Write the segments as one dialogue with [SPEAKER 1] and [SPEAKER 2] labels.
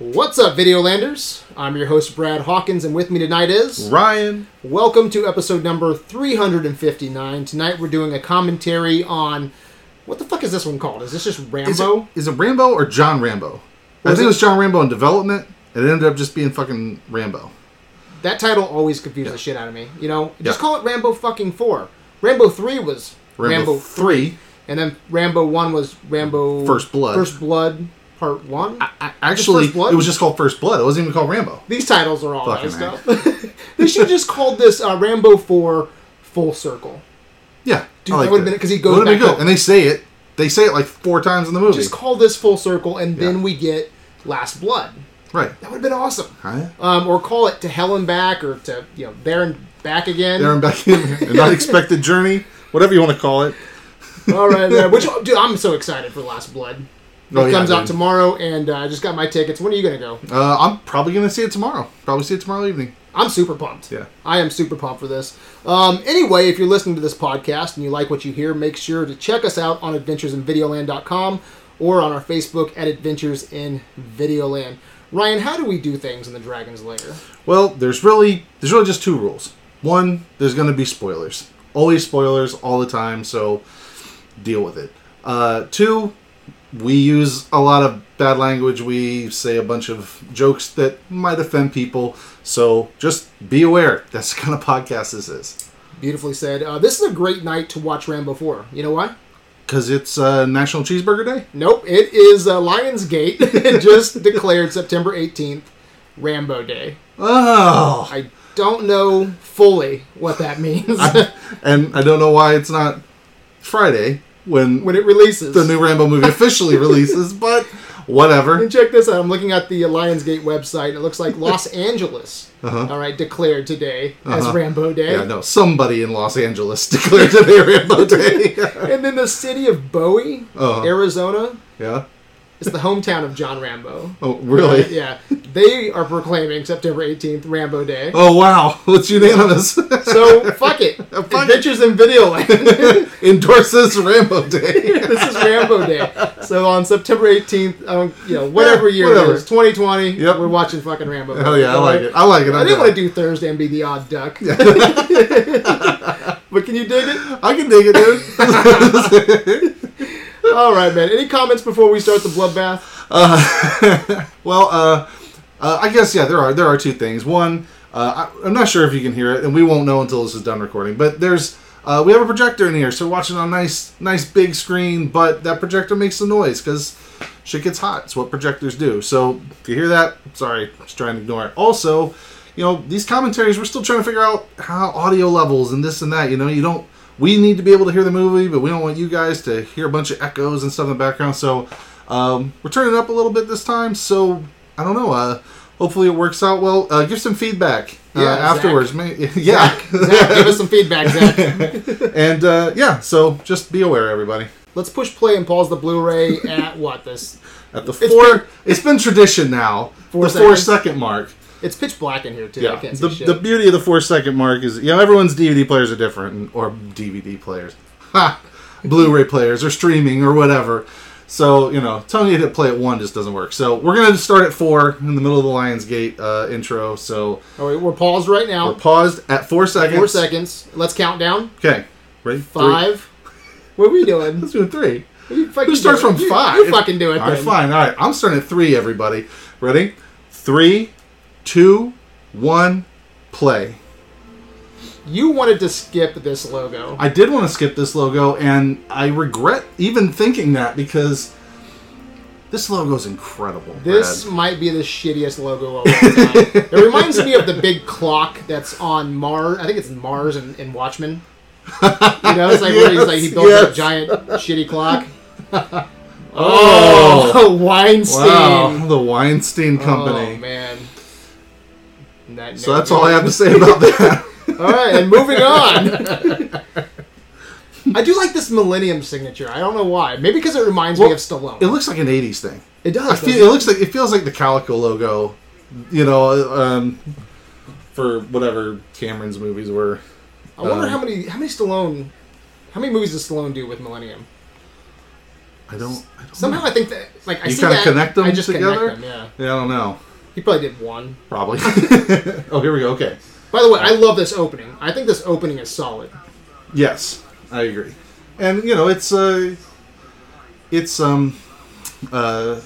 [SPEAKER 1] What's up, Videolanders? I'm your host, Brad Hawkins, and with me tonight is.
[SPEAKER 2] Ryan.
[SPEAKER 1] Welcome to episode number 359. Tonight we're doing a commentary on. What the fuck is this one called? Is this just
[SPEAKER 2] Is
[SPEAKER 1] Rambo?
[SPEAKER 2] it, is it Rambo or John Rambo? I
[SPEAKER 1] Was
[SPEAKER 2] think
[SPEAKER 1] it-
[SPEAKER 2] it was John Rambo in development, and it ended up just being fucking Rambo.
[SPEAKER 1] That title always confuses
[SPEAKER 2] Yeah.
[SPEAKER 1] the shit out of me. You know, just
[SPEAKER 2] Yeah.
[SPEAKER 1] call it Rambo fucking 4. Rambo 3 was Rambo,
[SPEAKER 2] Rambo, 3.
[SPEAKER 1] and then Rambo 1 was Rambo.
[SPEAKER 2] First Blood.
[SPEAKER 1] First Blood Part 1.
[SPEAKER 2] I, actually,
[SPEAKER 1] First Blood?
[SPEAKER 2] it was just called First Blood. It wasn't even called Rambo.
[SPEAKER 1] These titles are all
[SPEAKER 2] Fucking
[SPEAKER 1] messed up. they should have just called this uh, Rambo 4 Full Circle.
[SPEAKER 2] Yeah.
[SPEAKER 1] Dude,
[SPEAKER 2] I
[SPEAKER 1] that
[SPEAKER 2] liked
[SPEAKER 1] would've
[SPEAKER 2] it.
[SPEAKER 1] been- 'cause he
[SPEAKER 2] It
[SPEAKER 1] goes
[SPEAKER 2] would've been
[SPEAKER 1] back
[SPEAKER 2] good.
[SPEAKER 1] home.
[SPEAKER 2] And they say it. They say it like four times in the movie.
[SPEAKER 1] Just call this Full Circle, and then
[SPEAKER 2] Yeah.
[SPEAKER 1] we get Last Blood.
[SPEAKER 2] right.
[SPEAKER 1] That would have been awesome.
[SPEAKER 2] Huh?
[SPEAKER 1] Um, or call it To Hell and Back, or to, you know, There and Back Again.
[SPEAKER 2] Aaron back in. An unexpected journey. Whatever you want to call it.
[SPEAKER 1] all right, there. Which, dude, I'm so excited for Last Blood. It
[SPEAKER 2] Oh, yeah,
[SPEAKER 1] comes out
[SPEAKER 2] dude.
[SPEAKER 1] tomorrow, and uh, I just got my tickets. When are you going to go?
[SPEAKER 2] Uh, I'm probably going to see it tomorrow. Probably see it tomorrow evening.
[SPEAKER 1] I'm super pumped.
[SPEAKER 2] Yeah.
[SPEAKER 1] I am super pumped for this. Um, anyway, if you're listening to this podcast and you like what you hear, make sure to check us out on adventuresinvideoland.com or on our Facebook at Adventures in Videoland. Ryan, how do we do things in the Dragon's Lair?
[SPEAKER 2] Well, there's really there's really just two rules. One, there's going to be spoilers. Always spoilers all the time, so deal with it. Uh, two, we use a lot of bad language. We say a bunch of jokes that might offend people, so just be aware. That's the kind of podcast this is.
[SPEAKER 1] Beautifully said. Uh, this is a great night to watch Rambo 4. You know why?
[SPEAKER 2] Because it's uh, National Cheeseburger Day.
[SPEAKER 1] Nope, it is uh, Lion's Gate. It just declared September 18th Rambo Day.
[SPEAKER 2] Oh!
[SPEAKER 1] I don't know fully what that means
[SPEAKER 2] and I don't know why it's not Friday when,
[SPEAKER 1] when it releases.
[SPEAKER 2] the new Rambo movie officially releases, but whatever.
[SPEAKER 1] And check this out. I'm looking at the Lionsgate website. and It looks like Los Angeles, all right, declared today as Rambo Day.
[SPEAKER 2] Uh-huh. Yeah, no, somebody in Los Angeles declared today Rambo Day.
[SPEAKER 1] And then the city of Bowie,
[SPEAKER 2] Uh-huh.
[SPEAKER 1] Arizona,
[SPEAKER 2] yeah.
[SPEAKER 1] is the hometown of John Rambo.
[SPEAKER 2] Oh, really?
[SPEAKER 1] Yeah, they are proclaiming September 18th Rambo Day.
[SPEAKER 2] Oh, wow. It's unanimous.
[SPEAKER 1] So fuck it. Adventures in Videoland.
[SPEAKER 2] Endorses Rambo Day.
[SPEAKER 1] this is Rambo Day. So on September 18th, um, you know, whatever
[SPEAKER 2] Yeah,
[SPEAKER 1] year
[SPEAKER 2] whatever.
[SPEAKER 1] it is, 2020,
[SPEAKER 2] Yep.
[SPEAKER 1] we're watching fucking Rambo.
[SPEAKER 2] Hell yeah, I
[SPEAKER 1] All
[SPEAKER 2] like
[SPEAKER 1] right?
[SPEAKER 2] it. I like it.
[SPEAKER 1] I
[SPEAKER 2] I,
[SPEAKER 1] didn't want to
[SPEAKER 2] do.
[SPEAKER 1] do Thursday and be the odd duck. but can you dig it?
[SPEAKER 2] I can dig it, dude.
[SPEAKER 1] All right, man. Any comments before we start the bloodbath?
[SPEAKER 2] well, uh, uh, I guess yeah, there are there are two things. One, uh, I, I'm not sure if you can hear it, and we won't know until this is done recording. But there's uh, we have a projector in here, so watch it on nice nice big screen. But that projector makes some noise because shit gets hot. It's what projectors do. So if you hear that, sorry, just trying to ignore it. Also, you know these commentaries, we're still trying to figure out how audio levels and this and that. You know, you don't. We need to be able to hear the movie, but we don't want you guys to hear a bunch of echoes and stuff in the background. So um, we're turning it up a little bit this time. So I don't know. Uh, hopefully it works out well. Uh, give some feedback uh,
[SPEAKER 1] Yeah, Zach.
[SPEAKER 2] afterwards. May- yeah,
[SPEAKER 1] Zach, give us some feedback, Zach.
[SPEAKER 2] and uh, yeah. So just be aware, everybody.
[SPEAKER 1] Let's push play and pause the Blu-ray at what this?
[SPEAKER 2] At the
[SPEAKER 1] It's
[SPEAKER 2] four, it's been tradition now.
[SPEAKER 1] Four
[SPEAKER 2] the four
[SPEAKER 1] seconds.
[SPEAKER 2] second mark.
[SPEAKER 1] It's pitch black in here too. I
[SPEAKER 2] Yeah,
[SPEAKER 1] can't
[SPEAKER 2] the,
[SPEAKER 1] see shit.
[SPEAKER 2] the beauty of the four second mark is you know everyone's DVD players are different and- or DVD players, ha, Blu-ray players or streaming or whatever. So you know telling you to play at one just doesn't work. So we're gonna start at four in the middle of the Lions Gate uh, intro. So
[SPEAKER 1] All right, we're paused right now.
[SPEAKER 2] we're paused at four seconds.
[SPEAKER 1] Four seconds. Let's count down.
[SPEAKER 2] Okay, ready? Three.
[SPEAKER 1] Five. What are we doing?
[SPEAKER 2] Let's do three.
[SPEAKER 1] What you fucking
[SPEAKER 2] Who starts
[SPEAKER 1] doing?
[SPEAKER 2] from
[SPEAKER 1] You-
[SPEAKER 2] five?
[SPEAKER 1] You fucking do it.
[SPEAKER 2] All right,
[SPEAKER 1] Then.
[SPEAKER 2] fine. All right, I'm starting at three. Everybody, ready? Three, two, one, play.
[SPEAKER 1] You wanted to skip this logo.
[SPEAKER 2] I did want to skip this logo, and I regret even thinking that because this logo is incredible.
[SPEAKER 1] This
[SPEAKER 2] Brad.
[SPEAKER 1] might be the shittiest logo of all time. it reminds me of the big clock that's on Mars. I think it's Mars and, and Watchmen. You know, it's like where he's like he
[SPEAKER 2] Yes,
[SPEAKER 1] built that
[SPEAKER 2] yes.
[SPEAKER 1] giant shitty clock. Oh, Weinstein.
[SPEAKER 2] wow, the Weinstein
[SPEAKER 1] Oh
[SPEAKER 2] Company.
[SPEAKER 1] man. That
[SPEAKER 2] so that's all I have to say about that.
[SPEAKER 1] All right, and moving on. I do like this Millennium signature. I don't know why. Maybe because it reminds me
[SPEAKER 2] Well,
[SPEAKER 1] of Stallone.
[SPEAKER 2] it looks like an '80s thing.
[SPEAKER 1] It
[SPEAKER 2] I
[SPEAKER 1] does.
[SPEAKER 2] feel, it looks like it feels like the Calico logo, you know, um, for whatever Cameron's movies were.
[SPEAKER 1] I wonder
[SPEAKER 2] Um,
[SPEAKER 1] how many how many Stallone how many movies does Stallone do with Millennium?
[SPEAKER 2] I don't. I don't
[SPEAKER 1] Somehow I think that like I
[SPEAKER 2] You
[SPEAKER 1] see
[SPEAKER 2] kinda
[SPEAKER 1] that
[SPEAKER 2] connect them
[SPEAKER 1] I just
[SPEAKER 2] together?
[SPEAKER 1] connect them. Yeah,
[SPEAKER 2] Know. Yeah, I don't know.
[SPEAKER 1] he probably did one.
[SPEAKER 2] Probably. oh, here we go. Okay.
[SPEAKER 1] By the way, I love this opening. I think this opening is solid.
[SPEAKER 2] Yes, I agree. And you know, it's uh, it's um, uh,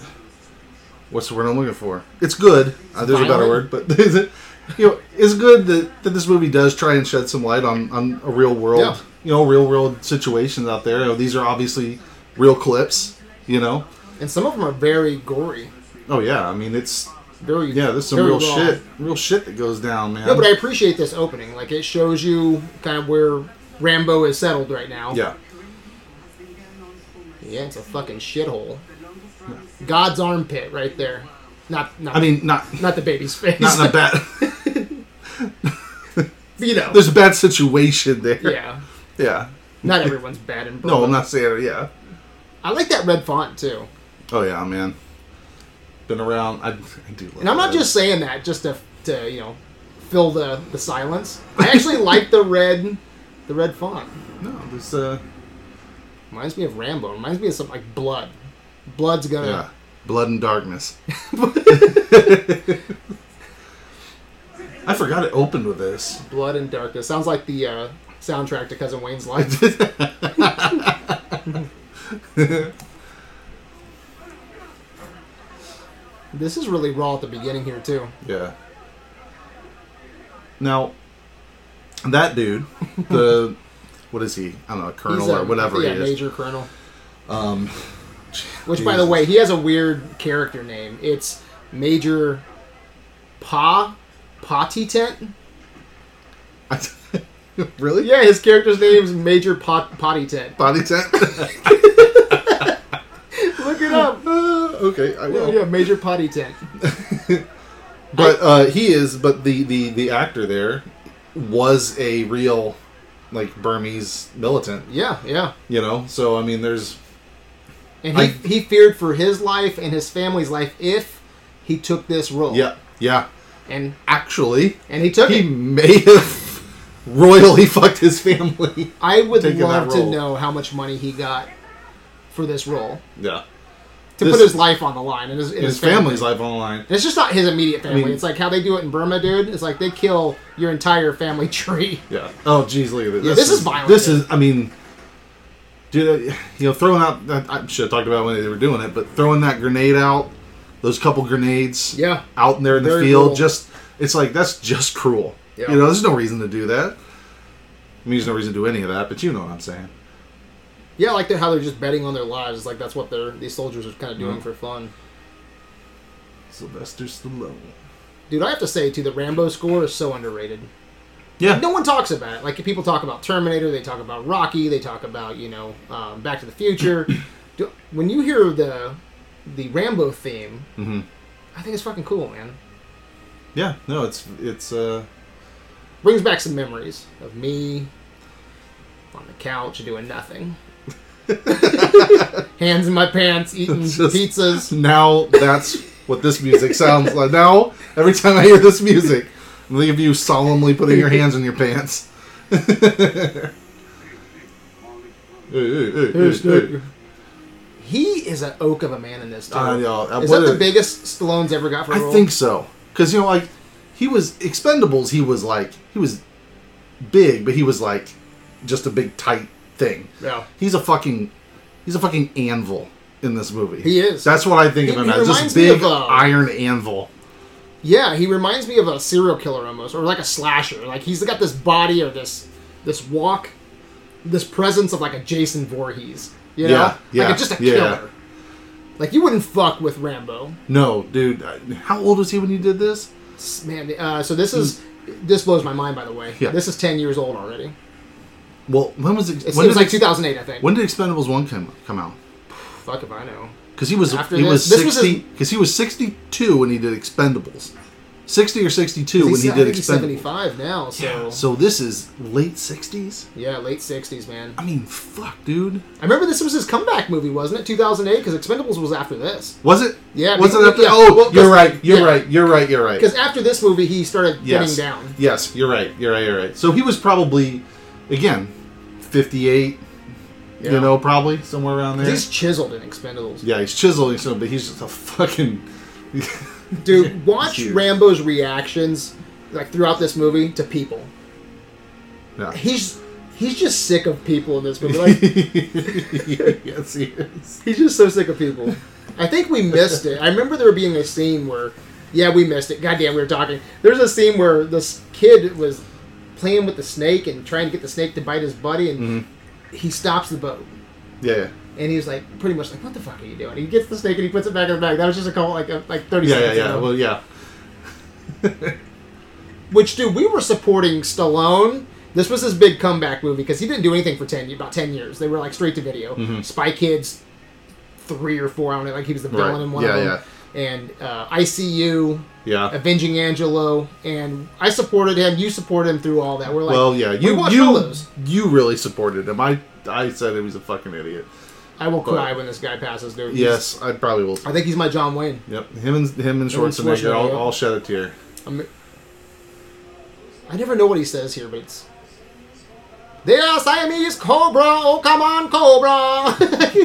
[SPEAKER 2] what's the word I'm looking for? It's good. Uh, there's a better
[SPEAKER 1] Violent?
[SPEAKER 2] word, but you know, it's good that, that this movie does try and shed some light on on a real world,
[SPEAKER 1] Yeah.
[SPEAKER 2] you know, real world situations out there. You know, these are obviously real clips. You know,
[SPEAKER 1] And some of them are very gory.
[SPEAKER 2] oh yeah, I mean it's
[SPEAKER 1] Very
[SPEAKER 2] yeah, there's some
[SPEAKER 1] very
[SPEAKER 2] real
[SPEAKER 1] raw.
[SPEAKER 2] shit, real shit that goes down, man.
[SPEAKER 1] No, but I appreciate this opening. Like it shows you kind of where Rambo is settled right now.
[SPEAKER 2] yeah,
[SPEAKER 1] Yeah, it's a fucking shithole. God's armpit right there. Not not
[SPEAKER 2] I mean not
[SPEAKER 1] not the baby's face.
[SPEAKER 2] not in a bad.
[SPEAKER 1] you know.
[SPEAKER 2] there's a bad situation there.
[SPEAKER 1] Yeah.
[SPEAKER 2] yeah.
[SPEAKER 1] Not everyone's bad and
[SPEAKER 2] No, I'm not saying it. Yeah.
[SPEAKER 1] I like that red font too.
[SPEAKER 2] Oh yeah, man. Been around. I, I do. Love
[SPEAKER 1] And I'm not
[SPEAKER 2] that.
[SPEAKER 1] just saying that just to, to you know fill the, the silence. I actually like the red the red font.
[SPEAKER 2] no. This uh,
[SPEAKER 1] Reminds me of Rambo. Reminds me of something like blood. Blood's
[SPEAKER 2] yeah,
[SPEAKER 1] gonna
[SPEAKER 2] blood and darkness. I forgot it opened with this.
[SPEAKER 1] blood and darkness. Sounds like the uh, soundtrack to Cousin Wayne's Life. this is really raw at the beginning here too.
[SPEAKER 2] Yeah. Now, that dude, the what is he? I don't know, a colonel
[SPEAKER 1] He's a-
[SPEAKER 2] or whatever
[SPEAKER 1] yeah,
[SPEAKER 2] he is.
[SPEAKER 1] major colonel.
[SPEAKER 2] Um,
[SPEAKER 1] Which, by the
[SPEAKER 2] Jesus.
[SPEAKER 1] way, he has a weird character name. It's Major Pa Potty Tent.
[SPEAKER 2] really?
[SPEAKER 1] Yeah, his character's name is Major Pot Potty Tent.
[SPEAKER 2] Body tent.
[SPEAKER 1] Look it up.
[SPEAKER 2] Uh, okay, I
[SPEAKER 1] Yeah,
[SPEAKER 2] will.
[SPEAKER 1] yeah, Major Potty Tent.
[SPEAKER 2] But uh, he is. But the, the the actor there was a real like Burmese militant.
[SPEAKER 1] Yeah, yeah.
[SPEAKER 2] You know. So I mean, there's
[SPEAKER 1] And he,
[SPEAKER 2] I-
[SPEAKER 1] he feared for his life and his family's life if he took this role.
[SPEAKER 2] yeah yeah.
[SPEAKER 1] And
[SPEAKER 2] Actually,
[SPEAKER 1] and he took
[SPEAKER 2] he
[SPEAKER 1] it.
[SPEAKER 2] may have royally fucked his family.
[SPEAKER 1] I would
[SPEAKER 2] taking
[SPEAKER 1] love
[SPEAKER 2] that
[SPEAKER 1] to
[SPEAKER 2] role.
[SPEAKER 1] know how much money he got for this role.
[SPEAKER 2] Yeah.
[SPEAKER 1] To
[SPEAKER 2] This-
[SPEAKER 1] put his life on the line and his, and
[SPEAKER 2] His,
[SPEAKER 1] family.
[SPEAKER 2] family's life online.
[SPEAKER 1] It's just not his immediate family.
[SPEAKER 2] mean-
[SPEAKER 1] it's like how they do it in Burma, dude. It's like they kill your entire family tree.
[SPEAKER 2] Yeah. Oh, geez, look at this.
[SPEAKER 1] Yeah, this is violent,
[SPEAKER 2] This
[SPEAKER 1] dude.
[SPEAKER 2] is. I mean, dude, uh, you know, throwing out. I I should have talked about it when they were doing it, but throwing that grenade out, those couple grenades.
[SPEAKER 1] Yeah.
[SPEAKER 2] Out in there in
[SPEAKER 1] Very
[SPEAKER 2] the field,
[SPEAKER 1] cruel.
[SPEAKER 2] just it's like that's just cruel.
[SPEAKER 1] Yeah.
[SPEAKER 2] You know, there's no reason to do that. I mean, there's no reason to do any of that, but you know what I'm saying.
[SPEAKER 1] Yeah, I like they're, how they're just betting on their lives. It's like that's what they're these soldiers are kind of doing
[SPEAKER 2] Mhm.
[SPEAKER 1] for fun.
[SPEAKER 2] Sylvester Stallone.
[SPEAKER 1] Dude, I have to say too, the Rambo score is so underrated.
[SPEAKER 2] Yeah.
[SPEAKER 1] No one talks about it. Like people talk about Terminator, they talk about Rocky, they talk about you know um, Back to the Future. Do- when you hear the the Rambo theme,
[SPEAKER 2] Mhm.
[SPEAKER 1] I think it's fucking cool, man.
[SPEAKER 2] Yeah. No, it's it's uh
[SPEAKER 1] Brings back some memories of me on the couch doing nothing, hands in my pants, eating
[SPEAKER 2] It's just-
[SPEAKER 1] pizzas.
[SPEAKER 2] now that's what this music sounds like. Now every time I hear this music, I'm thinking of you solemnly putting your hands in your pants. Hey, hey, hey, hey, hey.
[SPEAKER 1] He is an oak of a man in this. Dude.
[SPEAKER 2] I know. I-
[SPEAKER 1] Is
[SPEAKER 2] what
[SPEAKER 1] that the
[SPEAKER 2] a-
[SPEAKER 1] biggest Stallone's ever got for a
[SPEAKER 2] I
[SPEAKER 1] role?
[SPEAKER 2] think so. Because, you know, like, he was Expendables, he was like, he was big, but he was like just a big, tight thing.
[SPEAKER 1] Yeah.
[SPEAKER 2] He's a fucking, he's a fucking anvil in this movie.
[SPEAKER 1] He is.
[SPEAKER 2] That's what I think
[SPEAKER 1] He-
[SPEAKER 2] of him
[SPEAKER 1] he
[SPEAKER 2] as. Just
[SPEAKER 1] reminds me
[SPEAKER 2] big
[SPEAKER 1] of, uh,
[SPEAKER 2] iron anvil.
[SPEAKER 1] Yeah, he reminds me of a serial killer almost, or like a slasher. Like he's got this body or this this walk, this presence of like a Jason Voorhees. You know?
[SPEAKER 2] Yeah, yeah,
[SPEAKER 1] like just a
[SPEAKER 2] yeah.
[SPEAKER 1] killer. Like you wouldn't fuck with Rambo,
[SPEAKER 2] No, dude. I- How old was he when you did this?
[SPEAKER 1] S- man. Uh, so this is this blows my mind. By the way,
[SPEAKER 2] Yeah.
[SPEAKER 1] this is ten years old already.
[SPEAKER 2] Well, when was it?
[SPEAKER 1] It
[SPEAKER 2] when
[SPEAKER 1] seems like
[SPEAKER 2] did,
[SPEAKER 1] 2008, I think.
[SPEAKER 2] when did Expendables one come come out?
[SPEAKER 1] Fuck if I know.
[SPEAKER 2] Because he was
[SPEAKER 1] After
[SPEAKER 2] he
[SPEAKER 1] this-
[SPEAKER 2] was
[SPEAKER 1] this was his-
[SPEAKER 2] sixty because he was sixty two when he did Expendables, sixty or sixty two when
[SPEAKER 1] He's,
[SPEAKER 2] he
[SPEAKER 1] I
[SPEAKER 2] did
[SPEAKER 1] think he's
[SPEAKER 2] 75.
[SPEAKER 1] 75 now, so yeah,
[SPEAKER 2] So this is late sixties.
[SPEAKER 1] late 60s, man.
[SPEAKER 2] I mean, fuck, dude.
[SPEAKER 1] I remember this was his comeback movie, wasn't it? 2008, because Expendables was after this.
[SPEAKER 2] Was it?
[SPEAKER 1] Yeah,
[SPEAKER 2] Was it
[SPEAKER 1] because-
[SPEAKER 2] after?
[SPEAKER 1] yeah,
[SPEAKER 2] Oh,
[SPEAKER 1] well, 'cause-
[SPEAKER 2] you're right. You're
[SPEAKER 1] yeah.
[SPEAKER 2] right. You're right. You're right.
[SPEAKER 1] Because after this movie, he started
[SPEAKER 2] Yes.
[SPEAKER 1] getting down.
[SPEAKER 2] Yes, you're right. You're right. You're right. So he was probably, again, fifty eight. you
[SPEAKER 1] Yeah.
[SPEAKER 2] know, probably somewhere around there.
[SPEAKER 1] He's chiseled in Expendables.
[SPEAKER 2] yeah, he's chiseling some, but he's just a fucking.
[SPEAKER 1] Dude, watch
[SPEAKER 2] Huge.
[SPEAKER 1] Rambo's reactions like throughout this movie to people.
[SPEAKER 2] Yeah.
[SPEAKER 1] He's he's just sick of people in this movie. Like
[SPEAKER 2] yes, he is.
[SPEAKER 1] he's just so sick of people. I think we missed it. I remember there being a scene where yeah, we missed it. Goddamn, we were talking. There's a scene where this kid was playing with the snake and trying to get the snake to bite his buddy and
[SPEAKER 2] Mhm.
[SPEAKER 1] he stops the boat.
[SPEAKER 2] Yeah, yeah.
[SPEAKER 1] And he's like, pretty much like, what the fuck are you doing? He gets the snake and he puts it back in the bag. That was just a couple, like, uh, like thirty
[SPEAKER 2] Yeah, yeah,
[SPEAKER 1] seconds
[SPEAKER 2] yeah.
[SPEAKER 1] ago.
[SPEAKER 2] Well, yeah.
[SPEAKER 1] Which, dude, we were supporting Stallone. This was his big comeback movie because he didn't do anything for ten about ten years. They were like straight to video.
[SPEAKER 2] Mm-hmm.
[SPEAKER 1] Spy Kids, three or four. I don't know. Like he was the villain
[SPEAKER 2] Right.
[SPEAKER 1] in one
[SPEAKER 2] Yeah,
[SPEAKER 1] of them. And uh, ICU,
[SPEAKER 2] Yeah.
[SPEAKER 1] Avenging Angelo, and I supported him. You supported him through all that. We're like,
[SPEAKER 2] well, yeah.
[SPEAKER 1] we
[SPEAKER 2] You
[SPEAKER 1] watched all
[SPEAKER 2] you
[SPEAKER 1] those.
[SPEAKER 2] you really supported him. I I said he was a fucking idiot.
[SPEAKER 1] I will cry when this guy passes, dude. He's-
[SPEAKER 2] Yes, I probably will.
[SPEAKER 1] I think he's my John Wayne.
[SPEAKER 2] Yep. Him and him and Schwarzenegger
[SPEAKER 1] Schwarzenegger,
[SPEAKER 2] all,
[SPEAKER 1] yeah.
[SPEAKER 2] all shed a tear.
[SPEAKER 1] I'm, I never know what he says here, but it's. They are Siamese Cobra, oh come on, Cobra!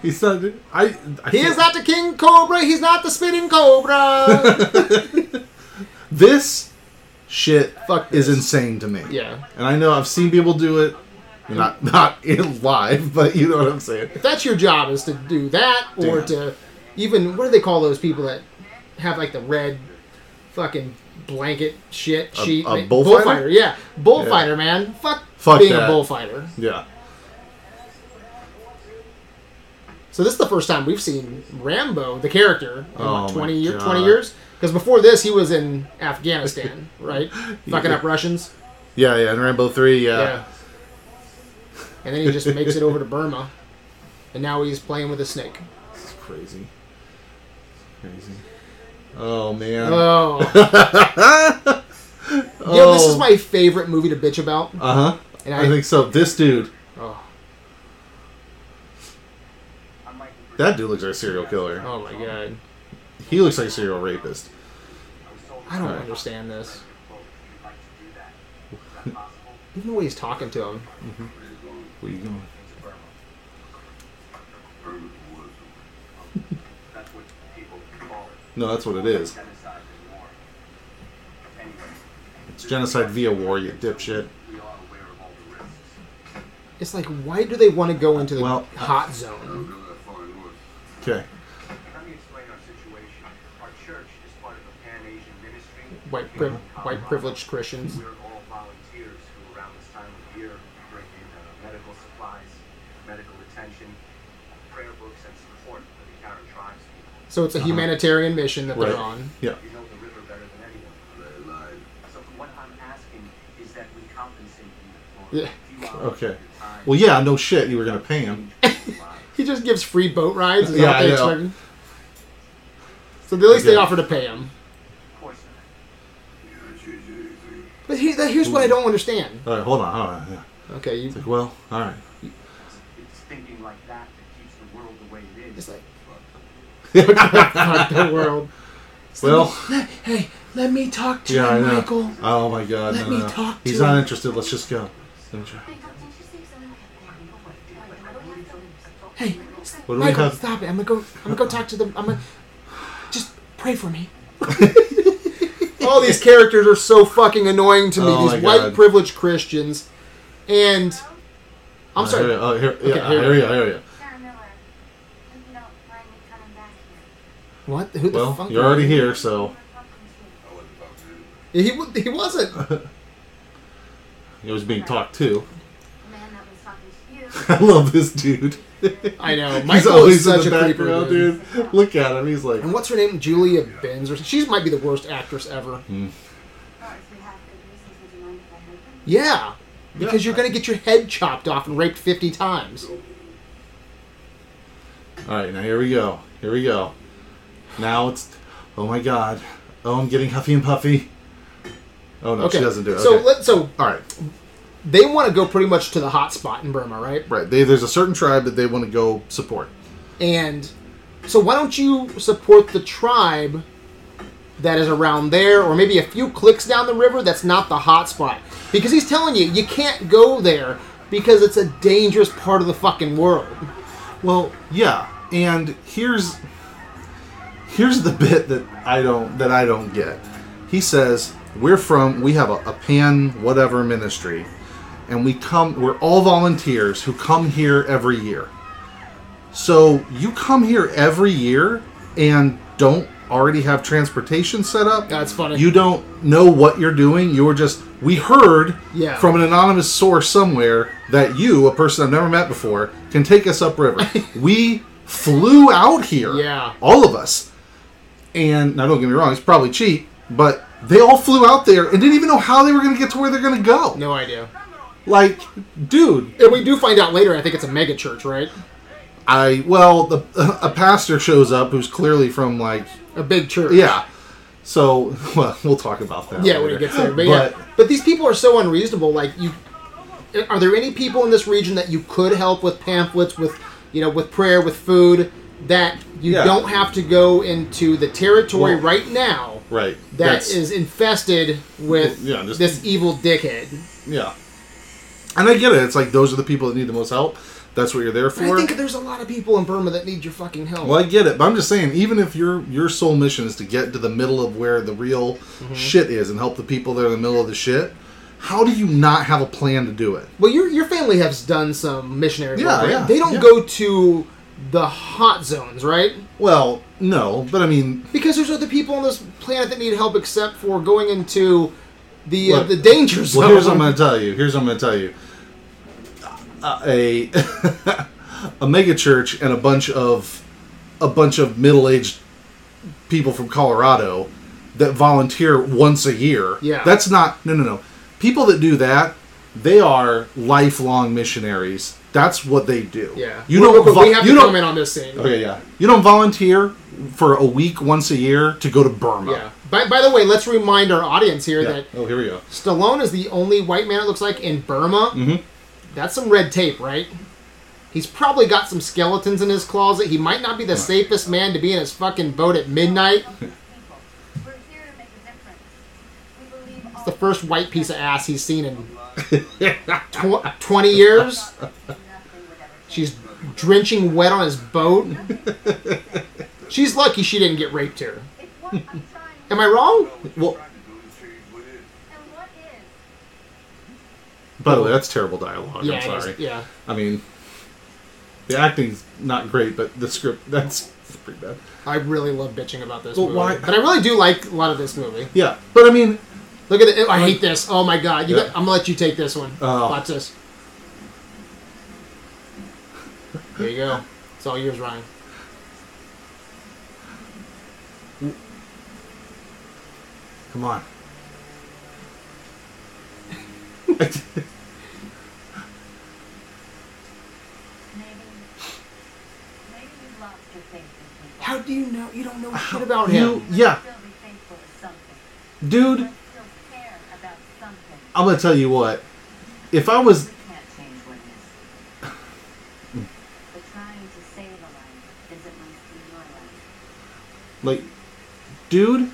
[SPEAKER 2] He's not. I. I
[SPEAKER 1] he is not the King Cobra, he's not the Spinning Cobra!
[SPEAKER 2] This shit
[SPEAKER 1] Fuck
[SPEAKER 2] is
[SPEAKER 1] this.
[SPEAKER 2] insane to me.
[SPEAKER 1] yeah.
[SPEAKER 2] And I know I've seen people do it. Not not in live, but you know what I'm saying.
[SPEAKER 1] If that's your job, is to do that, or
[SPEAKER 2] Damn.
[SPEAKER 1] to even. What do they call those people that have like the red fucking blanket shit sheet?
[SPEAKER 2] a
[SPEAKER 1] Like,
[SPEAKER 2] bullfighter?
[SPEAKER 1] Yeah. Bullfighter, man. Fuck,
[SPEAKER 2] Fuck
[SPEAKER 1] being
[SPEAKER 2] that.
[SPEAKER 1] a bullfighter.
[SPEAKER 2] Yeah.
[SPEAKER 1] So this is the first time we've seen Rambo, the character, in
[SPEAKER 2] Oh
[SPEAKER 1] what,
[SPEAKER 2] my
[SPEAKER 1] 20, year,
[SPEAKER 2] God.
[SPEAKER 1] 20 years? Because before this, he was in Afghanistan, right? Fucking up Russians.
[SPEAKER 2] Yeah, yeah, and Rambo 3, yeah.
[SPEAKER 1] Yeah. And then he just makes it over to Burma. And now he's playing with a snake.
[SPEAKER 2] It's crazy. Crazy. Oh, man.
[SPEAKER 1] Oh. You know, Oh. this is my favorite movie to bitch about.
[SPEAKER 2] Uh huh.
[SPEAKER 1] And
[SPEAKER 2] Oh. I
[SPEAKER 1] I,
[SPEAKER 2] think so. This dude,
[SPEAKER 1] oh,
[SPEAKER 2] that dude looks like a serial killer.
[SPEAKER 1] oh my god.
[SPEAKER 2] He looks like a serial rapist.
[SPEAKER 1] I don't
[SPEAKER 2] Alright.
[SPEAKER 1] understand this. Even the way he's talking to him.
[SPEAKER 2] What are you doing?
[SPEAKER 3] That's what people call it.
[SPEAKER 2] No, that's what it is.
[SPEAKER 3] Genocide and war. Anyway,
[SPEAKER 2] It's genocide via war, you dipshit.
[SPEAKER 3] we are aware of all the risks.
[SPEAKER 1] It's like, why do they want to go into the
[SPEAKER 2] Well-
[SPEAKER 1] hot zone?
[SPEAKER 3] Go that far north.
[SPEAKER 2] Okay.
[SPEAKER 3] Let me explain our situation. Our church is part of a pan-Asian ministry.
[SPEAKER 1] White, priv- white privileged Christians.
[SPEAKER 3] We're all volunteers who around this time of year bring in uh, medical supplies, medical attention, prayer books, and support for the Karen tribes people.
[SPEAKER 1] So it's a humanitarian mission that
[SPEAKER 2] Uh-huh. Right.
[SPEAKER 1] they're on.
[SPEAKER 2] Yeah.
[SPEAKER 3] You know the river better than anyone. So what I'm asking is that we compensate you for
[SPEAKER 1] Yeah.
[SPEAKER 3] a few hours of
[SPEAKER 2] Okay.
[SPEAKER 3] your time.
[SPEAKER 2] Well, yeah, no shit. You were going to pay him.
[SPEAKER 1] He just gives free boat rides. Is
[SPEAKER 2] Yeah,
[SPEAKER 1] that what they
[SPEAKER 2] I know.
[SPEAKER 1] expected? So at least they
[SPEAKER 2] Yeah.
[SPEAKER 1] offer to pay him.
[SPEAKER 3] Of course not.
[SPEAKER 1] But here's, here's what I don't understand.
[SPEAKER 2] All right, hold on. Hold on. Yeah.
[SPEAKER 1] Okay, you,
[SPEAKER 2] It's like, well, all right.
[SPEAKER 3] It's thinking like that that keeps the world the way it is.
[SPEAKER 1] it's like fuck the world.
[SPEAKER 2] Well,
[SPEAKER 1] Hey, let me talk to
[SPEAKER 2] yeah, I
[SPEAKER 1] you,
[SPEAKER 2] know.
[SPEAKER 1] Michael.
[SPEAKER 2] Oh, my God.
[SPEAKER 1] Let
[SPEAKER 2] no,
[SPEAKER 1] me
[SPEAKER 2] no.
[SPEAKER 1] talk to
[SPEAKER 2] He's
[SPEAKER 1] him.
[SPEAKER 2] not interested. Let's just go. Let me try.
[SPEAKER 1] Hey, s-
[SPEAKER 2] What do we
[SPEAKER 1] Michael,
[SPEAKER 2] have?
[SPEAKER 1] stop it. I'm gonna go. I'm gonna go talk to them. I'm gonna just pray for me. All these characters are so fucking annoying to me.
[SPEAKER 2] Oh
[SPEAKER 1] these
[SPEAKER 2] my
[SPEAKER 1] white
[SPEAKER 2] God.
[SPEAKER 1] privileged Christians, and I'm
[SPEAKER 2] Uh,
[SPEAKER 1] sorry.
[SPEAKER 2] Here, oh, here, yeah,
[SPEAKER 1] here.
[SPEAKER 2] here, you, here you.
[SPEAKER 4] Sarah Miller, if you don't mind me coming back here.
[SPEAKER 1] What? Who the
[SPEAKER 2] Well,
[SPEAKER 1] fuck?
[SPEAKER 2] you're
[SPEAKER 1] are
[SPEAKER 2] already
[SPEAKER 1] you?
[SPEAKER 2] here, so
[SPEAKER 4] We're talking to you.
[SPEAKER 1] He wa- he wasn't.
[SPEAKER 2] it was being talked to.
[SPEAKER 4] The man that was talking to you.
[SPEAKER 2] I love this dude.
[SPEAKER 1] I know.
[SPEAKER 2] He's
[SPEAKER 1] Michael is
[SPEAKER 2] always in
[SPEAKER 1] such
[SPEAKER 2] the
[SPEAKER 1] a creeper,
[SPEAKER 2] background,
[SPEAKER 1] dude.
[SPEAKER 2] dude. Look at him. He's like,
[SPEAKER 1] And what's her name? Julia Benz, or she might be the worst actress ever.
[SPEAKER 4] Well, if you have good reasons, would you mind if I heard them?
[SPEAKER 1] Yeah, because you're gonna get your head chopped off and raped fifty times.
[SPEAKER 2] all right, now here we go. Here we go. Now it's, oh my god. Oh, I'm getting huffy and puffy. Oh no,
[SPEAKER 1] Okay,
[SPEAKER 2] she doesn't do it.
[SPEAKER 1] So
[SPEAKER 2] okay.
[SPEAKER 1] let so
[SPEAKER 2] all right,
[SPEAKER 1] they want to go pretty much to the hot spot in Burma, right?
[SPEAKER 2] right. They, there's a certain tribe that they want to go support.
[SPEAKER 1] And so why don't you support the tribe that is around there, or maybe a few clicks down the river that's not the hot spot? Because he's telling you, you can't go there. because it's a dangerous part of the fucking world.
[SPEAKER 2] Well, yeah, and here's here's the bit that I don't that I don't get. He says we're from we have a, a pan whatever ministry, and we come we're all volunteers who come here every year. So you come here every year and don't already have transportation set up.
[SPEAKER 1] That's funny.
[SPEAKER 2] You don't know what you're doing. You were just we heard
[SPEAKER 1] Yeah.
[SPEAKER 2] from an anonymous source somewhere that you, a person I've never met before, can take us upriver. we flew out here.
[SPEAKER 1] Yeah.
[SPEAKER 2] All of us. And now don't get me wrong, it's probably cheap, but they all flew out there and didn't even know how they were gonna get to where they're gonna go.
[SPEAKER 1] No idea.
[SPEAKER 2] Like, dude,
[SPEAKER 1] And we do find out later. I think it's a mega church, right?
[SPEAKER 2] I well, the, a pastor shows up who's clearly from like
[SPEAKER 1] A big church.
[SPEAKER 2] yeah. So well, we'll talk about that.
[SPEAKER 1] Yeah,
[SPEAKER 2] later.
[SPEAKER 1] when it gets there. But, yeah.
[SPEAKER 2] But-
[SPEAKER 1] but these people are so unreasonable. Like you, are there any people in this region that you could help with pamphlets, with you know, with prayer, with food, that you
[SPEAKER 2] Yeah.
[SPEAKER 1] don't have to go into the territory
[SPEAKER 2] Well,
[SPEAKER 1] right now
[SPEAKER 2] Right.
[SPEAKER 1] that is infested with
[SPEAKER 2] Well, yeah, just-
[SPEAKER 1] this evil dickhead?
[SPEAKER 2] Yeah. And I get it. It's like those are the people that need the most help. That's what you're there
[SPEAKER 1] But I
[SPEAKER 2] for.
[SPEAKER 1] think there's a lot of people in Burma that need your fucking help.
[SPEAKER 2] well, I get it, but I'm just saying, even if your your sole mission is to get to the middle of where the real
[SPEAKER 1] Mm-hmm.
[SPEAKER 2] shit is and help the people that are in the middle of the shit, how do you not have a plan to do it?
[SPEAKER 1] Well, your your family has done some missionary
[SPEAKER 2] Yeah,
[SPEAKER 1] work. right?
[SPEAKER 2] yeah,
[SPEAKER 1] they don't
[SPEAKER 2] yeah.
[SPEAKER 1] go to the hot zones, right?
[SPEAKER 2] Well, no, but I mean,
[SPEAKER 1] Because there's other people on this planet that need help, except for going into the uh,
[SPEAKER 2] Look,
[SPEAKER 1] the danger zone.
[SPEAKER 2] well, here's what I'm going to tell you. Here's what I'm going to tell you. A a mega church and a bunch of a bunch of middle-aged people from Colorado that volunteer once a year.
[SPEAKER 1] Yeah.
[SPEAKER 2] That's not no no no. People that do that, they are lifelong missionaries. That's what they do.
[SPEAKER 1] yeah,
[SPEAKER 2] You
[SPEAKER 1] Well,
[SPEAKER 2] don't
[SPEAKER 1] but
[SPEAKER 2] vo-
[SPEAKER 1] we have
[SPEAKER 2] you
[SPEAKER 1] to
[SPEAKER 2] don't
[SPEAKER 1] comment on this scene.
[SPEAKER 2] Okay, yeah. You don't volunteer for a week once a year to go to Burma.
[SPEAKER 1] Yeah. By, by the way, let's remind our audience here
[SPEAKER 2] Yeah.
[SPEAKER 1] that
[SPEAKER 2] Oh, here we go.
[SPEAKER 1] Stallone is the only white man it looks like in Burma. Mm-hmm. That's some red tape, right? He's probably got some skeletons in his closet. He might not be the safest man to be in his fucking boat at midnight.
[SPEAKER 4] people. We're here to make a difference. We believe all
[SPEAKER 1] the first white piece of ass he's seen in tw- 20 years.
[SPEAKER 4] Nothing would ever change.
[SPEAKER 1] She's drenching wet on his boat. She's lucky she didn't get raped here.
[SPEAKER 4] It's what I'm trying
[SPEAKER 1] Am I wrong?
[SPEAKER 2] Well,
[SPEAKER 4] and what is.
[SPEAKER 2] by the way, that's terrible dialogue.
[SPEAKER 1] yeah,
[SPEAKER 2] I'm
[SPEAKER 1] it is.
[SPEAKER 2] sorry.
[SPEAKER 1] yeah.
[SPEAKER 2] I mean, the acting's not great, but the script that's pretty bad.
[SPEAKER 1] I really love bitching about this
[SPEAKER 2] Well,
[SPEAKER 1] movie.
[SPEAKER 2] why-
[SPEAKER 1] But I really do like a lot of this movie.
[SPEAKER 2] Yeah, but I mean,
[SPEAKER 1] Look at it. I hate this. Oh my god. You
[SPEAKER 2] Yeah.
[SPEAKER 1] got, I'm going to let you take this one.
[SPEAKER 2] Oh.
[SPEAKER 1] Watch this. There you go. It's all yours, Ryan.
[SPEAKER 2] come on.
[SPEAKER 4] Maybe, maybe you lost your faith in people.
[SPEAKER 1] How do you know? You don't know shit about
[SPEAKER 2] You,
[SPEAKER 1] him.
[SPEAKER 2] yeah,
[SPEAKER 4] Still be faithful to something.
[SPEAKER 2] dude.
[SPEAKER 4] But still care about something.
[SPEAKER 2] I'm gonna tell you what. If I was,
[SPEAKER 4] We can't change what is. But trying to save a life is at least in your life.
[SPEAKER 2] like dude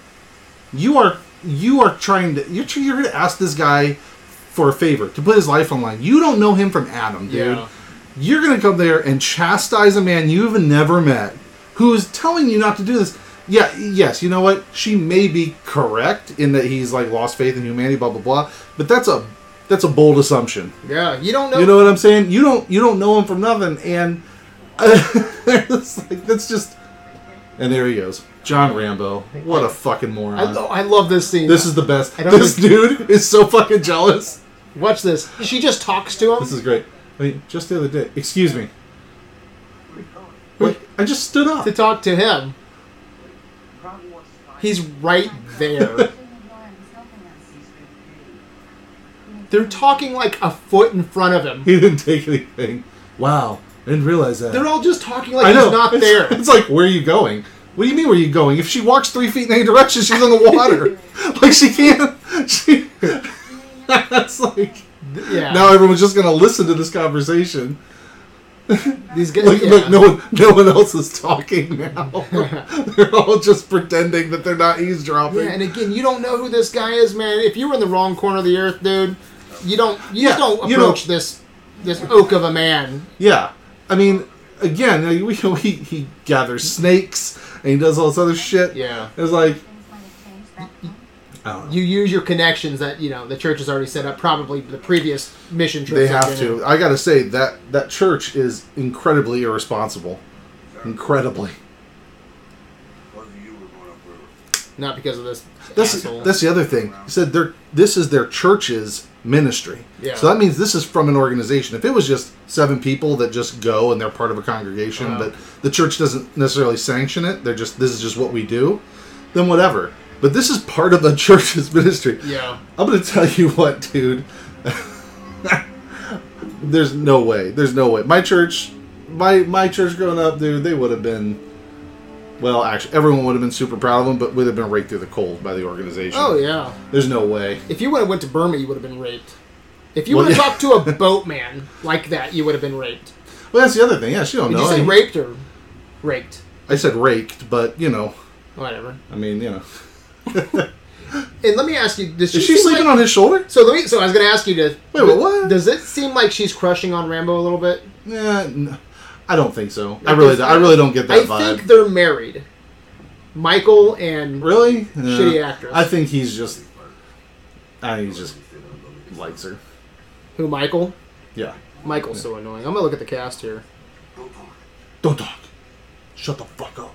[SPEAKER 2] you are you are trying to you're, tr- you're gonna ask this guy for a favor to put his life on the line you don't know him from adam dude
[SPEAKER 1] Yeah.
[SPEAKER 2] you're gonna come there and chastise a man you've never met who is telling you not to do this yeah yes you know what she may be correct in that he's like lost faith in humanity blah blah blah but that's a that's a bold assumption
[SPEAKER 1] Yeah. You don't know.
[SPEAKER 2] you know what I'm saying? You don't you don't know him from nothing, and it's like that's just. And there he goes, John Rambo. What a fucking moron!
[SPEAKER 1] I, lo- I love this scene.
[SPEAKER 2] this is the best.
[SPEAKER 1] I don't
[SPEAKER 2] This dude is so fucking jealous.
[SPEAKER 1] Watch this. She just talks to him.
[SPEAKER 2] This is great. I mean, just the other day. Excuse me. Wait, I just stood up.
[SPEAKER 1] to talk to him.
[SPEAKER 3] Probably wants to find
[SPEAKER 1] He's right there.
[SPEAKER 4] Jimmy Warren is helping us.
[SPEAKER 3] he's good.
[SPEAKER 1] They're talking like a foot in front of him.
[SPEAKER 2] He didn't take anything. Wow, I didn't realize that.
[SPEAKER 1] They're all just talking
[SPEAKER 2] I
[SPEAKER 1] like
[SPEAKER 2] know.
[SPEAKER 1] he's not
[SPEAKER 2] It's-
[SPEAKER 1] there.
[SPEAKER 2] It's like, where are you going? What do you mean, where are you going? If she walks three feet in any direction, she's in the water. like she can't. She. That's like.
[SPEAKER 1] Yeah.
[SPEAKER 2] Now everyone's just gonna listen to this conversation.
[SPEAKER 1] these guys.
[SPEAKER 2] Like,
[SPEAKER 1] yeah.
[SPEAKER 2] look, no one, no one else is talking now. they're all just pretending that they're not eavesdropping.
[SPEAKER 1] Yeah, and again, you don't know who this guy is, man. If you were in the wrong corner of the earth, dude, you don't. You
[SPEAKER 2] Yeah,
[SPEAKER 1] just don't approach
[SPEAKER 2] you don't-
[SPEAKER 1] this this oak of a man.
[SPEAKER 2] Yeah, I mean, again, like, we, we, he gathers snakes and he does all this other shit.
[SPEAKER 1] Yeah.
[SPEAKER 2] it's like
[SPEAKER 4] Things might have changed back then.
[SPEAKER 2] I don't know.
[SPEAKER 1] You use your connections that you know the church has already set up. Probably the previous mission trips.
[SPEAKER 2] They
[SPEAKER 1] have
[SPEAKER 2] have
[SPEAKER 1] been
[SPEAKER 2] to. I gotta say that that church is incredibly irresponsible. Incredibly.
[SPEAKER 5] Both of you were going upriver.
[SPEAKER 1] in. Not because of this.
[SPEAKER 2] That's
[SPEAKER 1] asshole.
[SPEAKER 2] that's the other thing. He said they're, this is their church's ministry.
[SPEAKER 1] Yeah.
[SPEAKER 2] So that means this is from an organization. If it was just seven people that just go and they're part of a congregation,
[SPEAKER 1] Uh-huh.
[SPEAKER 2] but the church doesn't necessarily sanction it, they're just this is just what we do, then whatever. But this is part of the church's ministry.
[SPEAKER 1] yeah.
[SPEAKER 2] I'm gonna tell you what, dude. There's no way. There's no way. My church, my my church growing up, dude, they would have been. Well, actually, everyone would have been super proud of them, but would have been raked through the cold by the organization.
[SPEAKER 1] Oh yeah.
[SPEAKER 2] There's no way.
[SPEAKER 1] If you would have went to Burma, you would have been raped. If you
[SPEAKER 2] Well,
[SPEAKER 1] would have
[SPEAKER 2] yeah.
[SPEAKER 1] talked to a boatman like that, you would have been raped.
[SPEAKER 2] Well, that's the other thing. Yeah, she don't
[SPEAKER 1] Did
[SPEAKER 2] know.
[SPEAKER 1] you say
[SPEAKER 2] I,
[SPEAKER 1] raped or raked?
[SPEAKER 2] I said raked, but you know,
[SPEAKER 1] Whatever.
[SPEAKER 2] I mean, you know,
[SPEAKER 1] And let me ask you: Does she,
[SPEAKER 2] is she
[SPEAKER 1] seem
[SPEAKER 2] sleeping
[SPEAKER 1] like,
[SPEAKER 2] on his shoulder?
[SPEAKER 1] So let me. So I was going to ask you to.
[SPEAKER 2] Wait, wait, what?
[SPEAKER 1] Does it seem like she's crushing on Rambo a little bit?
[SPEAKER 2] Yeah, n- I don't think so. I really, don't- I really don't get
[SPEAKER 1] I
[SPEAKER 2] that vibe.
[SPEAKER 1] think they're married. Michael and
[SPEAKER 2] really,
[SPEAKER 1] Shitty actress.
[SPEAKER 2] I think he's just, I think he just likes her.
[SPEAKER 1] who? Michael.
[SPEAKER 2] Yeah.
[SPEAKER 1] Michael's so annoying. I'm gonna look at the cast here.
[SPEAKER 5] Don't talk.
[SPEAKER 2] Don't talk. Shut the fuck up.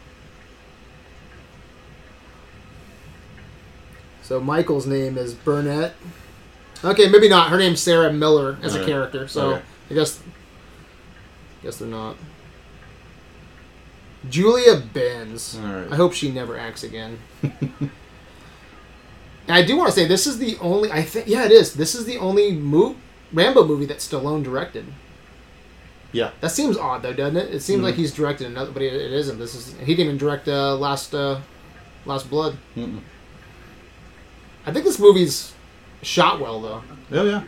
[SPEAKER 1] So Michael's name is Burnett. Okay, maybe not. Her name's Sarah Miller as a
[SPEAKER 2] Alright.
[SPEAKER 1] character. So
[SPEAKER 2] Okay.
[SPEAKER 1] I guess, I guess they're not. Julia Benz.
[SPEAKER 2] Alright.
[SPEAKER 1] I hope she never acts again. And I do want to say this is the only. I think yeah, it is. This is the only mo- Rambo movie that Stallone directed.
[SPEAKER 2] Yeah.
[SPEAKER 1] That seems odd though, doesn't it? It seems like he's directed another, but it, it isn't. This is he didn't even direct uh, Last uh, Last Blood.
[SPEAKER 2] Mm-mm.
[SPEAKER 1] I think this movie's shot well though.
[SPEAKER 2] Oh yeah.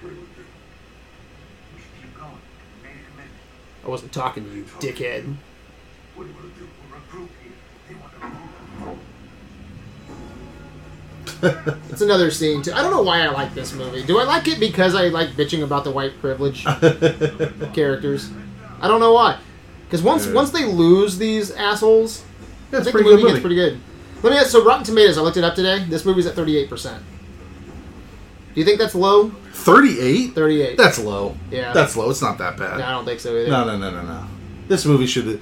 [SPEAKER 5] We should keep going. We made a commitment.
[SPEAKER 1] I wasn't talking to you, dickhead.
[SPEAKER 5] What do you want to do? We're a group here. They want to group.
[SPEAKER 1] It's another scene too. I don't know why I like this movie. Do I like it because I like bitching about the white privilege characters? I don't know why. Because once
[SPEAKER 2] Yeah.
[SPEAKER 1] once they lose these assholes, I
[SPEAKER 2] That's
[SPEAKER 1] think
[SPEAKER 2] pretty
[SPEAKER 1] the movie,
[SPEAKER 2] good
[SPEAKER 1] gets
[SPEAKER 2] movie.
[SPEAKER 1] pretty good. Let me ask. So Rotten Tomatoes, I looked it up today. This movie's at thirty eight percent. Do you think that's low?
[SPEAKER 2] Thirty-eight.
[SPEAKER 1] Thirty eight.
[SPEAKER 2] That's low.
[SPEAKER 1] Yeah.
[SPEAKER 2] That's low. It's not that bad.
[SPEAKER 1] No, I don't think so either.
[SPEAKER 2] No, no, no, no, no. This movie should.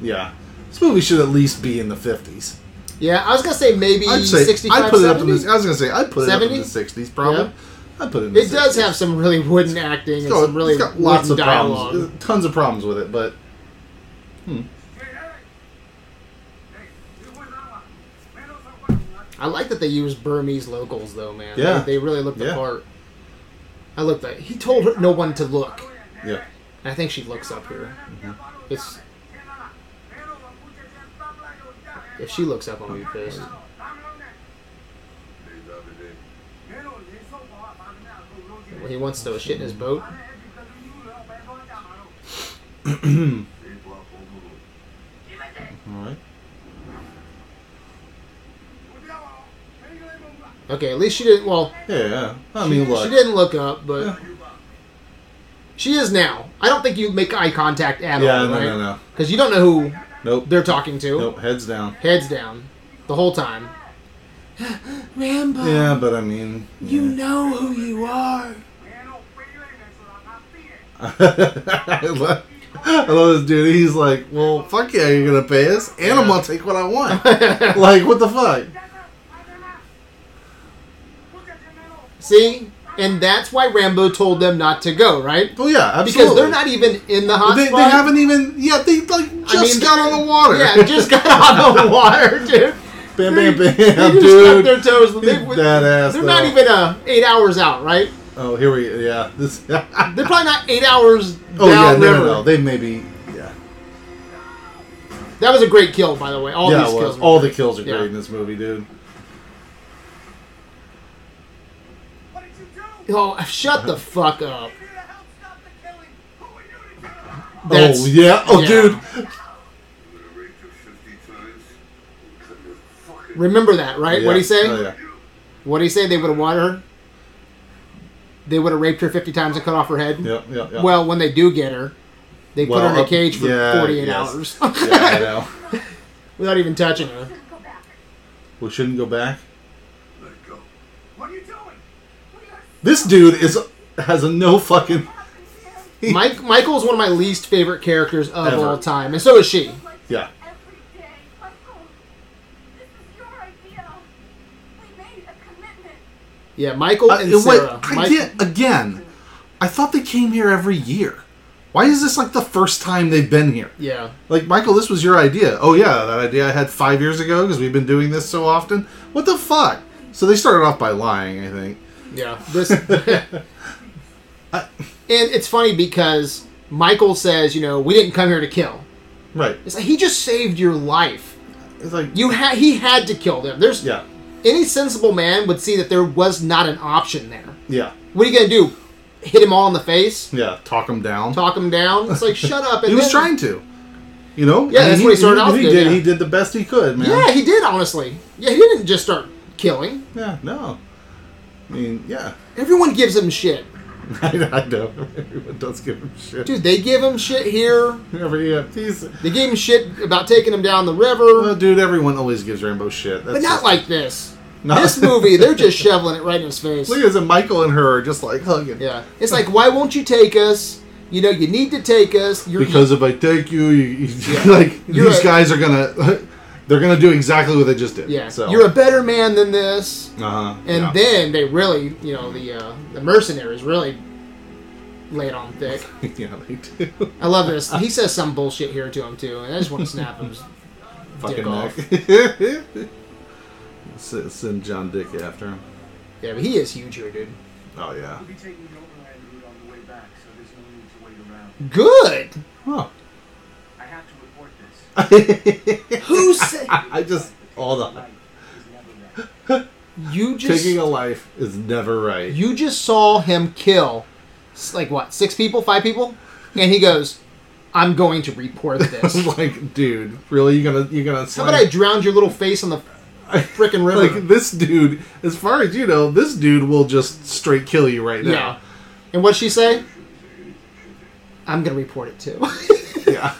[SPEAKER 2] Yeah. This movie should at least be in the fifties.
[SPEAKER 1] Yeah, I was gonna say maybe
[SPEAKER 2] I'd say
[SPEAKER 1] 65,
[SPEAKER 2] I put it up in the.
[SPEAKER 1] 70?
[SPEAKER 2] I was gonna say I put it up in
[SPEAKER 1] 70?
[SPEAKER 2] the sixties. Probably.
[SPEAKER 1] Yeah.
[SPEAKER 2] I put it. In the
[SPEAKER 1] It does
[SPEAKER 2] 60s.
[SPEAKER 1] have some really wooden acting and
[SPEAKER 2] It's got-
[SPEAKER 1] some really
[SPEAKER 2] Oh, it's got lots of
[SPEAKER 1] wooden dialogue.
[SPEAKER 2] problems. There's Tons of problems with it, but
[SPEAKER 5] Hey, Eric! Hey, you went out. Man, those are
[SPEAKER 1] I like that they use Burmese locals though, man. They-
[SPEAKER 2] Yeah.
[SPEAKER 1] They, really look the
[SPEAKER 2] Yeah.
[SPEAKER 1] part. I looked at he told her no one to look.
[SPEAKER 2] yeah.
[SPEAKER 1] And I think she looks up here. Mm-hmm. It's
[SPEAKER 5] eh,
[SPEAKER 1] if she looks up I'll be pissed. When he wants to shit in his boat.
[SPEAKER 2] All right.
[SPEAKER 1] Okay, at least she didn't well
[SPEAKER 2] Yeah. yeah. I
[SPEAKER 1] she,
[SPEAKER 2] mean,
[SPEAKER 1] she
[SPEAKER 2] look.
[SPEAKER 1] didn't look up, but
[SPEAKER 2] Yeah.
[SPEAKER 1] she is now. I don't think you make eye contact at
[SPEAKER 2] Yeah.
[SPEAKER 1] all,
[SPEAKER 2] No.
[SPEAKER 1] right?
[SPEAKER 2] No. No.
[SPEAKER 1] Because you don't know who
[SPEAKER 2] Nope.
[SPEAKER 1] they're talking to.
[SPEAKER 2] Nope. Heads down.
[SPEAKER 1] Heads down. The whole time. Rambo,
[SPEAKER 2] Yeah, but I mean, yeah.
[SPEAKER 1] know who you are.
[SPEAKER 2] I, love, I love this dude. He's like, well, fuck yeah, you're gonna pay us, and I'm gonna take what I want. like, what the fuck?
[SPEAKER 1] See? And that's why Rambo told them not to go, right?
[SPEAKER 2] Well, yeah, absolutely.
[SPEAKER 1] Because they're not even in the hot
[SPEAKER 2] They, they
[SPEAKER 1] spot.
[SPEAKER 2] haven't even. Yeah, they like just got on the water.
[SPEAKER 1] Yeah, just got on the water, dude.
[SPEAKER 2] bam, bam, bam,
[SPEAKER 1] They just stuck
[SPEAKER 2] dude.
[SPEAKER 1] their toes. They,
[SPEAKER 2] He's badass,
[SPEAKER 1] They're not
[SPEAKER 2] though.
[SPEAKER 1] even uh, eight hours out, right?
[SPEAKER 2] oh, here we. Yeah, this.
[SPEAKER 1] They're probably not eight hours
[SPEAKER 2] oh yeah,
[SPEAKER 1] down
[SPEAKER 2] no,
[SPEAKER 1] river.
[SPEAKER 2] no, no. They maybe. Yeah,
[SPEAKER 1] That was a great kill, by the way. All
[SPEAKER 2] yeah.
[SPEAKER 1] these
[SPEAKER 2] it was.
[SPEAKER 1] kills. were
[SPEAKER 2] all
[SPEAKER 1] great.
[SPEAKER 2] the kills are great
[SPEAKER 1] Yeah.
[SPEAKER 2] in this movie, dude.
[SPEAKER 1] Oh, shut the fuck up.
[SPEAKER 2] oh
[SPEAKER 1] That's-
[SPEAKER 2] yeah. Oh
[SPEAKER 1] yeah.
[SPEAKER 2] dude.
[SPEAKER 1] Remember that, right?
[SPEAKER 2] Yeah.
[SPEAKER 1] What'd he say?
[SPEAKER 2] Oh, yeah.
[SPEAKER 1] What'd he say? They would have wanted her? they would have raped her 50 times and cut off her head.
[SPEAKER 2] Yep, yep, yep.
[SPEAKER 1] Well, when they do get her, they put her
[SPEAKER 2] Well,
[SPEAKER 1] in a
[SPEAKER 2] up-
[SPEAKER 1] cage for
[SPEAKER 2] yeah,
[SPEAKER 1] 48
[SPEAKER 2] yes.
[SPEAKER 1] hours
[SPEAKER 2] yeah, I know.
[SPEAKER 1] without even touching her.
[SPEAKER 4] Go back.
[SPEAKER 2] We shouldn't go back.
[SPEAKER 5] Let go. What are you doing?
[SPEAKER 2] This dude is has a no fucking.
[SPEAKER 1] Mike Michael's one of my least favorite characters of
[SPEAKER 2] Ever.
[SPEAKER 1] all time, and so is she.
[SPEAKER 2] Yeah.
[SPEAKER 4] Every day, Michael. This is your idea. We made a commitment.
[SPEAKER 1] Yeah, Michael
[SPEAKER 2] Uh,
[SPEAKER 1] and
[SPEAKER 2] wait,
[SPEAKER 1] Sarah.
[SPEAKER 2] I
[SPEAKER 1] Mike-
[SPEAKER 2] get- again. I thought they came here every year. Why is this like the first time they've been here?
[SPEAKER 1] Yeah,
[SPEAKER 2] Like Michael, this was your idea. Oh yeah, that idea I had five years ago because we've been doing this so often. What the fuck? So they started off by lying. I think.
[SPEAKER 1] yeah. This, and it's funny because Michael says, you know, we didn't come here to kill.
[SPEAKER 2] Right.
[SPEAKER 1] It's like he just saved your life.
[SPEAKER 2] It's like
[SPEAKER 1] You had he had to kill them. There's
[SPEAKER 2] Yeah.
[SPEAKER 1] any sensible man would see that there was not an option there.
[SPEAKER 2] Yeah.
[SPEAKER 1] What are you gonna do? Hit him all in the face?
[SPEAKER 2] Yeah. Talk them down.
[SPEAKER 1] Talk him down? It's like shut up. And
[SPEAKER 2] he was
[SPEAKER 1] then-
[SPEAKER 2] trying to. You know.
[SPEAKER 1] Yeah,
[SPEAKER 2] I mean,
[SPEAKER 1] that's what he started off
[SPEAKER 2] He
[SPEAKER 1] with,
[SPEAKER 2] did.
[SPEAKER 1] yeah.
[SPEAKER 2] He did the best he could, man.
[SPEAKER 1] Yeah, he did honestly. Yeah, he didn't just start killing.
[SPEAKER 2] Yeah, no. I mean, yeah.
[SPEAKER 1] Everyone gives him shit.
[SPEAKER 2] I, I know. Everyone does give him shit.
[SPEAKER 1] Dude, they give him shit here.
[SPEAKER 2] Every, yeah, he's,
[SPEAKER 1] They gave him shit about taking him down the
[SPEAKER 2] well,
[SPEAKER 1] river,
[SPEAKER 2] dude, everyone always gives Rainbow shit. That's
[SPEAKER 1] but not
[SPEAKER 2] just-
[SPEAKER 1] like this.
[SPEAKER 2] No.
[SPEAKER 1] This movie, they're just shoveling it right in his face.
[SPEAKER 2] Look at this, and Michael and her are just like hugging.
[SPEAKER 1] Yeah, it's like, why won't you take us? You know, you need to take us. You're,
[SPEAKER 2] Because if I take you, you, you like
[SPEAKER 1] You're
[SPEAKER 2] these
[SPEAKER 1] a-
[SPEAKER 2] guys are gonna, they're gonna do exactly what they just did.
[SPEAKER 1] yeah,
[SPEAKER 2] So.
[SPEAKER 1] you're a better man than this.
[SPEAKER 2] Uh-huh.
[SPEAKER 1] And
[SPEAKER 2] yeah.
[SPEAKER 1] then they really, you know, the uh, the mercenaries really lay it on thick.
[SPEAKER 2] yeah, they do.
[SPEAKER 1] I love this. He says some bullshit here to him too, and I just want to snap him.
[SPEAKER 2] Fucking
[SPEAKER 1] off.
[SPEAKER 2] neck. S- Send John Dick after him.
[SPEAKER 1] Yeah, but he is huge here, dude.
[SPEAKER 2] Oh yeah.
[SPEAKER 5] We'll be taking the overland route on the way back, so there's no need to wait around.
[SPEAKER 1] Good.
[SPEAKER 2] Huh.
[SPEAKER 5] I have to report this.
[SPEAKER 1] Who said
[SPEAKER 2] I just all the
[SPEAKER 5] Life is never right.
[SPEAKER 1] you just
[SPEAKER 2] taking a life is never right.
[SPEAKER 1] you just saw him kill s- like what six people, five people, and he goes, "I'm going to report this."
[SPEAKER 2] I'm like, dude, really? You gonna you gonna?
[SPEAKER 1] How about I drowned your little face on the frickin' river?
[SPEAKER 2] like this dude? As far as you know, this dude will just straight kill you right
[SPEAKER 1] yeah.
[SPEAKER 2] now.
[SPEAKER 1] And what'd she say? I'm gonna report it too.
[SPEAKER 2] Yeah.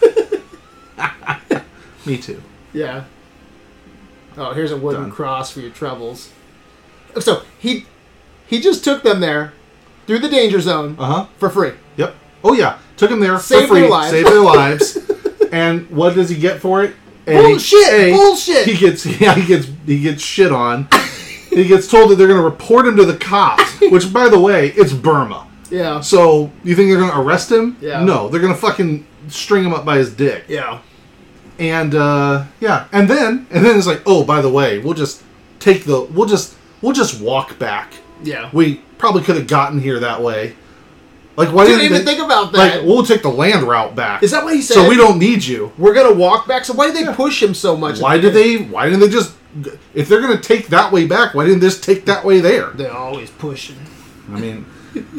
[SPEAKER 2] Me too.
[SPEAKER 1] yeah. Oh, here's a wooden
[SPEAKER 2] Done.
[SPEAKER 1] cross for your troubles. Oh, So he he just took them there through the danger zone
[SPEAKER 2] Uh huh.
[SPEAKER 1] for free.
[SPEAKER 2] Yep. Oh yeah. Took him there
[SPEAKER 1] Uh-huh. Saved
[SPEAKER 2] for free.
[SPEAKER 1] their lives.
[SPEAKER 2] Saved their lives. and what does he get for it? A,
[SPEAKER 1] Bullshit! Bullshit!
[SPEAKER 2] He gets yeah. He gets he gets shit on. he gets told that they're gonna report him to the cops. Which, by the way, it's Burma.
[SPEAKER 1] Yeah.
[SPEAKER 2] So you think they're gonna arrest him?
[SPEAKER 1] Yeah.
[SPEAKER 2] No, they're gonna fucking string him up by his dick.
[SPEAKER 1] Yeah.
[SPEAKER 2] And uh, yeah, and then and then it's like, oh, by the way, we'll just take the we'll just we'll just walk back.
[SPEAKER 1] Yeah.
[SPEAKER 2] We probably could have gotten here that way. Like why
[SPEAKER 1] Didn't
[SPEAKER 2] didn't
[SPEAKER 1] even
[SPEAKER 2] they-
[SPEAKER 1] think about that.
[SPEAKER 2] Like we'll take the land route back.
[SPEAKER 1] Is that what he said?
[SPEAKER 2] So we don't need you.
[SPEAKER 1] We're gonna walk back. So why did they push him so much?
[SPEAKER 2] Why did they? Why didn't they just? If they're gonna take that way back, why didn't they just take that way there?
[SPEAKER 1] They're always pushing.
[SPEAKER 2] I mean,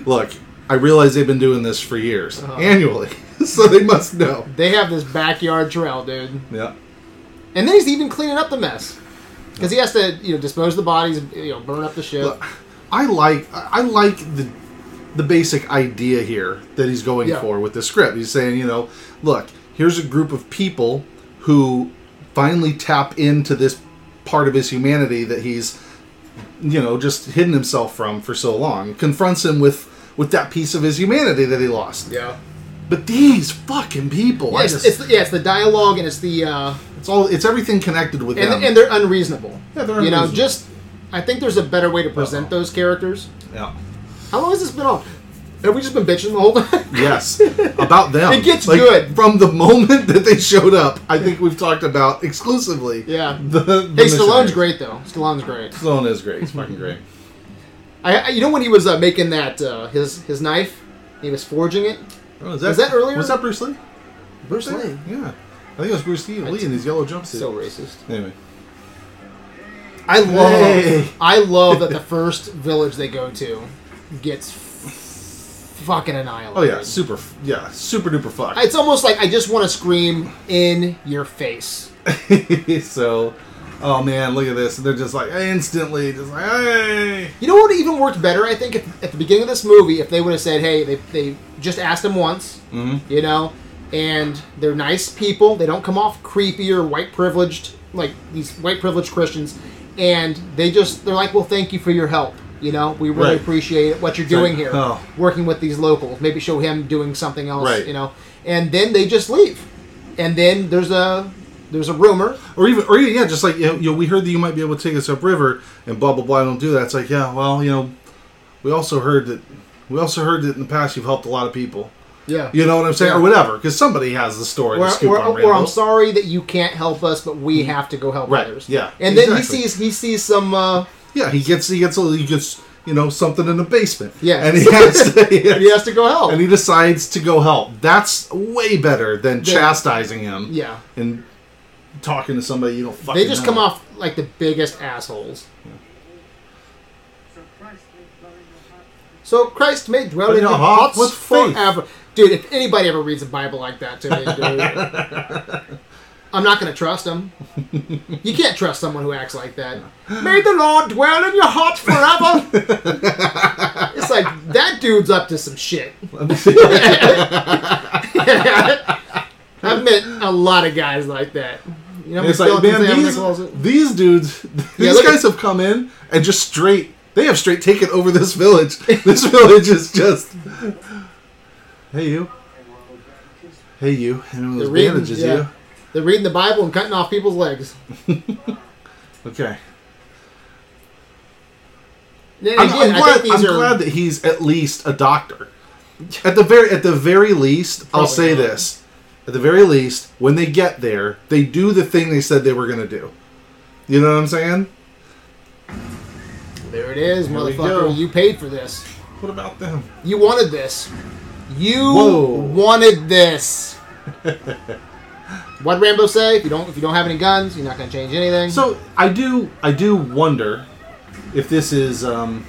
[SPEAKER 2] look, I realize they've been doing this for years
[SPEAKER 1] Uh-huh.
[SPEAKER 2] annually, so they must know.
[SPEAKER 1] They have this backyard trail, dude.
[SPEAKER 2] Yeah.
[SPEAKER 1] And then he's even cleaning up the mess because he has to, you know, dispose of the bodies, you know, burn up the ship.
[SPEAKER 2] Look, I like I like the the basic idea here that he's going
[SPEAKER 1] Yeah.
[SPEAKER 2] for with the script. He's saying, you know, look, here's a group of people who finally tap into this part of his humanity that he's you know just hidden himself from for so long. Confronts him with with that piece of his humanity that he lost.
[SPEAKER 1] yeah.
[SPEAKER 2] But these fucking people, I
[SPEAKER 1] Yes,
[SPEAKER 2] just,
[SPEAKER 1] it's
[SPEAKER 2] it's,
[SPEAKER 1] the, yeah, it's the dialogue and it's the uh,
[SPEAKER 2] all it's everything connected with
[SPEAKER 1] and
[SPEAKER 2] them.
[SPEAKER 1] and they're unreasonable.
[SPEAKER 2] Yeah, they're
[SPEAKER 1] You know,
[SPEAKER 2] unreasonable.
[SPEAKER 1] just I think there's a better way to present
[SPEAKER 2] Uh-oh.
[SPEAKER 1] those characters.
[SPEAKER 2] yeah.
[SPEAKER 1] How long has this been on? Have we just been bitching the whole time?
[SPEAKER 2] Yes, about them.
[SPEAKER 1] It gets good.
[SPEAKER 2] from the moment that they showed up. I think we've talked about exclusively.
[SPEAKER 1] Yeah.
[SPEAKER 2] The, the
[SPEAKER 1] hey, Stallone's
[SPEAKER 2] missionaries.
[SPEAKER 1] great though. Stallone's great.
[SPEAKER 2] Stallone is great. He's fucking great.
[SPEAKER 1] I, I you know when he was uh, making that uh, his his knife, he was forging it.
[SPEAKER 2] Oh,
[SPEAKER 1] Was that earlier?
[SPEAKER 2] Was that Bruce Lee?
[SPEAKER 1] Bruce Lee.
[SPEAKER 2] Yeah, I think it was Bruce Lee, Lee in his yellow jumpsuit.
[SPEAKER 1] So racist.
[SPEAKER 2] Anyway,
[SPEAKER 1] I love
[SPEAKER 2] Hey.
[SPEAKER 1] I love that the first village they go to gets f- fucking annihilated.
[SPEAKER 2] oh yeah, super. f- Yeah, super duper fuck.
[SPEAKER 1] It's almost like I just want to scream in your face.
[SPEAKER 2] so, oh man, look at this. And they're just like instantly, just like, hey.
[SPEAKER 1] You know what would even worked better? I think if, at the beginning of this movie, if they would have said, "Hey, they, they just asked him once,"
[SPEAKER 2] Mm-hmm.
[SPEAKER 1] you know, and they're nice people. They don't come off creepy or white privileged like these white privileged Christians, and they just they're like, "Well, thank you for your help." You know, we really
[SPEAKER 2] Right.
[SPEAKER 1] appreciate what you're doing
[SPEAKER 2] like,
[SPEAKER 1] here,
[SPEAKER 2] oh.
[SPEAKER 1] working with these locals. Maybe show him doing something else,
[SPEAKER 2] Right.
[SPEAKER 1] you know, and then they just leave. And then there's a there's a rumor
[SPEAKER 2] Or even, or even, yeah, just like, you know, you know, we heard that you might be able to take us upriver, and blah, blah, blah, don't do that. It's like, yeah, well, you know, we also heard that, we also heard that in the past you've helped a lot of people.
[SPEAKER 1] Yeah.
[SPEAKER 2] You know what I'm saying? Or
[SPEAKER 1] Yeah.
[SPEAKER 2] whatever, because somebody has the story
[SPEAKER 1] Or,
[SPEAKER 2] to scoop
[SPEAKER 1] or,
[SPEAKER 2] on
[SPEAKER 1] or I'm
[SPEAKER 2] Randall.
[SPEAKER 1] sorry that you can't help us, but we have to go help
[SPEAKER 2] Right,
[SPEAKER 1] others.
[SPEAKER 2] yeah,
[SPEAKER 1] And then he
[SPEAKER 2] exactly.
[SPEAKER 1] sees he sees some. Uh,
[SPEAKER 2] Yeah, he gets, he gets, a, he gets, you know, something in the basement.
[SPEAKER 1] Yeah.
[SPEAKER 2] And he has to,
[SPEAKER 1] he has to go help.
[SPEAKER 2] and he decides to go help. That's way better than
[SPEAKER 1] They-
[SPEAKER 2] chastising him.
[SPEAKER 1] yeah.
[SPEAKER 2] And talking to somebody you don't fucking.
[SPEAKER 1] They just
[SPEAKER 2] know.
[SPEAKER 1] come off like the biggest assholes.
[SPEAKER 5] So Christ lived in your heart.
[SPEAKER 1] So Christ may dwell
[SPEAKER 2] But
[SPEAKER 1] in
[SPEAKER 2] in
[SPEAKER 1] your
[SPEAKER 2] our hearts
[SPEAKER 1] hearts
[SPEAKER 2] with faith.
[SPEAKER 1] forever. Dude, if anybody ever reads a Bible like that to me, dude, I'm not going to trust them. You can't trust someone who acts like that. May the Lord dwell in your heart forever. it's like that dude's up to some shit. I've met a lot of guys like that. You know,
[SPEAKER 2] And it's
[SPEAKER 1] I'm
[SPEAKER 2] like,
[SPEAKER 1] still
[SPEAKER 2] man,
[SPEAKER 1] in the
[SPEAKER 2] these,
[SPEAKER 1] closet.
[SPEAKER 2] these dudes,
[SPEAKER 1] Yeah,
[SPEAKER 2] these
[SPEAKER 1] look at-
[SPEAKER 2] guys have come in and just straight, they have straight taken over this village. This village is just. Hey, you. Hey, you. And one of those
[SPEAKER 1] They're reading-
[SPEAKER 2] bandages,
[SPEAKER 1] yeah.
[SPEAKER 2] you.
[SPEAKER 1] They're reading the Bible and cutting off people's legs.
[SPEAKER 2] Okay.
[SPEAKER 1] And
[SPEAKER 2] I'm,
[SPEAKER 1] again,
[SPEAKER 2] I'm
[SPEAKER 1] I
[SPEAKER 2] glad,
[SPEAKER 1] think these
[SPEAKER 2] I'm
[SPEAKER 1] are-
[SPEAKER 2] glad that he's at least a doctor. At the very at the very least, I'll
[SPEAKER 1] Probably
[SPEAKER 2] say
[SPEAKER 1] not.
[SPEAKER 2] this. At the very least, when they get there, they do the thing they said they were gonna do. You know what I'm saying?
[SPEAKER 1] There it is,
[SPEAKER 2] Here we go.
[SPEAKER 1] motherfucker. You paid for this.
[SPEAKER 2] What about them?
[SPEAKER 1] You wanted this. You
[SPEAKER 2] Whoa.
[SPEAKER 1] wanted this. what Rambo say? If you don't, if you don't have any guns, you're not gonna change anything.
[SPEAKER 2] So I do I do wonder if this is um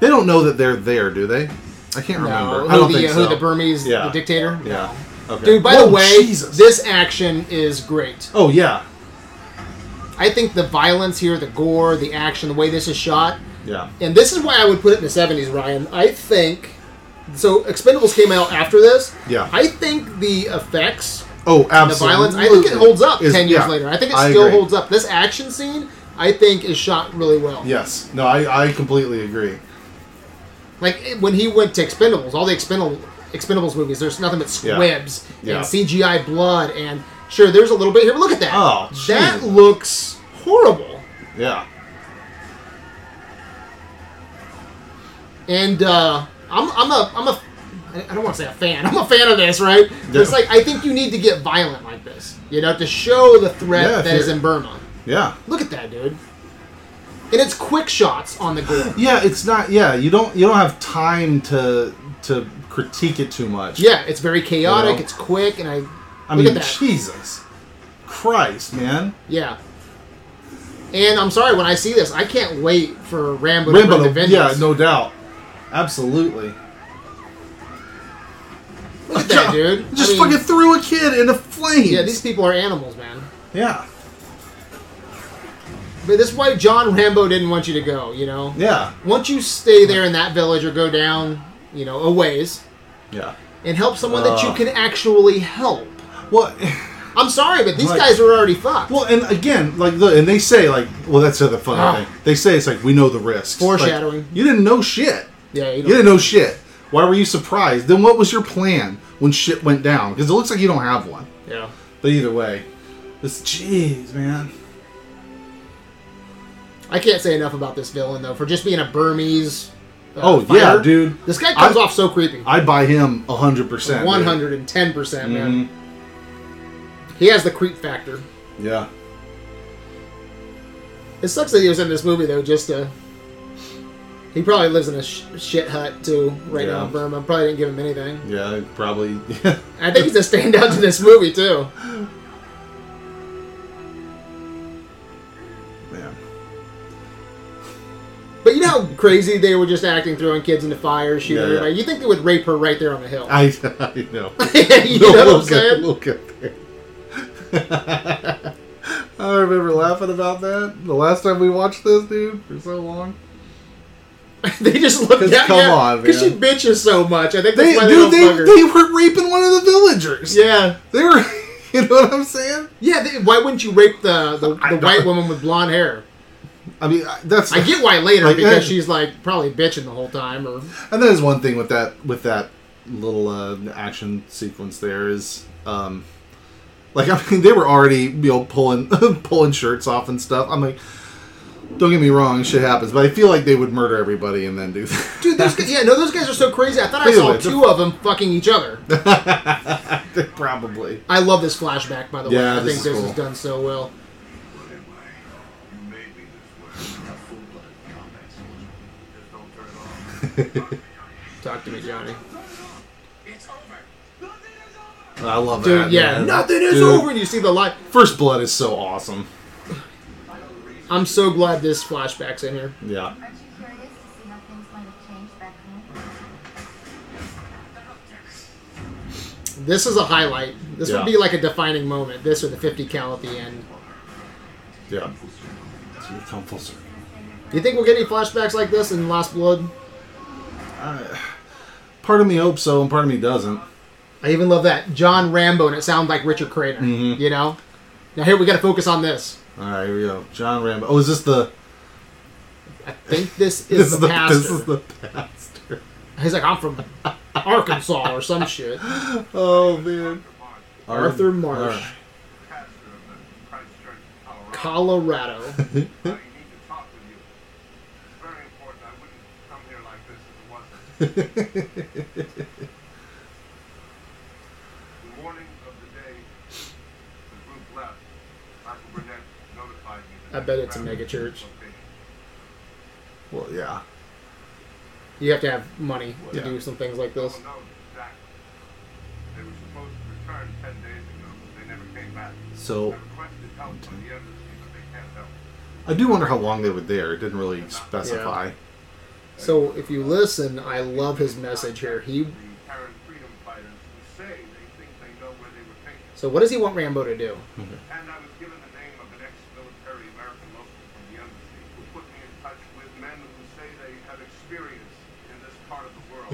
[SPEAKER 2] they don't know that they're there, do they? I can't
[SPEAKER 1] no,
[SPEAKER 2] remember.
[SPEAKER 1] who
[SPEAKER 2] I don't
[SPEAKER 1] the, uh,
[SPEAKER 2] think
[SPEAKER 1] who
[SPEAKER 2] so.
[SPEAKER 1] the Burmese,
[SPEAKER 2] Yeah.
[SPEAKER 1] the dictator.
[SPEAKER 2] yeah. Okay.
[SPEAKER 1] Dude, by
[SPEAKER 2] Whoa,
[SPEAKER 1] the way,
[SPEAKER 2] Jesus.
[SPEAKER 1] this action is great.
[SPEAKER 2] Oh yeah.
[SPEAKER 1] I think the violence here, the gore, the action, the way this is shot,
[SPEAKER 2] Yeah.
[SPEAKER 1] and this is why I would put it in the 70s, Ryan. I think so. Expendables came out after this.
[SPEAKER 2] Yeah.
[SPEAKER 1] I think the effects
[SPEAKER 2] Oh,
[SPEAKER 1] the
[SPEAKER 2] absolutely.
[SPEAKER 1] violence. I think it holds up
[SPEAKER 2] Is-
[SPEAKER 1] ten years
[SPEAKER 2] yeah.
[SPEAKER 1] later. I think it
[SPEAKER 2] I
[SPEAKER 1] still
[SPEAKER 2] agree.
[SPEAKER 1] holds up. This action scene, I think, is shot really well.
[SPEAKER 2] Yes. No, I, I completely agree.
[SPEAKER 1] Like it- when he went to Expendables, all the Expendable, Expendables movies, there's nothing but
[SPEAKER 2] Yeah.
[SPEAKER 1] squibs
[SPEAKER 2] Yeah.
[SPEAKER 1] and CGI blood, and sure, there's a little bit here. But look at that.
[SPEAKER 2] Oh,
[SPEAKER 1] that
[SPEAKER 2] Jesus.
[SPEAKER 1] looks horrible.
[SPEAKER 2] Yeah.
[SPEAKER 1] And uh, I'm, I'm a, I'm a, I don't want to say a fan. I'm a fan of this, right? But It's
[SPEAKER 2] Yeah.
[SPEAKER 1] like I think you need to get violent like this, you know, to show the threat
[SPEAKER 2] Yeah, if
[SPEAKER 1] that is
[SPEAKER 2] you're-
[SPEAKER 1] in Burma.
[SPEAKER 2] Yeah.
[SPEAKER 1] Look at that, dude. And it's quick shots on the gore.
[SPEAKER 2] Yeah, it's not yeah, you don't you don't have time to to critique it too much.
[SPEAKER 1] Yeah, it's very chaotic.
[SPEAKER 2] You know?
[SPEAKER 1] It's quick, and I.
[SPEAKER 2] I
[SPEAKER 1] look
[SPEAKER 2] mean,
[SPEAKER 1] at that.
[SPEAKER 2] Jesus. Christ, man.
[SPEAKER 1] Yeah. And I'm sorry when I see this, I can't wait for Rambo. to bring
[SPEAKER 2] Rambo,
[SPEAKER 1] the vengeance.
[SPEAKER 2] yeah, no doubt. Absolutely.
[SPEAKER 1] Look at that, dude.
[SPEAKER 2] Just
[SPEAKER 1] I mean,
[SPEAKER 2] fucking threw a kid into flames.
[SPEAKER 1] Yeah, these people are animals, man.
[SPEAKER 2] yeah.
[SPEAKER 1] But this is why John Rambo didn't want you to go. You know,
[SPEAKER 2] Yeah.
[SPEAKER 1] once you stay there in that village or go down, you know, a ways
[SPEAKER 2] Yeah.
[SPEAKER 1] and help someone that you
[SPEAKER 2] Ugh.
[SPEAKER 1] can actually help.
[SPEAKER 2] Well,
[SPEAKER 1] I'm sorry, but these
[SPEAKER 2] Right.
[SPEAKER 1] guys are already fucked.
[SPEAKER 2] well, and again, like, the, and they say, like, well, that's the other funny
[SPEAKER 1] Ah.
[SPEAKER 2] thing. They say it's like we know the risks. Like,
[SPEAKER 1] Foreshadowing.
[SPEAKER 2] you didn't know shit.
[SPEAKER 1] yeah, you
[SPEAKER 2] You
[SPEAKER 1] don't,
[SPEAKER 2] didn't know shit. Why were you surprised? Then what was your plan when shit went down? Because it looks like you don't have one.
[SPEAKER 1] yeah.
[SPEAKER 2] But either way, this jeez, man.
[SPEAKER 1] I can't say enough about this villain though for just being a Burmese. uh,
[SPEAKER 2] Oh, yeah,
[SPEAKER 1] fighter.
[SPEAKER 2] dude.
[SPEAKER 1] This guy comes
[SPEAKER 2] I-
[SPEAKER 1] off so creepy.
[SPEAKER 2] I'd buy him hundred percent.
[SPEAKER 1] One hundred and ten percent, man.
[SPEAKER 2] Mhm.
[SPEAKER 1] He has the creep factor.
[SPEAKER 2] Mm-hmm. Yeah.
[SPEAKER 1] It sucks that he was in this movie though. Just to, he probably lives in a sh- shit hut too right now in
[SPEAKER 2] Yeah.
[SPEAKER 1] Burma. Probably didn't give him anything.
[SPEAKER 2] Yeah. I'd Probably.
[SPEAKER 1] I think he's a standout to this movie too.
[SPEAKER 2] man.
[SPEAKER 1] But you know how crazy they were just acting, throwing kids into fire, shooting
[SPEAKER 2] Yeah, yeah.
[SPEAKER 1] everybody. You think they would rape her right there on the hill?
[SPEAKER 2] I, I know.
[SPEAKER 1] you know what I'm
[SPEAKER 2] we'll get-
[SPEAKER 1] saying?
[SPEAKER 2] We'll get there. I remember laughing about that the last time we watched this, dude, for so long.
[SPEAKER 1] they just look
[SPEAKER 2] Cause
[SPEAKER 1] down
[SPEAKER 2] come on,
[SPEAKER 1] because she
[SPEAKER 2] man.
[SPEAKER 1] bitches so much. I think that's
[SPEAKER 2] They,
[SPEAKER 1] why they
[SPEAKER 2] dude,
[SPEAKER 1] don't
[SPEAKER 2] they,
[SPEAKER 1] fuck her.
[SPEAKER 2] they were raping one of the villagers.
[SPEAKER 1] yeah,
[SPEAKER 2] They were, you know what I'm saying?
[SPEAKER 1] yeah. They, why wouldn't you rape the the,
[SPEAKER 2] I
[SPEAKER 1] the
[SPEAKER 2] don't-
[SPEAKER 1] white woman with blonde hair?
[SPEAKER 2] I mean, I- that's
[SPEAKER 1] I get why later
[SPEAKER 2] Like,
[SPEAKER 1] because
[SPEAKER 2] eh.
[SPEAKER 1] she's like probably bitching the whole time. Or
[SPEAKER 2] And that is one thing with that with that little uh, action sequence there is, um, like I mean they were already you know pulling pulling shirts off and stuff. I'm like, don't get me wrong, shit happens, but I feel like they would murder everybody and then do that.
[SPEAKER 1] dude, those guys, yeah, no, those guys are so crazy. I thought I
[SPEAKER 2] Anyway,
[SPEAKER 1] saw
[SPEAKER 2] the-
[SPEAKER 1] two of them fucking each other.
[SPEAKER 2] Probably.
[SPEAKER 1] I love this flashback by the
[SPEAKER 2] Yeah,
[SPEAKER 1] way. I
[SPEAKER 2] this
[SPEAKER 1] think
[SPEAKER 2] is
[SPEAKER 1] this
[SPEAKER 2] cool.
[SPEAKER 1] is done so well.
[SPEAKER 5] You made me this way.
[SPEAKER 3] Full-blooded combat soldier.
[SPEAKER 5] Just don't turn it off.
[SPEAKER 1] Talk to me, Johnny.
[SPEAKER 5] It's over. Nothing is over.
[SPEAKER 2] I love
[SPEAKER 1] Dude,
[SPEAKER 2] that.
[SPEAKER 1] yeah,
[SPEAKER 2] man.
[SPEAKER 1] nothing is
[SPEAKER 2] Dude,
[SPEAKER 1] over, and you see the light.
[SPEAKER 2] First blood is so awesome.
[SPEAKER 1] I'm so glad this flashback's in here.
[SPEAKER 2] Yeah.
[SPEAKER 4] Aren't you curious to see how things might have changed back home?
[SPEAKER 1] This is a highlight. This
[SPEAKER 2] Yeah.
[SPEAKER 1] would be like a defining moment. This or the 50 cal at the end.
[SPEAKER 2] Yeah. Come full circle.
[SPEAKER 1] Do you think we'll get any flashbacks like this in Last Blood?
[SPEAKER 2] I- Part of me hopes so, and part of me doesn't.
[SPEAKER 1] I even love that John Rambo, and it sounds like Richard Craner.
[SPEAKER 2] Mm-hmm.
[SPEAKER 1] You know. Now here we got to focus on this.
[SPEAKER 2] All right, here we go. John Rambo. Oh, is this the?
[SPEAKER 1] I think this is the, pastor.
[SPEAKER 2] This is the pastor.
[SPEAKER 1] He's like, I'm from Arkansas or some shit.
[SPEAKER 2] Oh man.
[SPEAKER 1] Arthur Marsh,
[SPEAKER 5] Pastor of the Christchurch, Colorado.
[SPEAKER 1] Colorado.
[SPEAKER 5] I need to talk with you. It's very important. I wouldn't come here like this if it wasn't. the morning of the day the group left, Michael Burnett notified me that
[SPEAKER 1] I bet it's a
[SPEAKER 5] Bradley
[SPEAKER 1] megachurch.
[SPEAKER 5] was located.
[SPEAKER 2] Well, yeah.
[SPEAKER 1] You have to have money to
[SPEAKER 2] Yeah.
[SPEAKER 1] do some things like this.
[SPEAKER 5] No, no, exactly. They were supposed to return 10 days ago. They never came back.
[SPEAKER 2] So
[SPEAKER 5] I requested help from the embassy, but they can't help.
[SPEAKER 2] I do wonder how long they were there. It didn't really specify.
[SPEAKER 1] So if you listen, I love his message here. He.
[SPEAKER 5] The Karen freedom fighters who say they think they know where they were taken.
[SPEAKER 1] So what does he want Rambo to do?
[SPEAKER 5] And I was given the name of an ex-military American local from the embassy who put me in touch with men who say they have experience in this part of the world.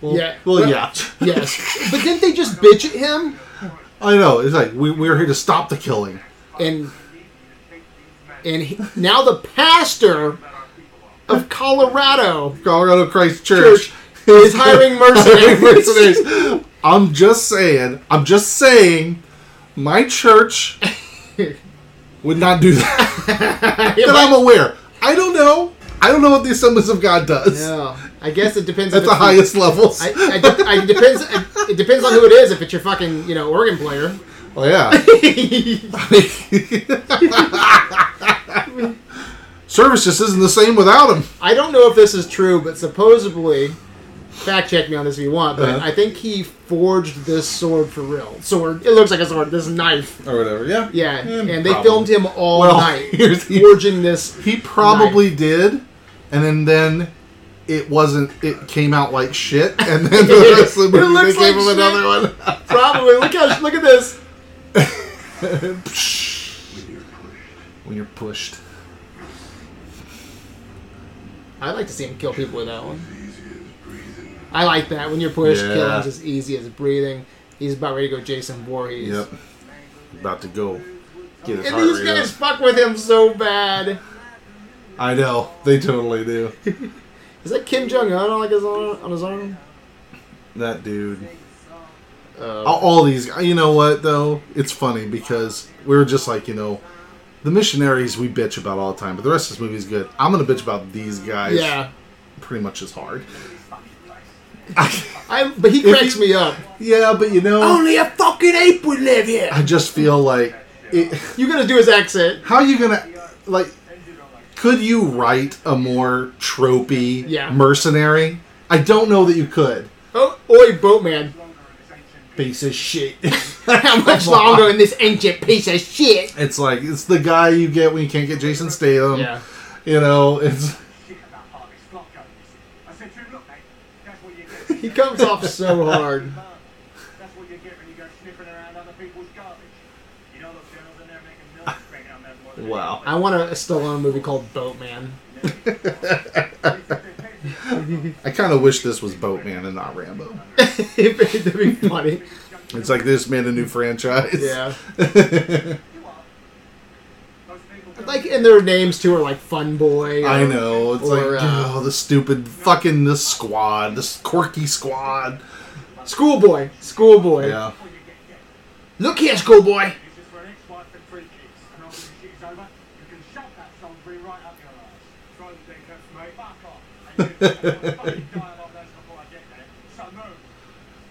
[SPEAKER 2] Well,
[SPEAKER 1] Yeah.
[SPEAKER 2] Well,
[SPEAKER 1] Well-
[SPEAKER 2] yeah.
[SPEAKER 1] Yes, but didn't they just bitch at him?
[SPEAKER 2] I know. It's like we we're here to stop the killing.
[SPEAKER 1] And
[SPEAKER 5] We need you to take these men
[SPEAKER 1] and he, now the pastor
[SPEAKER 5] that our people are.
[SPEAKER 1] of Colorado
[SPEAKER 2] Colorado Christ Church.
[SPEAKER 1] Church is hiring mercenaries.
[SPEAKER 2] Mercenaries. I'm just saying. I'm just saying. My church would not do that. that I'm aware. I don't know. I don't know what the Assemblies of God does.
[SPEAKER 1] No, I guess it depends.
[SPEAKER 2] At
[SPEAKER 1] if
[SPEAKER 2] the
[SPEAKER 1] it's
[SPEAKER 2] highest levels.
[SPEAKER 1] I, I, I depends. It depends on who it is. If it's your fucking you know organ player,
[SPEAKER 2] oh yeah. Service just isn't the same without him.
[SPEAKER 1] I don't know if this is true, but supposedly, fact check me on this if you want. But
[SPEAKER 2] Uh-huh.
[SPEAKER 1] I think he forged this sword for real. Sword. It looks like a sword. This knife.
[SPEAKER 2] Or whatever, yeah.
[SPEAKER 1] Yeah, and, they
[SPEAKER 2] Hmm, probably.
[SPEAKER 1] filmed him all
[SPEAKER 2] Well,
[SPEAKER 1] night
[SPEAKER 2] here's the-
[SPEAKER 1] forging this.
[SPEAKER 2] He probably did, and then then it wasn't. It came out like shit, and then the rest of the
[SPEAKER 1] It
[SPEAKER 2] movie
[SPEAKER 1] looks
[SPEAKER 2] they gave
[SPEAKER 1] like
[SPEAKER 2] him another
[SPEAKER 1] shit.
[SPEAKER 2] one.
[SPEAKER 1] Probably. Look how. Look at this.
[SPEAKER 2] When you're pushed,
[SPEAKER 1] I like to see him kill people with that one. I like that. When you're pushed,
[SPEAKER 2] Yeah.
[SPEAKER 1] killing's as easy as breathing. He's about ready to go Jason Voorhees.
[SPEAKER 2] yep, about to go get his
[SPEAKER 1] And
[SPEAKER 2] heart
[SPEAKER 1] these
[SPEAKER 2] rate
[SPEAKER 1] guys
[SPEAKER 2] up.
[SPEAKER 1] fuck with him so bad.
[SPEAKER 2] I know they totally do.
[SPEAKER 1] Is that Kim Jong Un on like his arm? On his arm?
[SPEAKER 2] That dude.
[SPEAKER 1] Uh,
[SPEAKER 2] all, all these you know what though it's funny because we were just like you know the missionaries we bitch about all the time but the rest of this movie is good i'm gonna bitch about these guys
[SPEAKER 1] yeah.
[SPEAKER 2] pretty much as hard
[SPEAKER 1] I. But he
[SPEAKER 2] If
[SPEAKER 1] cracks
[SPEAKER 2] you-
[SPEAKER 1] me up.
[SPEAKER 2] yeah but you know
[SPEAKER 1] a fucking ape would live here.
[SPEAKER 2] i just feel like it,
[SPEAKER 1] You gonna do his accent?
[SPEAKER 2] how you gonna like could you write a more tropey
[SPEAKER 1] Yeah.
[SPEAKER 2] mercenary i don't know that you could
[SPEAKER 1] Oh, oi, boatman!
[SPEAKER 2] piece of shit
[SPEAKER 1] How much
[SPEAKER 2] Come on.
[SPEAKER 1] longer in this ancient piece of shit?
[SPEAKER 2] it's like it's the guy you get when you can't get jason statham
[SPEAKER 1] Yeah.
[SPEAKER 2] you know it's
[SPEAKER 5] I said, you look, mate, that's what you get.
[SPEAKER 1] He comes off so hard.
[SPEAKER 5] That's what you get when you go sniffing around other people's garbage. You know the
[SPEAKER 2] Wow.
[SPEAKER 1] I want a Stallone movie called Boatman.
[SPEAKER 2] I kind of wish this was Boatman and not Rambo.
[SPEAKER 1] That'd be funny.
[SPEAKER 2] It's like this made a new franchise.
[SPEAKER 1] Yeah.
[SPEAKER 5] Most people
[SPEAKER 1] Like, and their names too are like Fun Boy. or-
[SPEAKER 2] I know. It's
[SPEAKER 1] Or,
[SPEAKER 2] like
[SPEAKER 1] uh,
[SPEAKER 2] oh, the stupid fucking the squad, this quirky squad.
[SPEAKER 1] Schoolboy. Schoolboy.
[SPEAKER 2] Yeah.
[SPEAKER 1] Look here, Schoolboy.
[SPEAKER 5] This is for an ex-wife and three kids. And after the shit's over, you can shove that song free right up your ass. Try to think that's mate. Fuck off. And you- I'll fucking die along those before I get there. So move.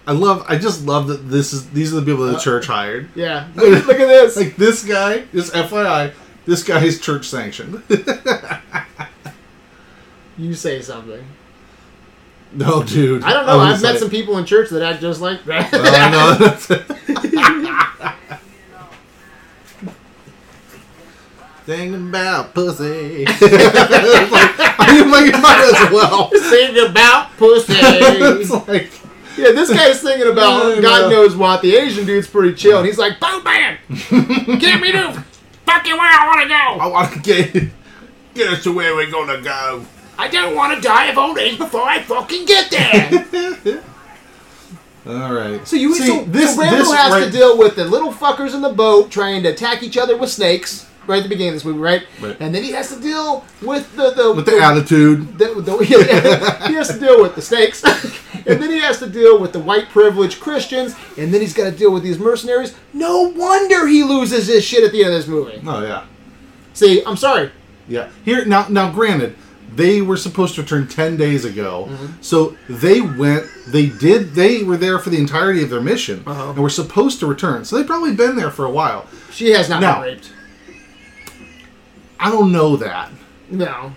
[SPEAKER 2] I love. I just love that this is. These are the
[SPEAKER 1] Uh,
[SPEAKER 2] people the church hired.
[SPEAKER 1] Yeah. Look, look at this.
[SPEAKER 2] Like this guy. This FYI, this guy is church sanctioned.
[SPEAKER 1] You say something.
[SPEAKER 2] no, dude.
[SPEAKER 1] I don't know.
[SPEAKER 2] was
[SPEAKER 1] I've met
[SPEAKER 2] like-
[SPEAKER 1] some people in church that act just like that.
[SPEAKER 2] Oh, I know. That's- Thing about pussy. It's like, I mean, like, you might as well.
[SPEAKER 1] Sing about pussy.
[SPEAKER 2] it's like,
[SPEAKER 1] yeah, this guy's singing about
[SPEAKER 2] No, no,
[SPEAKER 1] God
[SPEAKER 2] no.
[SPEAKER 1] knows what. The Asian dude's pretty chill, and he's like, "Boom, man, get me to fucking where I want to go.
[SPEAKER 2] I want to get get us to where we're gonna go.
[SPEAKER 1] I don't want to die of old age before I fucking get there."
[SPEAKER 2] All right.
[SPEAKER 1] So you,
[SPEAKER 2] See,
[SPEAKER 1] so, this, so Rambo has
[SPEAKER 2] right-
[SPEAKER 1] to deal with the little fuckers in the boat trying to attack each other with snakes right at the beginning of this movie, right?
[SPEAKER 2] Right.
[SPEAKER 1] And then he has to deal with the the,
[SPEAKER 2] with the attitude.
[SPEAKER 1] the- the- he has to deal with the snakes, and then he has to deal with the white privileged Christians, and then he's got to deal with these mercenaries. No wonder he loses his shit at the end of this movie.
[SPEAKER 2] Oh yeah,
[SPEAKER 1] See, I'm sorry.
[SPEAKER 2] yeah. Here now, now granted, they were supposed to return ten days ago,
[SPEAKER 1] Mm-hmm.
[SPEAKER 2] so they went. They did. They were there for the entirety of their mission,
[SPEAKER 1] Uh-huh.
[SPEAKER 2] and were supposed to return. So they've probably been there for a while.
[SPEAKER 1] She has not
[SPEAKER 2] No.
[SPEAKER 1] been raped.
[SPEAKER 2] I don't know that.
[SPEAKER 1] No.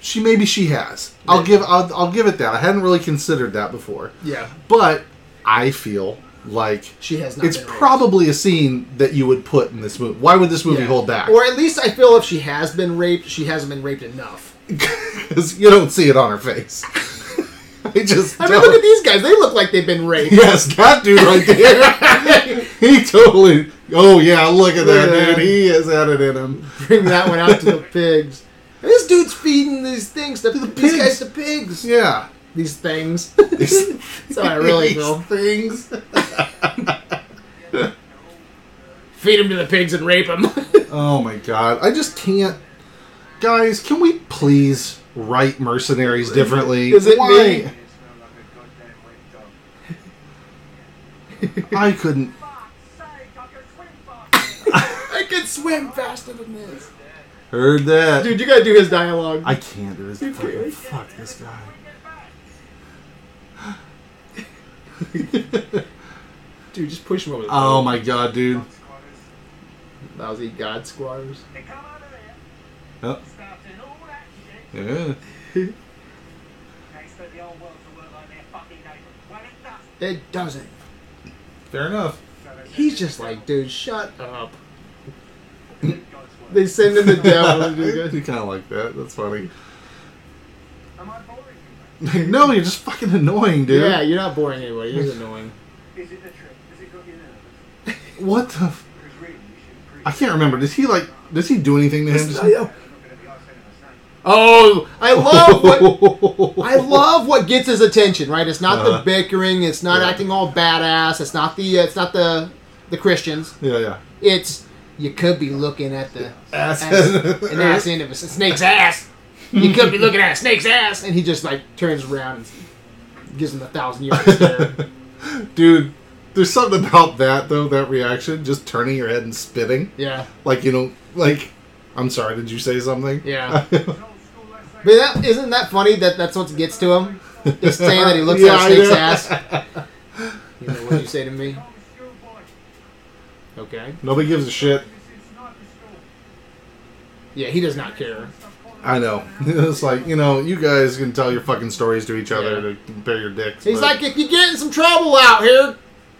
[SPEAKER 2] She maybe she has. I'll give. I'll, I'll give it that. I hadn't really considered that before,
[SPEAKER 1] Yeah.
[SPEAKER 2] but I feel like
[SPEAKER 1] She has not
[SPEAKER 2] it's
[SPEAKER 1] been raped.
[SPEAKER 2] probably a scene that you would put in this movie. Why would this movie
[SPEAKER 1] Yeah.
[SPEAKER 2] hold back?
[SPEAKER 1] Or at least I feel if she has been raped, she hasn't been raped enough.
[SPEAKER 2] 'Cause you don't see it on her face. I just.
[SPEAKER 1] I mean,
[SPEAKER 2] don't.
[SPEAKER 1] look at these guys. They look like they've been raped.
[SPEAKER 2] Yes, that dude right there. he totally. Oh yeah, look at that
[SPEAKER 1] Yeah.
[SPEAKER 2] dude. He has had it in him.
[SPEAKER 1] Bring that one out to the pigs. And this dude's feeding these things to the
[SPEAKER 2] pigs.
[SPEAKER 1] these guys to pigs.
[SPEAKER 2] Yeah.
[SPEAKER 1] These things.
[SPEAKER 2] These-
[SPEAKER 1] That's how I really
[SPEAKER 2] these
[SPEAKER 1] feel.
[SPEAKER 2] things.
[SPEAKER 1] Feed them to the pigs and rape them.
[SPEAKER 2] Oh my god, I just can't. Guys, can we please write mercenaries differently?
[SPEAKER 1] Is it
[SPEAKER 2] Why?
[SPEAKER 1] me?
[SPEAKER 5] You smell like a goddamn wet dog.
[SPEAKER 2] I couldn't.
[SPEAKER 5] Fuck's sake, I can swim fast.
[SPEAKER 1] I could swim faster than this.
[SPEAKER 2] Heard that.
[SPEAKER 1] Dude, you gotta do his dialogue.
[SPEAKER 2] I can't do this.
[SPEAKER 1] You can't.
[SPEAKER 2] Fuck this guy.
[SPEAKER 1] Dude, just push him over the
[SPEAKER 2] Oh my god, dude.
[SPEAKER 1] Lousy god squatters.
[SPEAKER 5] They come over there,
[SPEAKER 2] Oh,
[SPEAKER 5] starting all that shit.
[SPEAKER 2] yeah.
[SPEAKER 5] They expect the whole world to work like their fucking neighbour. Well, it does.
[SPEAKER 1] It doesn't.
[SPEAKER 2] Fair enough.
[SPEAKER 1] He's just like, dude, shut up.
[SPEAKER 5] God's work.
[SPEAKER 1] They send him the
[SPEAKER 2] Yeah,
[SPEAKER 1] devil.
[SPEAKER 2] you
[SPEAKER 1] dude.
[SPEAKER 2] kind of like that. That's funny.
[SPEAKER 5] Am I boring you,
[SPEAKER 2] no, you're just fucking annoying, dude.
[SPEAKER 1] yeah, you're not boring anybody. You're just annoying.
[SPEAKER 5] mate? Is it the trip? Has it got you nervous?
[SPEAKER 2] What the? F-
[SPEAKER 5] Because really, you should
[SPEAKER 2] I can't remember. Does he like? Does he do anything to him? Just-
[SPEAKER 1] Oh, I love what I love what gets his attention. Right? It's not
[SPEAKER 2] Uh-huh.
[SPEAKER 1] the bickering. It's not
[SPEAKER 2] Yeah.
[SPEAKER 1] acting all badass. It's not the. Uh, it's not the the Christians.
[SPEAKER 2] Yeah, yeah.
[SPEAKER 1] It's you could be looking at the
[SPEAKER 2] Ass.
[SPEAKER 1] ass, an ass end of a s- snake's ass. You could be looking at a snake's ass, and he just like turns around and gives him a thousand yards stare.
[SPEAKER 2] Dude, there's something about that though. That reaction, just turning your head and spitting,
[SPEAKER 1] Yeah,
[SPEAKER 2] like you know, like. I'm sorry. Did you say something?
[SPEAKER 1] yeah. But that, isn't that funny that that's what gets to him? Is saying that he looks
[SPEAKER 2] Yeah,
[SPEAKER 1] at
[SPEAKER 2] I
[SPEAKER 1] a snake's
[SPEAKER 2] know.
[SPEAKER 1] ass. You know what you say to me? Okay.
[SPEAKER 2] Nobody gives a shit.
[SPEAKER 1] Yeah, he does not care.
[SPEAKER 2] I know. it's like you know, you guys can tell your fucking stories to each other
[SPEAKER 1] Yeah.
[SPEAKER 2] to compare your dicks.
[SPEAKER 1] He's like,
[SPEAKER 2] but-
[SPEAKER 1] if you get in some trouble out here,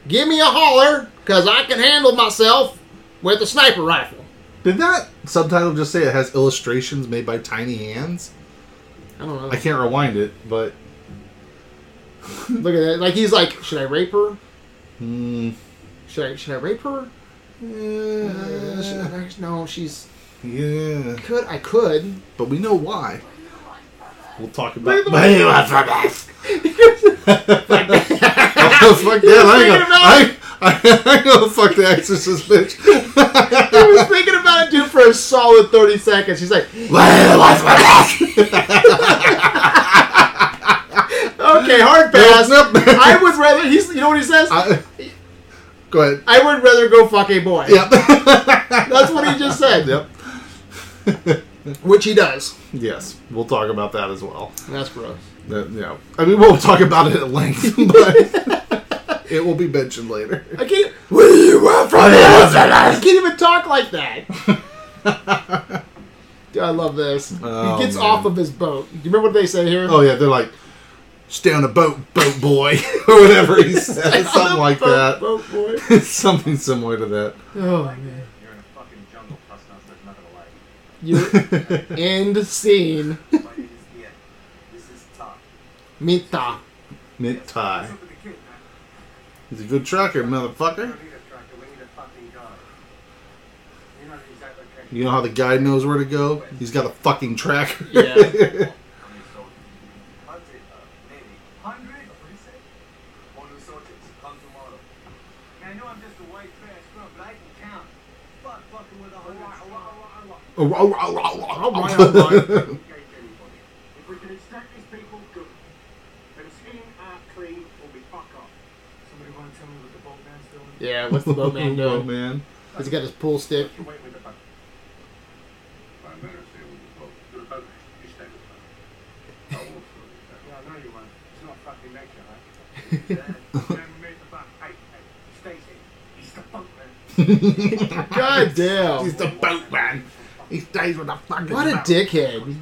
[SPEAKER 1] give me a holler, cause I can handle myself with a sniper rifle.
[SPEAKER 2] Did that subtitle just say it has illustrations made by tiny hands?
[SPEAKER 1] I don't know.
[SPEAKER 2] I can't rewind it, but
[SPEAKER 1] Look at that. Like he's like, should I rape her?
[SPEAKER 2] mm,
[SPEAKER 1] Should I should I rape her?
[SPEAKER 2] eh,
[SPEAKER 1] Uh, no, she's
[SPEAKER 2] Yeah,
[SPEAKER 1] Could I could?
[SPEAKER 2] but we know why. We'll talk
[SPEAKER 1] Wait,
[SPEAKER 2] about. Oh, fuck that! I ain't gonna, I, ain't- I ain't gonna fuck the Exorcist, bitch.
[SPEAKER 1] I was thinking about it dude for a solid thirty seconds. She's like, okay, hard pass.
[SPEAKER 2] Nope, nope.
[SPEAKER 1] I would rather. He's. You know what he says? I,
[SPEAKER 2] I- go ahead.
[SPEAKER 1] would rather go fuck a boy.
[SPEAKER 2] Yep.
[SPEAKER 1] That's what he just said.
[SPEAKER 2] yep.
[SPEAKER 1] Which he does.
[SPEAKER 2] Yes, we'll talk about that as well.
[SPEAKER 1] That's gross.
[SPEAKER 2] That, you know, I mean, we'll talk about it at length, but it will be mentioned later.
[SPEAKER 1] I can't. We were from I can't even talk like that. Dude, I love this.
[SPEAKER 2] Oh,
[SPEAKER 1] he gets
[SPEAKER 2] man.
[SPEAKER 1] off of his boat. Do you remember what they say here?
[SPEAKER 2] Oh yeah, they're like, "Stay on the boat, boat boy," or whatever he says, something like
[SPEAKER 1] Boat,
[SPEAKER 2] that.
[SPEAKER 1] boat boy.
[SPEAKER 2] something similar to that.
[SPEAKER 1] Oh man.
[SPEAKER 3] You're in a fucking jungle, plus nuts, there's nothing to like.
[SPEAKER 1] You end scene.
[SPEAKER 3] But it is the end. This is tough.
[SPEAKER 1] Mita.
[SPEAKER 2] Knit tie.
[SPEAKER 5] Look at the kid, man.
[SPEAKER 2] He's a good tracker, motherfucker.
[SPEAKER 5] We need a tractor, we need a fucking guy. You know the exact location.
[SPEAKER 2] You know how the guy knows where to go? He's got a fucking tracker.
[SPEAKER 1] Yeah.
[SPEAKER 3] How many soldiers? Hundred, uh, maybe. Hundred? What do you say? One new soldiers. Come tomorrow.
[SPEAKER 5] Yeah, I know I'm just a white trash girl, but I can count. Fuck fucking with a hundred.
[SPEAKER 2] Oh, oh, oh, oh,
[SPEAKER 1] Alright, alright.
[SPEAKER 2] oh.
[SPEAKER 5] Engage anybody. If we can extract these people, good. But if skin are clean, we'll be fuck off. Somebody want to tell me what the boat man's doing?
[SPEAKER 1] yeah, what's the boatman
[SPEAKER 2] Oh,
[SPEAKER 1] doing?
[SPEAKER 2] man.
[SPEAKER 1] He's got his pool stick.
[SPEAKER 5] You wait with the boat.
[SPEAKER 3] My men are staying with the boat. You're the boat. You stay with the boat. I won't throw you back.
[SPEAKER 5] Yeah, I know you won't. It's not fucking nature, right? Then we move the boat. Hey, hey, Stacy, he's the boatman.
[SPEAKER 1] God damn.
[SPEAKER 2] He's the boatman. He stays with the fucking
[SPEAKER 1] What a
[SPEAKER 2] boat.
[SPEAKER 1] dickhead.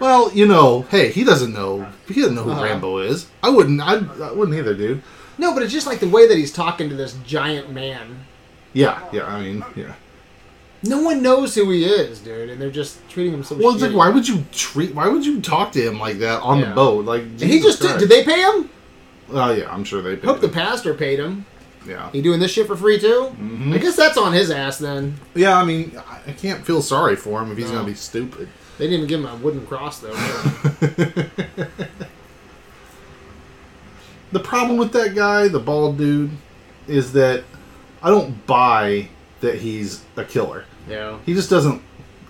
[SPEAKER 2] Well, you know, hey, he doesn't know. He doesn't know who
[SPEAKER 1] Uh-huh.
[SPEAKER 2] Rambo is. I wouldn't. I'd, I wouldn't either, dude.
[SPEAKER 1] No, but it's just like the way that he's talking to this giant man.
[SPEAKER 2] Yeah, yeah. I mean, yeah.
[SPEAKER 1] No one knows who he is, dude, and they're just treating him so.
[SPEAKER 2] Well, it's like,
[SPEAKER 1] shitty.
[SPEAKER 2] why would you treat? Why would you talk to him like that on
[SPEAKER 1] Yeah.
[SPEAKER 2] the boat? Like,
[SPEAKER 1] And he just did. Did they pay him?
[SPEAKER 2] Oh yeah, I'm sure they. Paid
[SPEAKER 1] Hope the
[SPEAKER 2] him.
[SPEAKER 1] pastor paid him.
[SPEAKER 2] yeah.
[SPEAKER 1] He doing this shit for free too? I guess that's on his ass then.
[SPEAKER 2] Yeah, I mean, I- I can't feel sorry for him if he's
[SPEAKER 1] No.
[SPEAKER 2] gonna be stupid.
[SPEAKER 1] They didn't even give him a wooden cross though.
[SPEAKER 2] The problem with that guy, the bald dude, is that I don't buy that he's a killer.
[SPEAKER 1] yeah.
[SPEAKER 2] He just doesn't.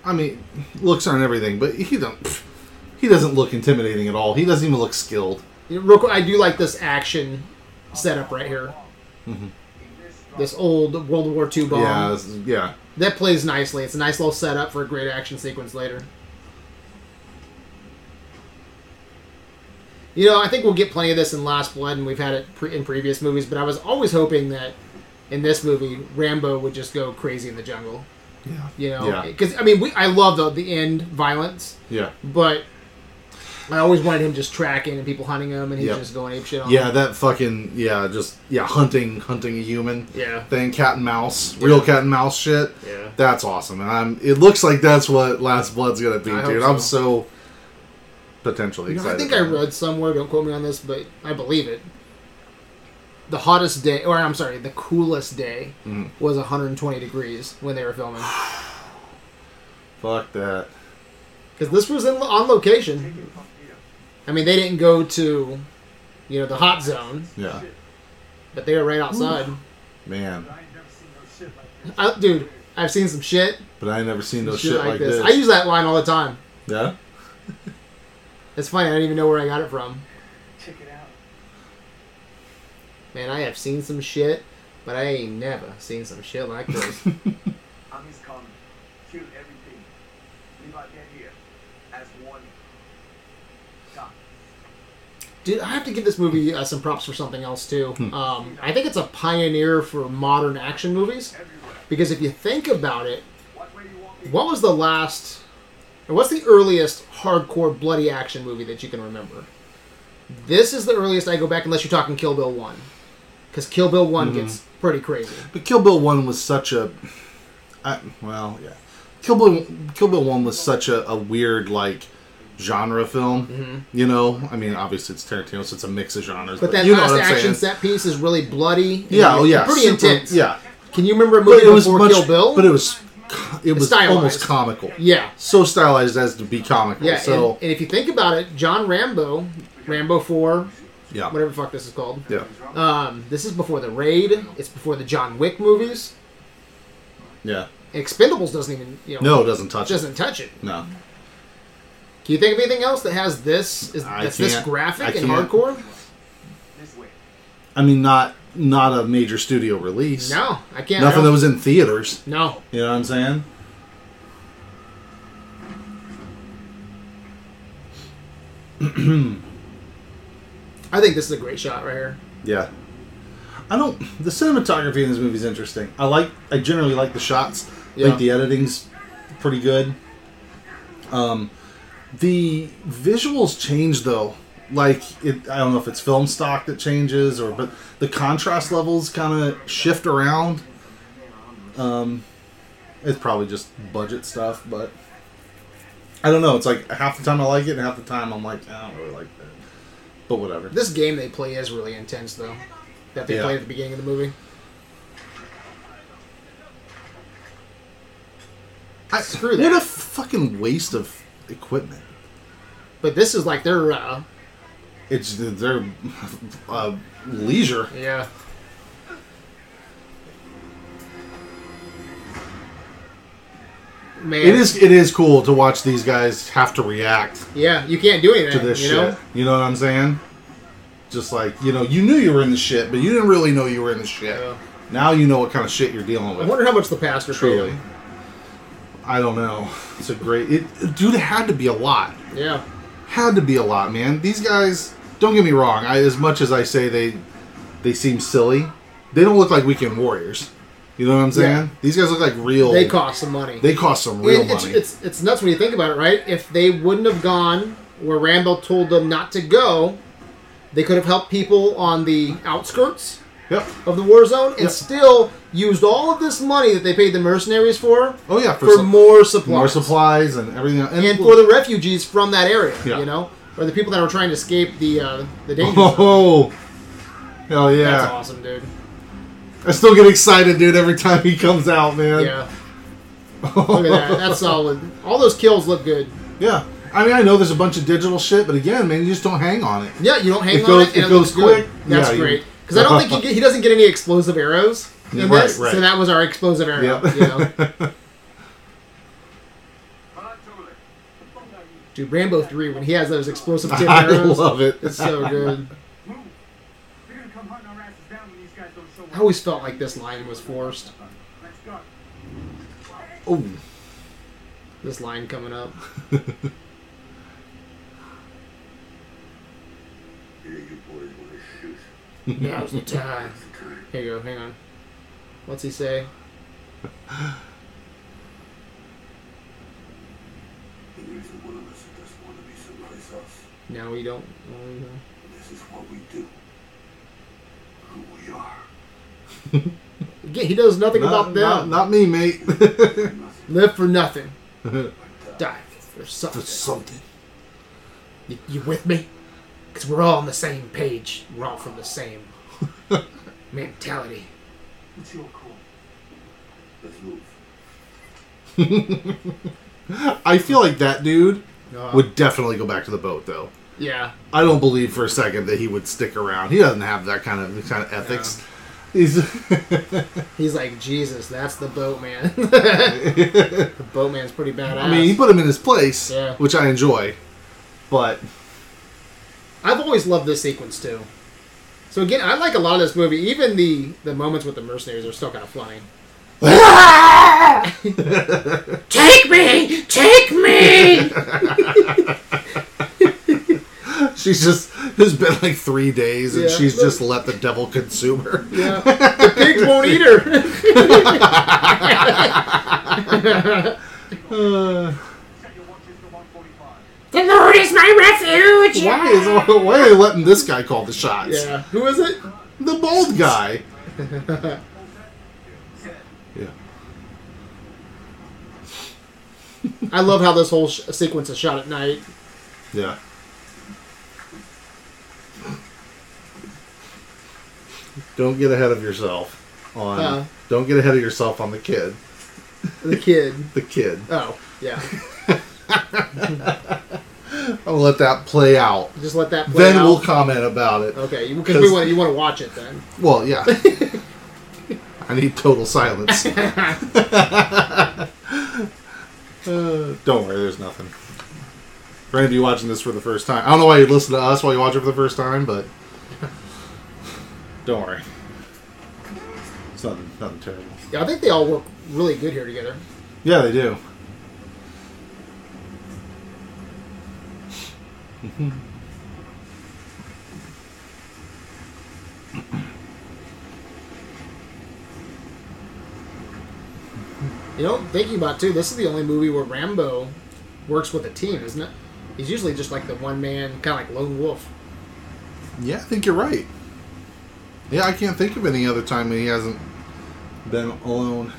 [SPEAKER 2] I mean, looks aren't everything, but he don't. pff, He doesn't look intimidating at all. He doesn't even look skilled.
[SPEAKER 1] You know, Real quick, I do like this action setup right here.
[SPEAKER 2] Mm-hmm.
[SPEAKER 1] This old World War II bomb
[SPEAKER 2] Yeah, this is- yeah.
[SPEAKER 1] that plays nicely. It's a nice little setup for a great action sequence later. You know, I think we'll get plenty of this in Last Blood, and we've had it pre- in previous movies. But I was always hoping that in this movie, Rambo would just go crazy in the jungle.
[SPEAKER 2] Yeah.
[SPEAKER 1] You know,
[SPEAKER 2] Yeah.
[SPEAKER 1] because I mean, we I love the the end violence,
[SPEAKER 2] Yeah.
[SPEAKER 1] but I always wanted him just tracking and people hunting him, and he's
[SPEAKER 2] Yep.
[SPEAKER 1] just going ape shit on.
[SPEAKER 2] Yeah,
[SPEAKER 1] them.
[SPEAKER 2] that fucking yeah, just yeah, hunting hunting a human
[SPEAKER 1] yeah,
[SPEAKER 2] thing, cat and mouse, real cat and mouse shit.
[SPEAKER 1] Yeah.
[SPEAKER 2] That's awesome. And I'm it looks like that's what Last Blood's gonna be,
[SPEAKER 1] I hope
[SPEAKER 2] dude.
[SPEAKER 1] so.
[SPEAKER 2] I'm so potentially
[SPEAKER 1] You know, I
[SPEAKER 2] excited.
[SPEAKER 1] think I
[SPEAKER 2] for that.
[SPEAKER 1] read somewhere. Don't quote me on this, but I believe it. The hottest day, or I'm sorry, the coolest day
[SPEAKER 2] Mm,
[SPEAKER 1] was 120 degrees when they were filming
[SPEAKER 2] Fuck that.
[SPEAKER 1] because this was in, on location. I mean, they didn't go to, you know, the hot zone,
[SPEAKER 2] Yeah.
[SPEAKER 1] but they were right outside.
[SPEAKER 2] Man.
[SPEAKER 5] I ain't never seen no shit like this.
[SPEAKER 1] I, dude, I've seen some shit,
[SPEAKER 2] But I ain't never seen no shit, like this.
[SPEAKER 1] I use that line all the time.
[SPEAKER 2] yeah?
[SPEAKER 1] It's funny. I don't even know where I got it from.
[SPEAKER 5] Check it out.
[SPEAKER 1] Man, I have seen some shit, but I ain't never seen some shit like this.
[SPEAKER 3] I'm his coming. Kill everything. Leave out dead here. As warning. Stop.
[SPEAKER 1] Dude, I have to give this movie uh, some props for something else too.
[SPEAKER 2] Hmm.
[SPEAKER 1] Um, I think it's a pioneer for modern action movies
[SPEAKER 3] Everywhere.
[SPEAKER 1] because if you think about it,
[SPEAKER 3] What way do you want me?
[SPEAKER 1] what was the last, or what's the earliest hardcore bloody action movie that you can remember? This is the earliest I go back, unless you're talking Kill Bill one, because Kill Bill one gets
[SPEAKER 2] Mm-hmm.
[SPEAKER 1] pretty crazy.
[SPEAKER 2] But Kill Bill one was such a I, well, yeah. Kill Bill Kill Bill one was such a, a weird like genre film.
[SPEAKER 1] Mm-hmm.
[SPEAKER 2] You know? I mean obviously it's Tarantino, so it's a mix of genres.
[SPEAKER 1] But that
[SPEAKER 2] you know
[SPEAKER 1] last
[SPEAKER 2] what I'm
[SPEAKER 1] action
[SPEAKER 2] saying.
[SPEAKER 1] set piece is really bloody. and
[SPEAKER 2] yeah, oh yeah.
[SPEAKER 1] pretty
[SPEAKER 2] super-
[SPEAKER 1] intense.
[SPEAKER 2] Yeah.
[SPEAKER 1] Can you remember a
[SPEAKER 2] But
[SPEAKER 1] movie
[SPEAKER 2] it was
[SPEAKER 1] before
[SPEAKER 2] much,
[SPEAKER 1] Kill Bill?
[SPEAKER 2] But it was co- it was
[SPEAKER 1] stylized.
[SPEAKER 2] almost comical.
[SPEAKER 1] Yeah.
[SPEAKER 2] So stylized as to be comical.
[SPEAKER 1] Yeah.
[SPEAKER 2] so
[SPEAKER 1] and, and if you think about it, John Rambo, Rambo 4,
[SPEAKER 2] yeah,
[SPEAKER 1] whatever the fuck this is called.
[SPEAKER 2] yeah,
[SPEAKER 1] Um, this is before the raid. It's before the John Wick movies.
[SPEAKER 2] yeah.
[SPEAKER 1] Expendables doesn't even you know
[SPEAKER 2] No, it doesn't touch
[SPEAKER 1] doesn't touch it.
[SPEAKER 2] it. No,
[SPEAKER 1] Can you think of anything else that has this? Is
[SPEAKER 2] I
[SPEAKER 1] that's this
[SPEAKER 2] can't- I
[SPEAKER 1] graphic and
[SPEAKER 2] can't.
[SPEAKER 1] hardcore?
[SPEAKER 3] This way.
[SPEAKER 2] I mean not not a major studio release.
[SPEAKER 1] No, I can't.
[SPEAKER 2] nothing
[SPEAKER 1] I
[SPEAKER 2] that
[SPEAKER 1] don't-
[SPEAKER 2] was in theaters.
[SPEAKER 1] No,
[SPEAKER 2] You know what I'm saying?
[SPEAKER 1] I think this is a great shot right here.
[SPEAKER 2] Yeah. I don't. The cinematography in this movie is interesting. I like. I generally like the shots. I
[SPEAKER 1] Yeah.
[SPEAKER 2] think the editing's pretty good. Um, the visuals change though. Like it, I don't know if it's film stock that changes or, but the contrast levels kind of shift around. Um, it's probably just budget stuff, but I don't know. It's like half the time I like it, and half the time I'm like, I don't really like that. But whatever.
[SPEAKER 1] This game they play is really intense though. That they
[SPEAKER 2] Yeah.
[SPEAKER 1] play at the beginning of the movie.
[SPEAKER 2] I,
[SPEAKER 1] Screw
[SPEAKER 2] What
[SPEAKER 1] that.
[SPEAKER 2] a fucking waste of equipment.
[SPEAKER 1] But this is like their uh,
[SPEAKER 2] It's their uh, leisure.
[SPEAKER 1] yeah. Man,
[SPEAKER 2] It is. It is cool to watch these guys have to react
[SPEAKER 1] Yeah, you can't do anything.
[SPEAKER 2] to this
[SPEAKER 1] you
[SPEAKER 2] shit.
[SPEAKER 1] know?
[SPEAKER 2] You know what I'm saying? Just like you know, you knew you were in the shit, but you didn't really know you were in the shit.
[SPEAKER 1] Yeah.
[SPEAKER 2] Now you know what kind of shit you're dealing
[SPEAKER 1] I
[SPEAKER 2] with.
[SPEAKER 1] wonder how much the pastor paid
[SPEAKER 2] Truly.
[SPEAKER 1] him.
[SPEAKER 2] I don't know. It's a great. It, dude, it had to be a lot.
[SPEAKER 1] Yeah.
[SPEAKER 2] had to be a lot, man. These guys, don't get me wrong. I, as much as I say they, they seem silly, they don't look like weekend warriors. You know what I'm saying?
[SPEAKER 1] Yeah.
[SPEAKER 2] These guys look like real.
[SPEAKER 1] They cost some money.
[SPEAKER 2] They cost some
[SPEAKER 1] It-
[SPEAKER 2] real
[SPEAKER 1] it's,
[SPEAKER 2] money.
[SPEAKER 1] It's, it's nuts when you think about it, right? If they wouldn't have gone where Randall told them not to go, they could have helped people on the outskirts
[SPEAKER 2] yep.
[SPEAKER 1] of the war zone and
[SPEAKER 2] Yep.
[SPEAKER 1] still used all of this money that they paid the mercenaries for
[SPEAKER 2] Oh yeah,
[SPEAKER 1] for
[SPEAKER 2] some-
[SPEAKER 1] more supplies.
[SPEAKER 2] more supplies and everything. else.
[SPEAKER 1] And for the refugees from that area,
[SPEAKER 2] Yeah.
[SPEAKER 1] you know? Or the people that were trying to escape the uh, the danger. zone.
[SPEAKER 2] oh, hell yeah!
[SPEAKER 1] That's awesome, dude.
[SPEAKER 2] I still get excited, dude, every time he comes out, man.
[SPEAKER 1] Yeah. Look at that. That's solid. All those kills look good.
[SPEAKER 2] Yeah. I mean, I know there's a bunch of digital shit, but again, man, you just don't hang on it.
[SPEAKER 1] Yeah, you don't hang
[SPEAKER 2] It
[SPEAKER 1] on
[SPEAKER 2] goes-
[SPEAKER 1] it. And
[SPEAKER 2] it
[SPEAKER 1] it, looks
[SPEAKER 2] goes
[SPEAKER 1] good.
[SPEAKER 2] quick.
[SPEAKER 1] That's
[SPEAKER 2] Yeah, you-
[SPEAKER 1] great because I don't think he, get, he doesn't get any explosive arrows in
[SPEAKER 2] Right,
[SPEAKER 1] this.
[SPEAKER 2] right.
[SPEAKER 1] So that was our explosive arrow.
[SPEAKER 2] Yep.
[SPEAKER 1] You know?
[SPEAKER 5] Oh, no, you
[SPEAKER 1] Dude, Rambo three when he has those explosive tip
[SPEAKER 2] I
[SPEAKER 1] arrows,
[SPEAKER 2] love it.
[SPEAKER 1] it's so good.
[SPEAKER 5] move. They're gonna come hunting our asses down when these guys don't show up.
[SPEAKER 1] I always felt like this line was forced.
[SPEAKER 5] Let's go.
[SPEAKER 2] Oh,
[SPEAKER 1] This line coming up.
[SPEAKER 3] Yeah, you boys want to shoot.
[SPEAKER 1] Now's the time. Here you go. Hang on. What's he say?
[SPEAKER 3] There isn't one of us that doesn't want to be someplace else.
[SPEAKER 1] No, we don't. no, we don't.
[SPEAKER 3] This is what we do. Who we are.
[SPEAKER 1] Again, he knows nothing
[SPEAKER 2] not,
[SPEAKER 1] about them.
[SPEAKER 2] not, not me, mate.
[SPEAKER 1] Live for nothing. Die for something.
[SPEAKER 2] something.
[SPEAKER 1] You, you with me? Because we're all on the same page. We're all from the same mentality.
[SPEAKER 5] It's your call.
[SPEAKER 3] Let's move.
[SPEAKER 2] I feel like that dude
[SPEAKER 1] Uh,
[SPEAKER 2] would definitely go back to the boat, though.
[SPEAKER 1] yeah.
[SPEAKER 2] I don't believe for a second that he would stick around. He doesn't have that kind of kind of ethics. He's,
[SPEAKER 1] He's like, Jesus, that's the boatman. the boatman's pretty badass.
[SPEAKER 2] I mean, he put him in his place,
[SPEAKER 1] Yeah.
[SPEAKER 2] which I enjoy. But
[SPEAKER 1] I've always loved this sequence too. So again, I like a lot of this movie. Even the, the moments with the mercenaries are still kind of funny. take me, take me.
[SPEAKER 2] she's just it's been like three days, and
[SPEAKER 1] Yeah.
[SPEAKER 2] she's just let the devil consume her.
[SPEAKER 1] Yeah. The pigs won't eat her.
[SPEAKER 5] Set your watches to 145.
[SPEAKER 6] The Lord is my refuge.
[SPEAKER 2] Why is why are they letting this guy call the shots?
[SPEAKER 1] yeah. Who is it?
[SPEAKER 2] The bald guy. yeah.
[SPEAKER 1] I love how this whole sh- sequence is shot at night.
[SPEAKER 2] Yeah. Don't get ahead of yourself on.
[SPEAKER 1] Uh-uh.
[SPEAKER 2] Don't get ahead of yourself on the kid.
[SPEAKER 1] The kid.
[SPEAKER 2] the kid.
[SPEAKER 1] Oh, yeah.
[SPEAKER 2] I'll let that play out.
[SPEAKER 1] Just let that play
[SPEAKER 2] Then
[SPEAKER 1] out.
[SPEAKER 2] we'll comment about it.
[SPEAKER 1] okay, because we want you want to watch it then.
[SPEAKER 2] Well, yeah. I need total silence. Uh, don't worry, there's nothing. For any of you watching this for the first time, I don't know why you'd listen to us while you watch it for the first time, but don't worry. It's nothing, nothing terrible.
[SPEAKER 1] Yeah, I think they all work really good here together.
[SPEAKER 2] Yeah, they do.
[SPEAKER 1] You know, thinking about it, too, this is the only movie where Rambo works with a team, isn't it? He's usually just like the one man, kind of like lone wolf.
[SPEAKER 2] Yeah, I think you're right. Yeah, I can't think of any other time when he hasn't been alone.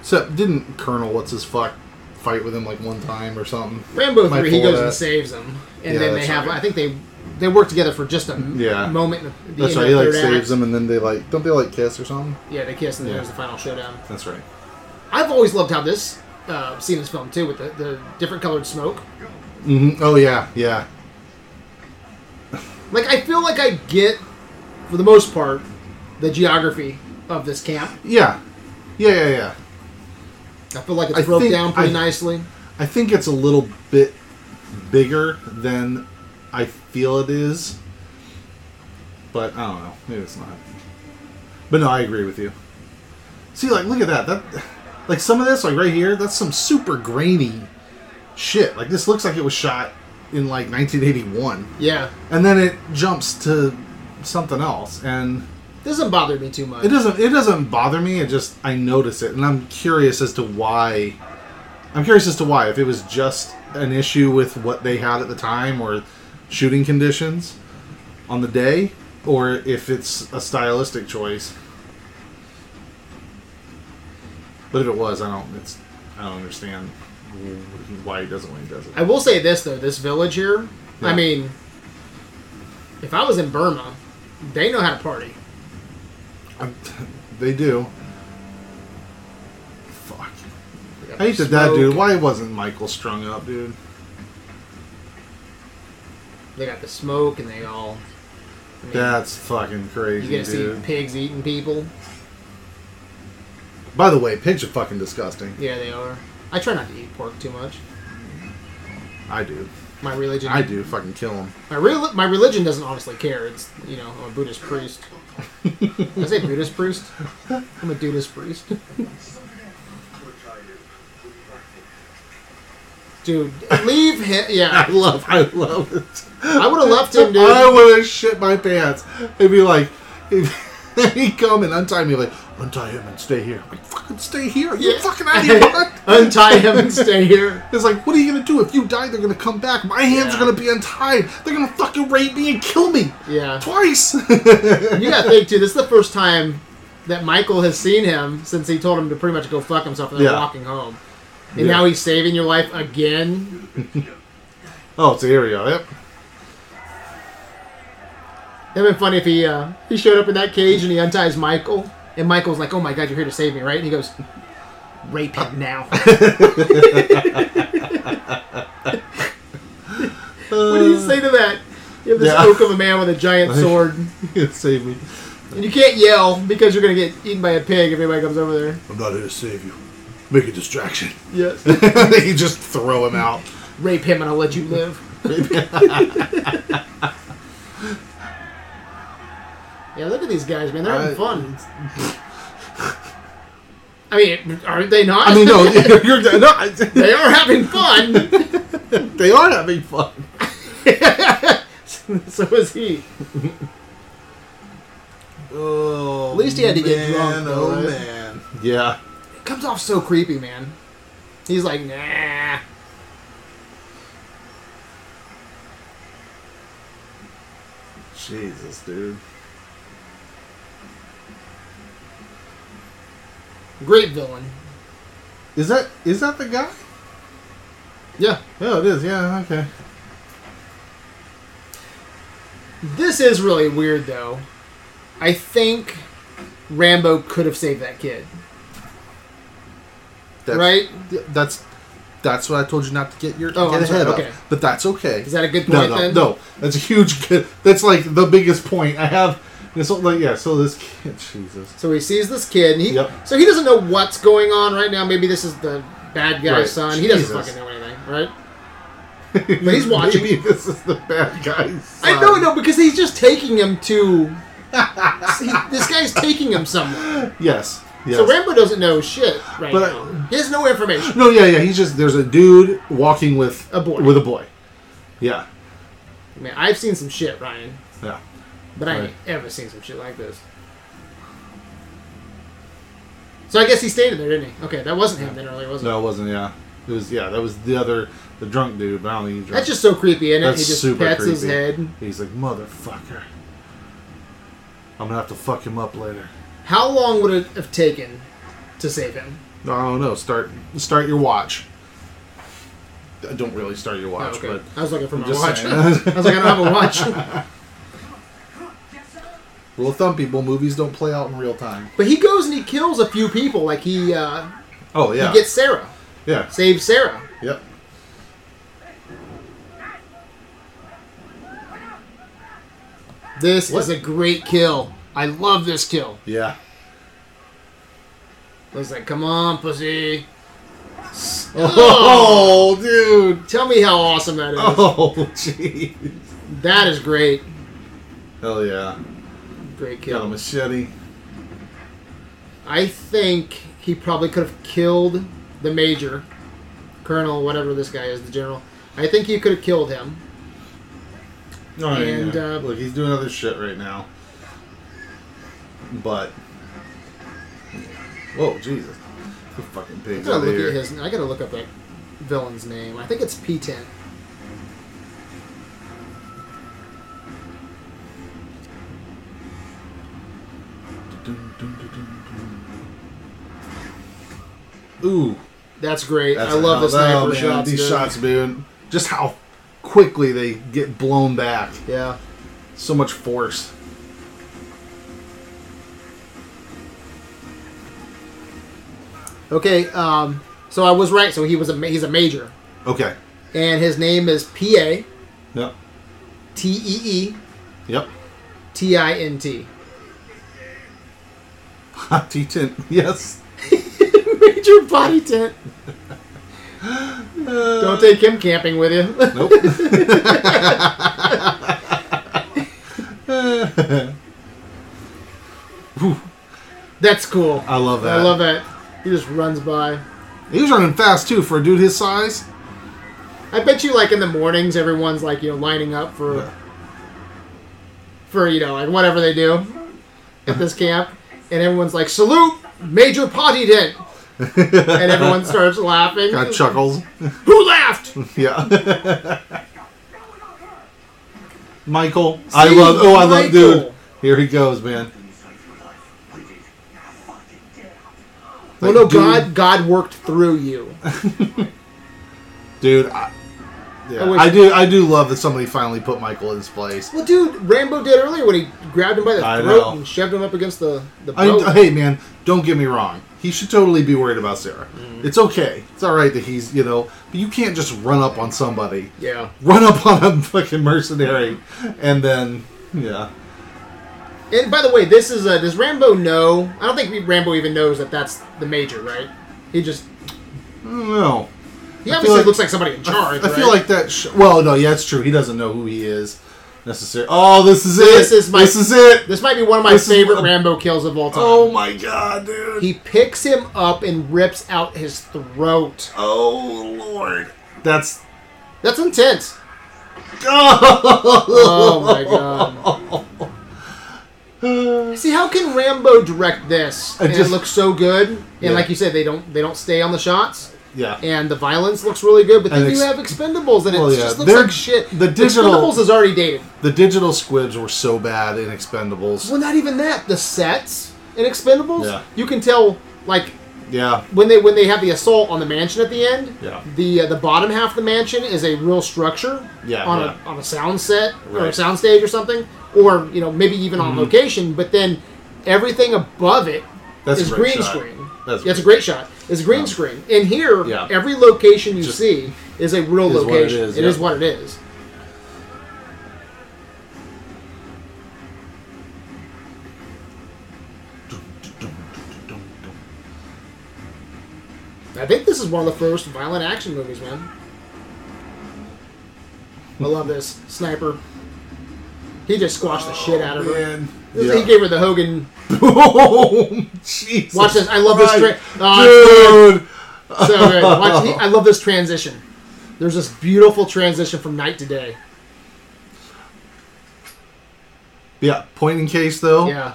[SPEAKER 2] Except, didn't Colonel what's his fuck fight with him like one time or something?
[SPEAKER 1] Rambo
[SPEAKER 2] Might
[SPEAKER 1] three, he
[SPEAKER 2] pull
[SPEAKER 1] goes
[SPEAKER 2] that.
[SPEAKER 1] and saves him, and
[SPEAKER 2] Yeah,
[SPEAKER 1] then they
[SPEAKER 2] that's
[SPEAKER 1] have.
[SPEAKER 2] right.
[SPEAKER 1] I think they they work together for just a m-
[SPEAKER 2] Yeah.
[SPEAKER 1] moment. in the- the
[SPEAKER 2] That's
[SPEAKER 1] end
[SPEAKER 2] right.
[SPEAKER 1] of
[SPEAKER 2] He like
[SPEAKER 1] third act.
[SPEAKER 2] saves him, and then they like don't they like kiss or something?
[SPEAKER 1] Yeah, they kiss, and then
[SPEAKER 2] Yeah.
[SPEAKER 1] there's the final showdown.
[SPEAKER 2] That's right.
[SPEAKER 1] I've always loved how this uh, scene is filmed too, with the, the different colored smoke.
[SPEAKER 2] hmm Oh yeah, yeah,
[SPEAKER 1] Like I feel like I get, for the most part, the geography of this camp.
[SPEAKER 2] yeah, yeah, yeah, yeah.
[SPEAKER 1] I feel like it's
[SPEAKER 2] I
[SPEAKER 1] broke
[SPEAKER 2] think
[SPEAKER 1] down pretty
[SPEAKER 2] I-
[SPEAKER 1] nicely.
[SPEAKER 2] I think it's a little bit bigger than I feel it is, but I don't know. Maybe it's not. But no, I agree with you. See, like, look at that. That, like, some of this, like right here, that's some super grainy shit. Like, this looks like it was shot in like 1981,
[SPEAKER 1] Yeah,
[SPEAKER 2] and then it jumps to something else, and
[SPEAKER 1] doesn't bother me too much.
[SPEAKER 2] it doesn't it doesn't bother me it just i notice it and i'm curious as to why i'm curious as to why if it was just an issue with what they had at the time or shooting conditions on the day or if it's a stylistic choice but if it was i don't it's i don't understand why he doesn't when he does
[SPEAKER 1] I
[SPEAKER 2] it
[SPEAKER 1] will say this though, this village here. I
[SPEAKER 2] Yeah.
[SPEAKER 1] mean, if I was in Burma, they know how to party.
[SPEAKER 2] I, they do fuck i hate that that
[SPEAKER 1] Smoke.
[SPEAKER 2] dude why wasn't michael strung up dude
[SPEAKER 1] They got the smoke, and they all. I mean,
[SPEAKER 2] That's fucking
[SPEAKER 1] You
[SPEAKER 2] crazy,
[SPEAKER 1] get to see
[SPEAKER 2] dude.
[SPEAKER 1] pigs eating people.
[SPEAKER 2] By the way, pigs are fucking disgusting.
[SPEAKER 1] Yeah, they are. I try not to eat pork too much.
[SPEAKER 2] I do.
[SPEAKER 1] My religion.
[SPEAKER 2] I do fucking kill them.
[SPEAKER 1] My real my religion doesn't honestly care. It's you know I'm a Buddhist priest. Did I say Buddhist priest. I'm a Buddhist priest. Dude, leave him.
[SPEAKER 2] I
[SPEAKER 1] Yeah,
[SPEAKER 2] love, I love it.
[SPEAKER 1] I would have left him, dude.
[SPEAKER 2] I would have shit my pants. It'd be like, if he'd come and untie me, like, untie him and stay here. I'm like, fucking stay here. You
[SPEAKER 1] Yeah.
[SPEAKER 2] fucking out of here. What?
[SPEAKER 1] Untie him and stay here.
[SPEAKER 2] It's like, what are you gonna do? If you die, they're gonna come back. My hands
[SPEAKER 1] Yeah.
[SPEAKER 2] are gonna be untied. They're gonna fucking rape me and kill me
[SPEAKER 1] Yeah.
[SPEAKER 2] twice.
[SPEAKER 1] You gotta think too. This is the first time that Michael has seen him since he told him to pretty much go fuck himself and they're
[SPEAKER 2] Yeah.
[SPEAKER 1] walking home. And
[SPEAKER 2] Yeah.
[SPEAKER 1] now he's saving your life again.
[SPEAKER 2] oh, it's Ariel. Yep.
[SPEAKER 1] It'd been funny if he uh, he showed up in that cage and he unties Michael, and Michael's like, "Oh my god, you're here to save me, right?" And he goes, "Rape him now." what do you say to that? You have the
[SPEAKER 2] Yeah.
[SPEAKER 1] spoke of a man with a giant sword,
[SPEAKER 2] Save me.
[SPEAKER 1] and you can't yell because you're gonna get eaten by a pig if anybody comes over there.
[SPEAKER 2] I'm not here to save you. Make a distraction.
[SPEAKER 1] Yes,
[SPEAKER 2] you just throw him out.
[SPEAKER 1] rape him and I'll let you live. yeah, look at these guys, man. They're having
[SPEAKER 2] I-
[SPEAKER 1] fun. I mean, aren't they not?
[SPEAKER 2] I mean, no, you're no, I-
[SPEAKER 1] they are having fun.
[SPEAKER 2] they are having fun.
[SPEAKER 1] so is he.
[SPEAKER 2] Oh,
[SPEAKER 1] At least he had to get drunk, though, right?
[SPEAKER 2] man. Yeah,
[SPEAKER 1] It comes off so creepy, man. He's like, nah.
[SPEAKER 2] Jesus, dude.
[SPEAKER 1] Great villain.
[SPEAKER 2] Is that is that the guy?
[SPEAKER 1] Yeah.
[SPEAKER 2] Yeah, it is. Yeah, okay.
[SPEAKER 1] This is really weird, though. I think Rambo could have saved that kid.
[SPEAKER 2] That's,
[SPEAKER 1] Right?
[SPEAKER 2] That's that's what I told you not to get your
[SPEAKER 1] Oh,
[SPEAKER 2] get
[SPEAKER 1] I'm sorry,
[SPEAKER 2] ahead of.
[SPEAKER 1] okay.
[SPEAKER 2] But that's okay.
[SPEAKER 1] Is that a good
[SPEAKER 2] No,
[SPEAKER 1] point
[SPEAKER 2] no,
[SPEAKER 1] then?
[SPEAKER 2] no. That's a huge. good- That's like the biggest point I have. This whole- like yeah. So this kid, Jesus.
[SPEAKER 1] So he sees this kid, and he
[SPEAKER 2] Yep.
[SPEAKER 1] so he doesn't know what's going on right now. Maybe this is the bad guy's
[SPEAKER 2] Right.
[SPEAKER 1] son. He doesn't
[SPEAKER 2] Jesus.
[SPEAKER 1] fucking know anything, right? But he's watching.
[SPEAKER 2] Maybe this is the bad guy's.
[SPEAKER 1] I
[SPEAKER 2] son.
[SPEAKER 1] know, no, because he's just taking him to. he, this guy's taking him somewhere.
[SPEAKER 2] Yes. Yes.
[SPEAKER 1] So Rambo doesn't know shit right
[SPEAKER 2] But-
[SPEAKER 1] now. He has no information.
[SPEAKER 2] No, yeah, yeah. He's just there's a dude walking with
[SPEAKER 1] A boy.
[SPEAKER 2] With a boy. Yeah,
[SPEAKER 1] Man, I've seen some shit, Ryan,
[SPEAKER 2] yeah.
[SPEAKER 1] but I
[SPEAKER 2] Right.
[SPEAKER 1] ain't ever seen some shit like this. So I guess he stayed in there, didn't he? Okay, that wasn't him then earlier, was it?
[SPEAKER 2] No, it wasn't. Yeah, it was. Yeah, that was the other the drunk dude. But I don't think he drunk.
[SPEAKER 1] That's just so creepy, isn't it?
[SPEAKER 2] That's
[SPEAKER 1] he just
[SPEAKER 2] super
[SPEAKER 1] pats his
[SPEAKER 2] creepy.
[SPEAKER 1] head.
[SPEAKER 2] He's like motherfucker. I'm gonna have to fuck him up later.
[SPEAKER 1] How long would it have taken to save him?
[SPEAKER 2] No, I don't know. Start start your watch. Uh, Don't really start your watch,
[SPEAKER 1] Oh, okay.
[SPEAKER 2] but
[SPEAKER 1] I was looking for
[SPEAKER 2] I'm
[SPEAKER 1] my
[SPEAKER 2] just
[SPEAKER 1] watch.
[SPEAKER 2] saying.
[SPEAKER 1] I was like, I don't have a watch.
[SPEAKER 2] little thumpy. Well, movies don't play out in real time.
[SPEAKER 1] But he goes and he kills a few people. Like he uh,
[SPEAKER 2] Oh yeah,
[SPEAKER 1] he gets Sarah,
[SPEAKER 2] yeah,
[SPEAKER 1] saves Sarah.
[SPEAKER 2] yep.
[SPEAKER 1] This is
[SPEAKER 2] What?
[SPEAKER 1] a great kill. I love this kill.
[SPEAKER 2] Yeah,
[SPEAKER 1] I was like, come on, pussy.
[SPEAKER 2] Oh, dude.
[SPEAKER 1] Tell me how awesome that is.
[SPEAKER 2] Oh, jeez.
[SPEAKER 1] That is great.
[SPEAKER 2] Hell yeah.
[SPEAKER 1] Great
[SPEAKER 2] Got a
[SPEAKER 1] kill.
[SPEAKER 2] machete.
[SPEAKER 1] I think he probably could have killed the major, colonel, whatever this guy is, the general. I think he could have killed him.
[SPEAKER 2] All right,
[SPEAKER 1] And,
[SPEAKER 2] Oh, yeah.
[SPEAKER 1] uh,
[SPEAKER 2] look, he's doing other shit right now. But whoa, Jesus, the fucking
[SPEAKER 1] I
[SPEAKER 2] pigs
[SPEAKER 1] gotta
[SPEAKER 2] out
[SPEAKER 1] look
[SPEAKER 2] here.
[SPEAKER 1] at his. I gotta look up that villain's name. I think it's P Ten.
[SPEAKER 2] Dun, dun, dun, dun, dun. Ooh,
[SPEAKER 1] That's great.
[SPEAKER 2] that's
[SPEAKER 1] I
[SPEAKER 2] a
[SPEAKER 1] love
[SPEAKER 2] hell-
[SPEAKER 1] the sniper
[SPEAKER 2] oh, man,
[SPEAKER 1] shots.
[SPEAKER 2] These
[SPEAKER 1] dude.
[SPEAKER 2] shots, dude, just how quickly they get blown back.
[SPEAKER 1] Yeah.
[SPEAKER 2] So much force.
[SPEAKER 1] Okay. Um. So I was right. So he was a ma- he's a major,
[SPEAKER 2] Okay.
[SPEAKER 1] and his name is P A
[SPEAKER 2] Yep.
[SPEAKER 1] T E E
[SPEAKER 2] Yep.
[SPEAKER 1] T I N T.
[SPEAKER 2] Hot tea tint. Yes.
[SPEAKER 1] Major body tent. Don't take him camping with you.
[SPEAKER 2] Nope.
[SPEAKER 1] That's cool.
[SPEAKER 2] I love that.
[SPEAKER 1] I love that. He just runs by.
[SPEAKER 2] He was running fast too for a dude his size.
[SPEAKER 1] I bet you, like in the mornings, everyone's like you know lining up for for you know like whatever they do at this camp, and everyone's like salute Major Potty Dent, and everyone starts laughing.
[SPEAKER 2] Got chuckles.
[SPEAKER 1] Who laughed?
[SPEAKER 2] Yeah. Michael, I
[SPEAKER 1] See,
[SPEAKER 2] love. Oh, I love, dude.
[SPEAKER 1] Michael.
[SPEAKER 2] Here he goes, man.
[SPEAKER 1] well,
[SPEAKER 2] Like,
[SPEAKER 1] no,
[SPEAKER 2] dude,
[SPEAKER 1] God, God worked through you.
[SPEAKER 2] dude. I, yeah,
[SPEAKER 1] I
[SPEAKER 2] I,
[SPEAKER 1] wish-
[SPEAKER 2] do. I do love that somebody finally put Michael in his place.
[SPEAKER 1] Well, dude, Rambo did earlier when he grabbed him by the
[SPEAKER 2] I
[SPEAKER 1] throat
[SPEAKER 2] know.
[SPEAKER 1] and shoved him up against the the
[SPEAKER 2] I,
[SPEAKER 1] boat.
[SPEAKER 2] hey, man, don't get me wrong. He should totally be worried about Sarah.
[SPEAKER 1] Mm-hmm.
[SPEAKER 2] It's okay. It's all right that he's you know, but you can't just run up on somebody,
[SPEAKER 1] yeah,
[SPEAKER 2] run up on a fucking mercenary, and then yeah.
[SPEAKER 1] and by the way, this is uh, does Rambo know? I don't think we- Rambo even knows that that's the major, right? He just
[SPEAKER 2] I don't know.
[SPEAKER 1] he
[SPEAKER 2] I feel
[SPEAKER 1] obviously
[SPEAKER 2] like-
[SPEAKER 1] looks like somebody in charge.
[SPEAKER 2] I feel
[SPEAKER 1] right?
[SPEAKER 2] like that. Sh- well, no, yeah, it's true. He doesn't know who he is necessarily. Oh, this is
[SPEAKER 1] This
[SPEAKER 2] it.
[SPEAKER 1] is my-
[SPEAKER 2] This is it.
[SPEAKER 1] this might be one of my
[SPEAKER 2] This is
[SPEAKER 1] favorite
[SPEAKER 2] a-
[SPEAKER 1] Rambo kills of all time.
[SPEAKER 2] Oh my god, dude.
[SPEAKER 1] He picks him up and rips out his throat.
[SPEAKER 2] oh lord. That's.
[SPEAKER 1] That's intense. Oh my god. See how can Rambo direct this
[SPEAKER 2] I
[SPEAKER 1] and
[SPEAKER 2] just-
[SPEAKER 1] it looks so good? And
[SPEAKER 2] Yeah.
[SPEAKER 1] like you said, they don't they don't stay on the shots.
[SPEAKER 2] Yeah.
[SPEAKER 1] And the violence looks really good, but then
[SPEAKER 2] And
[SPEAKER 1] you
[SPEAKER 2] ex-
[SPEAKER 1] have Expendables, and it
[SPEAKER 2] Well, yeah,
[SPEAKER 1] just looks
[SPEAKER 2] they're-
[SPEAKER 1] like shit.
[SPEAKER 2] the digital-
[SPEAKER 1] Expendables is already dated.
[SPEAKER 2] the digital squibs were so bad in Expendables.
[SPEAKER 1] Well, not even that. The sets in Expendables,
[SPEAKER 2] Yeah.
[SPEAKER 1] you can tell like
[SPEAKER 2] Yeah.
[SPEAKER 1] when they when they have the assault on the mansion at the end,
[SPEAKER 2] Yeah.
[SPEAKER 1] the uh, the bottom half of the mansion is a real structure
[SPEAKER 2] Yeah,
[SPEAKER 1] on
[SPEAKER 2] yeah.
[SPEAKER 1] a on a sound set or a
[SPEAKER 2] Right. Mm-hmm.
[SPEAKER 1] sound stage or something, or you know maybe even on location. But then everything above it
[SPEAKER 2] That's
[SPEAKER 1] is
[SPEAKER 2] a great
[SPEAKER 1] green
[SPEAKER 2] shot.
[SPEAKER 1] screen.
[SPEAKER 2] That's
[SPEAKER 1] Yeah, it's a great shot. It's green
[SPEAKER 2] Um,
[SPEAKER 1] screen. And here,
[SPEAKER 2] yeah.
[SPEAKER 1] every location you
[SPEAKER 2] Just-
[SPEAKER 1] see is a real
[SPEAKER 2] is what it
[SPEAKER 1] location.
[SPEAKER 2] is,
[SPEAKER 1] It
[SPEAKER 2] yeah.
[SPEAKER 1] is what it is. I think this is one of the first violent action movies, man. I love this sniper. He just squashed the shit out of her.
[SPEAKER 2] Oh, Man.
[SPEAKER 1] He gave her the Hogan.
[SPEAKER 2] Oh, Jesus.
[SPEAKER 1] Watch this. I love this
[SPEAKER 2] Christ.
[SPEAKER 1] trick. Oh,
[SPEAKER 2] Dude.
[SPEAKER 1] So good. Watch, he, I love this transition. There's this beautiful transition from night to day.
[SPEAKER 2] Yeah, point in case though.
[SPEAKER 1] Yeah.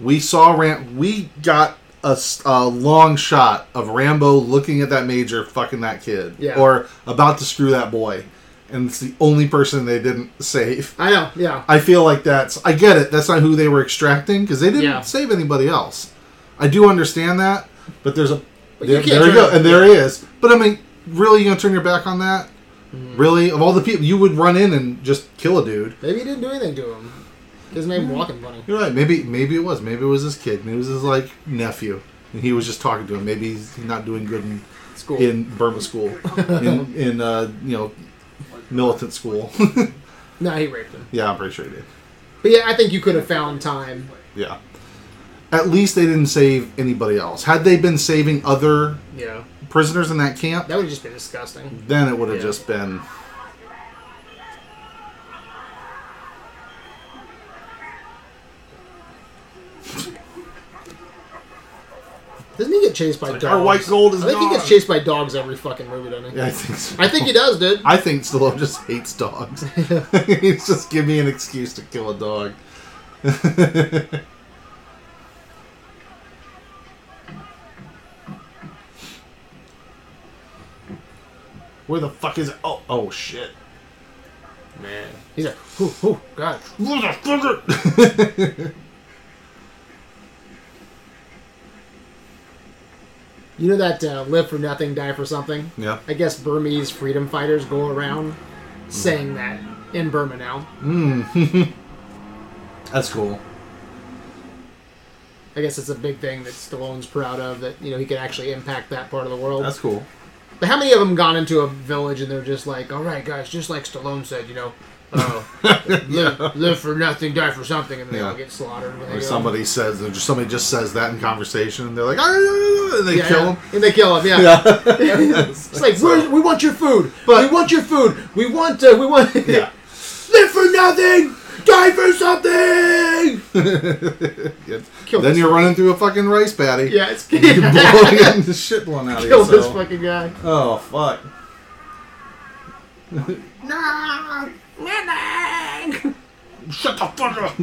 [SPEAKER 2] We saw Ram. We got a, s- a long shot of Rambo looking at that major fucking that kid,
[SPEAKER 1] Yeah.
[SPEAKER 2] or about to screw that boy, and it's the only person they didn't save.
[SPEAKER 1] I know. Yeah.
[SPEAKER 2] I feel like that's. I get it. That's not who they were extracting because they didn't
[SPEAKER 1] Yeah.
[SPEAKER 2] save anybody else. I do understand that, but there's a.
[SPEAKER 1] you
[SPEAKER 2] there
[SPEAKER 1] can't
[SPEAKER 2] there you
[SPEAKER 1] turn
[SPEAKER 2] go,
[SPEAKER 1] it-
[SPEAKER 2] and there he is. But I mean, really, you gonna turn your back on that?
[SPEAKER 1] Mm-hmm.
[SPEAKER 2] Really, of all the people, you would run in and just kill a dude.
[SPEAKER 1] Maybe he didn't do anything to him. His
[SPEAKER 2] Hmm.
[SPEAKER 1] name walking funny.
[SPEAKER 2] You're right. Maybe maybe it was. Maybe it was his kid. Maybe it was his like nephew, and he was just talking to him. Maybe he's not doing good in,
[SPEAKER 1] It's cool.
[SPEAKER 2] in Burma school, in, in uh, you know militant school.
[SPEAKER 1] No, he raped him.
[SPEAKER 2] yeah, I'm pretty sure he did.
[SPEAKER 1] But yeah, I think you could have found time.
[SPEAKER 2] Yeah. At least they didn't save anybody else. Had they been saving other
[SPEAKER 1] Yeah.
[SPEAKER 2] prisoners in that camp,
[SPEAKER 1] That would have just been disgusting.
[SPEAKER 2] then it would have
[SPEAKER 1] Yeah.
[SPEAKER 2] just been.
[SPEAKER 1] Doesn't he get chased by dogs?
[SPEAKER 2] our "Oh, white gold is
[SPEAKER 1] I think he
[SPEAKER 2] gone.
[SPEAKER 1] gets chased by dogs every fucking movie, doesn't he?
[SPEAKER 2] Yeah, I think so.
[SPEAKER 1] I think he does, dude.
[SPEAKER 2] I think Stallone just hates dogs. He's just give me an excuse to kill a dog. Where the fuck is it? Oh, oh shit. Man.
[SPEAKER 1] He's like, oh, oh, God.
[SPEAKER 2] Motherfucker!
[SPEAKER 1] You know that uh, live for nothing, die for something?
[SPEAKER 2] yeah.
[SPEAKER 1] I guess Burmese freedom fighters go around saying that in Burma now.
[SPEAKER 2] Mm. That's cool.
[SPEAKER 1] I guess it's a big thing that Stallone's proud of that you know he could actually impact that part of the world.
[SPEAKER 2] That's cool.
[SPEAKER 1] but how many of them gone into a village and they're just like, all right, guys, just like Stallone said, you know, uh, live, live for nothing, die for something, and they all
[SPEAKER 2] Yeah.
[SPEAKER 1] get slaughtered. When they
[SPEAKER 2] Or
[SPEAKER 1] go.
[SPEAKER 2] somebody says, or just somebody just says that in conversation, and they're like, "Ah," and they
[SPEAKER 1] Yeah,
[SPEAKER 2] kill
[SPEAKER 1] yeah.
[SPEAKER 2] him.
[SPEAKER 1] and they kill him. Yeah, it's like "Where- we want your food,
[SPEAKER 2] But-
[SPEAKER 1] we want your food, we want, uh, we want,
[SPEAKER 2] Yeah.
[SPEAKER 1] live for nothing, die for something.
[SPEAKER 2] Yeah.
[SPEAKER 1] Kill
[SPEAKER 2] then
[SPEAKER 1] this-
[SPEAKER 2] you're running through a fucking rice paddy.
[SPEAKER 1] Yeah, it's
[SPEAKER 2] You're blowing it and the shit blown out
[SPEAKER 1] kill
[SPEAKER 2] of you.
[SPEAKER 1] this
[SPEAKER 2] so-
[SPEAKER 1] fucking guy.
[SPEAKER 2] Oh fuck.
[SPEAKER 6] No! Nothing!
[SPEAKER 2] Shut the fuck up.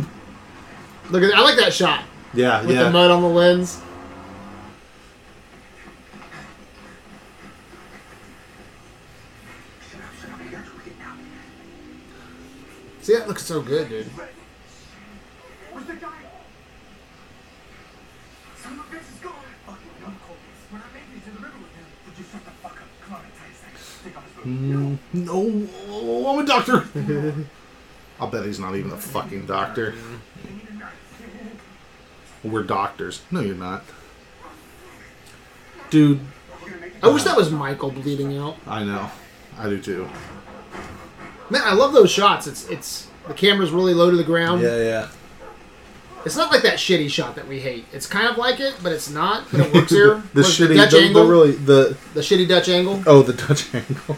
[SPEAKER 1] Look at, I like that shot
[SPEAKER 2] Yeah,
[SPEAKER 1] with
[SPEAKER 2] yeah.
[SPEAKER 1] the mud on the lens.
[SPEAKER 3] Shut up, shut up, you guys are getting out.
[SPEAKER 1] See, that looks so good, dude.
[SPEAKER 5] Where's the guy? Son of a bitch is gone. Okay, no, Colby. We're not making it to the river with him. Would you shut the fuck up? Come on, it's ten seconds. Take off his boot.
[SPEAKER 3] Hmm.
[SPEAKER 2] no, no, oh, I'm a doctor. I'll bet he's not even a fucking doctor.
[SPEAKER 5] You need a knife.
[SPEAKER 2] We're doctors. No, you're not, dude.
[SPEAKER 5] We're gonna make it.
[SPEAKER 1] I wish that was Michael bleeding out.
[SPEAKER 2] I know. I do too.
[SPEAKER 1] Man, I love those shots. It's it's the camera's really low to the ground.
[SPEAKER 2] yeah.
[SPEAKER 1] It's not like that shitty shot that we hate. It's kind of like it, but it's not. But it works here.
[SPEAKER 2] The
[SPEAKER 1] Was
[SPEAKER 2] shitty,
[SPEAKER 1] Dutch
[SPEAKER 2] the, the
[SPEAKER 1] angle.
[SPEAKER 2] really the
[SPEAKER 1] the shitty Dutch angle.
[SPEAKER 2] Oh, the Dutch angle.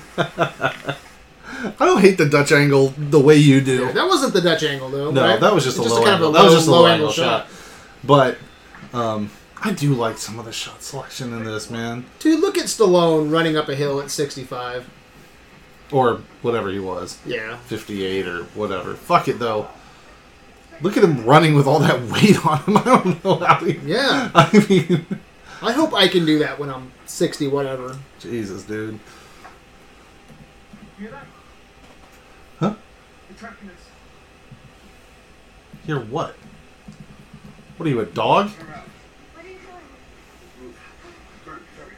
[SPEAKER 2] I don't hate the Dutch angle the way you do.
[SPEAKER 1] Yeah, that wasn't the Dutch angle though.
[SPEAKER 2] no,
[SPEAKER 1] right?
[SPEAKER 2] that was just
[SPEAKER 1] It's
[SPEAKER 2] a low
[SPEAKER 1] kind
[SPEAKER 2] angle.
[SPEAKER 1] Of a
[SPEAKER 2] that was
[SPEAKER 1] low-
[SPEAKER 2] just a
[SPEAKER 1] low
[SPEAKER 2] low angle shot. But um, I do like some of the shot selection in this, man.
[SPEAKER 1] Dude, look at Stallone running up a hill at 65.
[SPEAKER 2] Or whatever he was,
[SPEAKER 1] Yeah.
[SPEAKER 2] fifty-eight or whatever. Fuck it though. Look at him running with all that weight on him. I don't know how he.
[SPEAKER 1] Yeah.
[SPEAKER 2] I mean,
[SPEAKER 1] I hope I can do that when I'm 60, whatever.
[SPEAKER 2] Jesus, dude.
[SPEAKER 5] You hear that?
[SPEAKER 2] Huh?
[SPEAKER 5] They're tracking us.
[SPEAKER 2] You're what? What are you, a dog?
[SPEAKER 5] They're out.
[SPEAKER 4] What are you doing?
[SPEAKER 5] Hurry, hurry.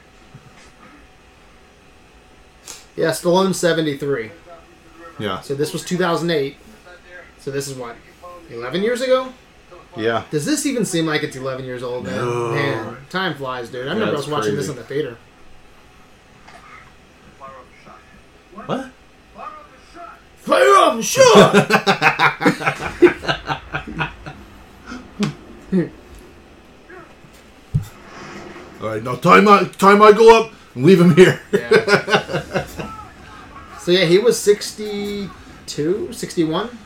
[SPEAKER 1] Yeah, Stallone 73.
[SPEAKER 2] Yeah.
[SPEAKER 1] So this was 2008. So this is what, 11 years ago?
[SPEAKER 2] Yeah.
[SPEAKER 1] Does this even seem like it's 11 years old, man?
[SPEAKER 2] No.
[SPEAKER 1] Man, time flies, dude. I remember I was
[SPEAKER 2] That's
[SPEAKER 1] watching this in
[SPEAKER 2] crazy.
[SPEAKER 1] the theater.
[SPEAKER 3] Fire up the shot.
[SPEAKER 2] What?
[SPEAKER 3] Fire up the shot!
[SPEAKER 1] Fire up, sure.
[SPEAKER 2] All right, now time I time I go up and leave him here.
[SPEAKER 1] yeah. So yeah, he was 62, 61,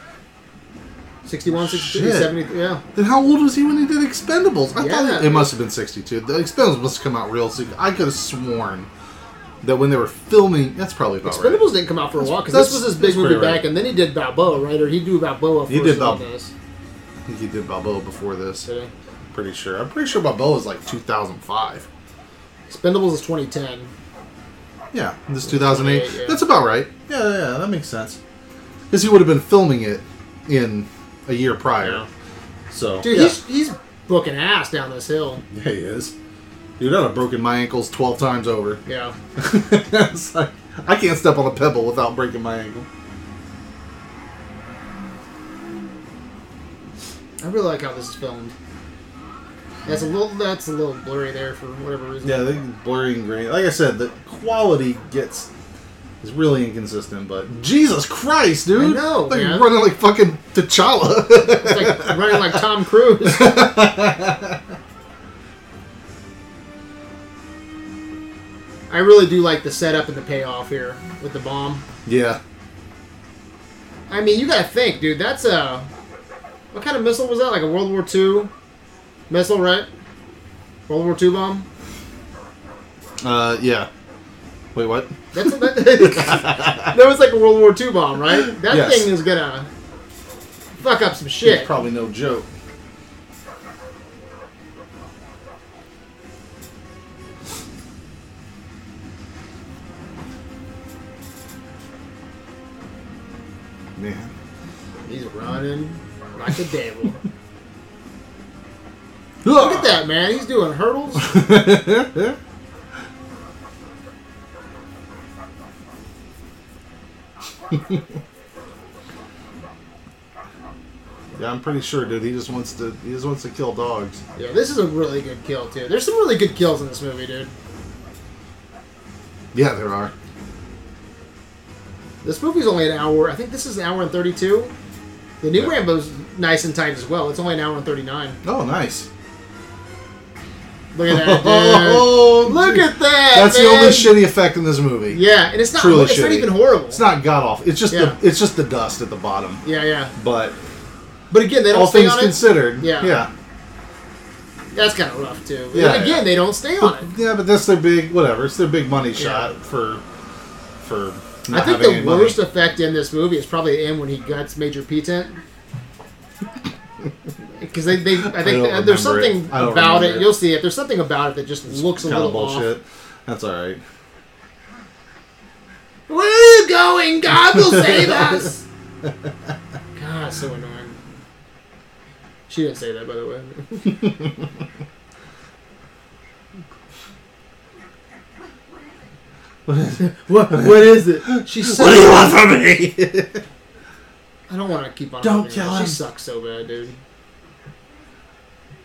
[SPEAKER 1] 61, 62,
[SPEAKER 2] Shit.
[SPEAKER 1] 70. Yeah.
[SPEAKER 2] Then how old was he when he did Expendables? I
[SPEAKER 1] Yeah.
[SPEAKER 2] thought it must have been 62. The Expendables must have come out real soon. I could have sworn that when they were filming, that's probably about right.
[SPEAKER 1] Expendables didn't come out for a while because this
[SPEAKER 2] that's-
[SPEAKER 1] was his big
[SPEAKER 2] that's
[SPEAKER 1] movie
[SPEAKER 2] pretty right.
[SPEAKER 1] back, and then he did Balboa, right? Or he do Balboa.
[SPEAKER 2] He
[SPEAKER 1] first
[SPEAKER 2] did
[SPEAKER 1] and all
[SPEAKER 2] Balboa.
[SPEAKER 1] this.
[SPEAKER 2] I think he did Balboa before this.
[SPEAKER 1] So,
[SPEAKER 2] Pretty sure. I'm pretty sure Balboa was like 2005.
[SPEAKER 1] Expendables is 2010.
[SPEAKER 2] Yeah, this is 2008.
[SPEAKER 1] Yeah, yeah.
[SPEAKER 2] That's about right. Yeah, yeah, yeah, that makes sense. Because he would have been filming it in a year prior.
[SPEAKER 1] Yeah.
[SPEAKER 2] So
[SPEAKER 1] Dude,
[SPEAKER 2] yeah.
[SPEAKER 1] he's he's booking ass down this hill.
[SPEAKER 2] Yeah, he is. Dude, I'd have broken my ankles 12 times over.
[SPEAKER 1] Yeah.
[SPEAKER 2] it's like, I can't step on a pebble without breaking my ankle.
[SPEAKER 1] I really like how this is filmed. That's a little that's a little blurry there for whatever reason.
[SPEAKER 2] Yeah, they blurry and green. Like I said, the quality gets is really inconsistent. But Jesus Christ, dude!
[SPEAKER 1] I know,
[SPEAKER 2] like
[SPEAKER 1] man.
[SPEAKER 2] running like fucking T'Challa.
[SPEAKER 1] It's like running like Tom Cruise. I really do like the setup and the payoff here with the bomb.
[SPEAKER 2] yeah,
[SPEAKER 1] I mean, you gotta think, dude. That's a what kind of missile was that? Like a World War II missile, right? World War II bomb.
[SPEAKER 2] uh, yeah. Wait, what?
[SPEAKER 1] That's that, that was like a World War II bomb, right? That
[SPEAKER 2] Yes.
[SPEAKER 1] thing is gonna fuck up some shit.
[SPEAKER 2] It's probably no joke. Man.
[SPEAKER 1] He's running like a devil. Look at that man. He's doing hurdles.
[SPEAKER 2] that. yeah, I'm pretty sure, dude. He just wants to. He just wants to kill dogs.
[SPEAKER 1] Yeah, this is a really good kill too. There's some really good kills in this movie, dude.
[SPEAKER 2] Yeah, there are.
[SPEAKER 1] This movie's only an hour. I think this is an hour and 32. The new
[SPEAKER 2] Yeah.
[SPEAKER 1] Rambo's nice and tight as well. It's only an hour and 39.
[SPEAKER 2] Oh, nice.
[SPEAKER 1] Look at that, dude.
[SPEAKER 2] Oh,
[SPEAKER 1] Look
[SPEAKER 2] dude.
[SPEAKER 1] at that.
[SPEAKER 2] That's the
[SPEAKER 1] man.
[SPEAKER 2] only shitty effect in this movie.
[SPEAKER 1] Yeah, and it's not.
[SPEAKER 2] Truly
[SPEAKER 1] it's not
[SPEAKER 2] shitty.
[SPEAKER 1] even horrible.
[SPEAKER 2] It's not god off. It's just
[SPEAKER 1] Yeah.
[SPEAKER 2] the it's just the dust at the bottom.
[SPEAKER 1] Yeah, yeah.
[SPEAKER 2] But
[SPEAKER 1] But again, they don't
[SPEAKER 2] all
[SPEAKER 1] stay
[SPEAKER 2] things
[SPEAKER 1] on it.
[SPEAKER 2] considered,
[SPEAKER 1] Yeah.
[SPEAKER 2] yeah,
[SPEAKER 1] That's kind of rough too.
[SPEAKER 2] Yeah,
[SPEAKER 1] but again,
[SPEAKER 2] yeah.
[SPEAKER 1] they don't stay on
[SPEAKER 2] But-
[SPEAKER 1] it.
[SPEAKER 2] yeah, but that's their big whatever. It's their big money shot for for.
[SPEAKER 1] I
[SPEAKER 2] Not
[SPEAKER 1] think
[SPEAKER 2] having
[SPEAKER 1] the
[SPEAKER 2] any
[SPEAKER 1] worst
[SPEAKER 2] Money.
[SPEAKER 1] effect in this movie is probably the end when he guts Major P-Tent. Because they, they, I think
[SPEAKER 2] don't
[SPEAKER 1] that there's
[SPEAKER 2] remember
[SPEAKER 1] something
[SPEAKER 2] it. I don't
[SPEAKER 1] about it.
[SPEAKER 2] remember it.
[SPEAKER 1] You'll see it. There's something about it that just looks a
[SPEAKER 2] Kinda
[SPEAKER 1] little
[SPEAKER 2] bullshit.
[SPEAKER 1] off.
[SPEAKER 2] That's all right.
[SPEAKER 1] Where are you going? God will save us. God, so annoying. She didn't say that, by the way.
[SPEAKER 2] What is it?
[SPEAKER 1] What? What is it? She sucks.
[SPEAKER 2] from me?
[SPEAKER 1] I don't want to keep on.
[SPEAKER 2] Don't
[SPEAKER 1] reading it.
[SPEAKER 2] kill
[SPEAKER 1] She
[SPEAKER 2] him.
[SPEAKER 1] sucks so bad, dude.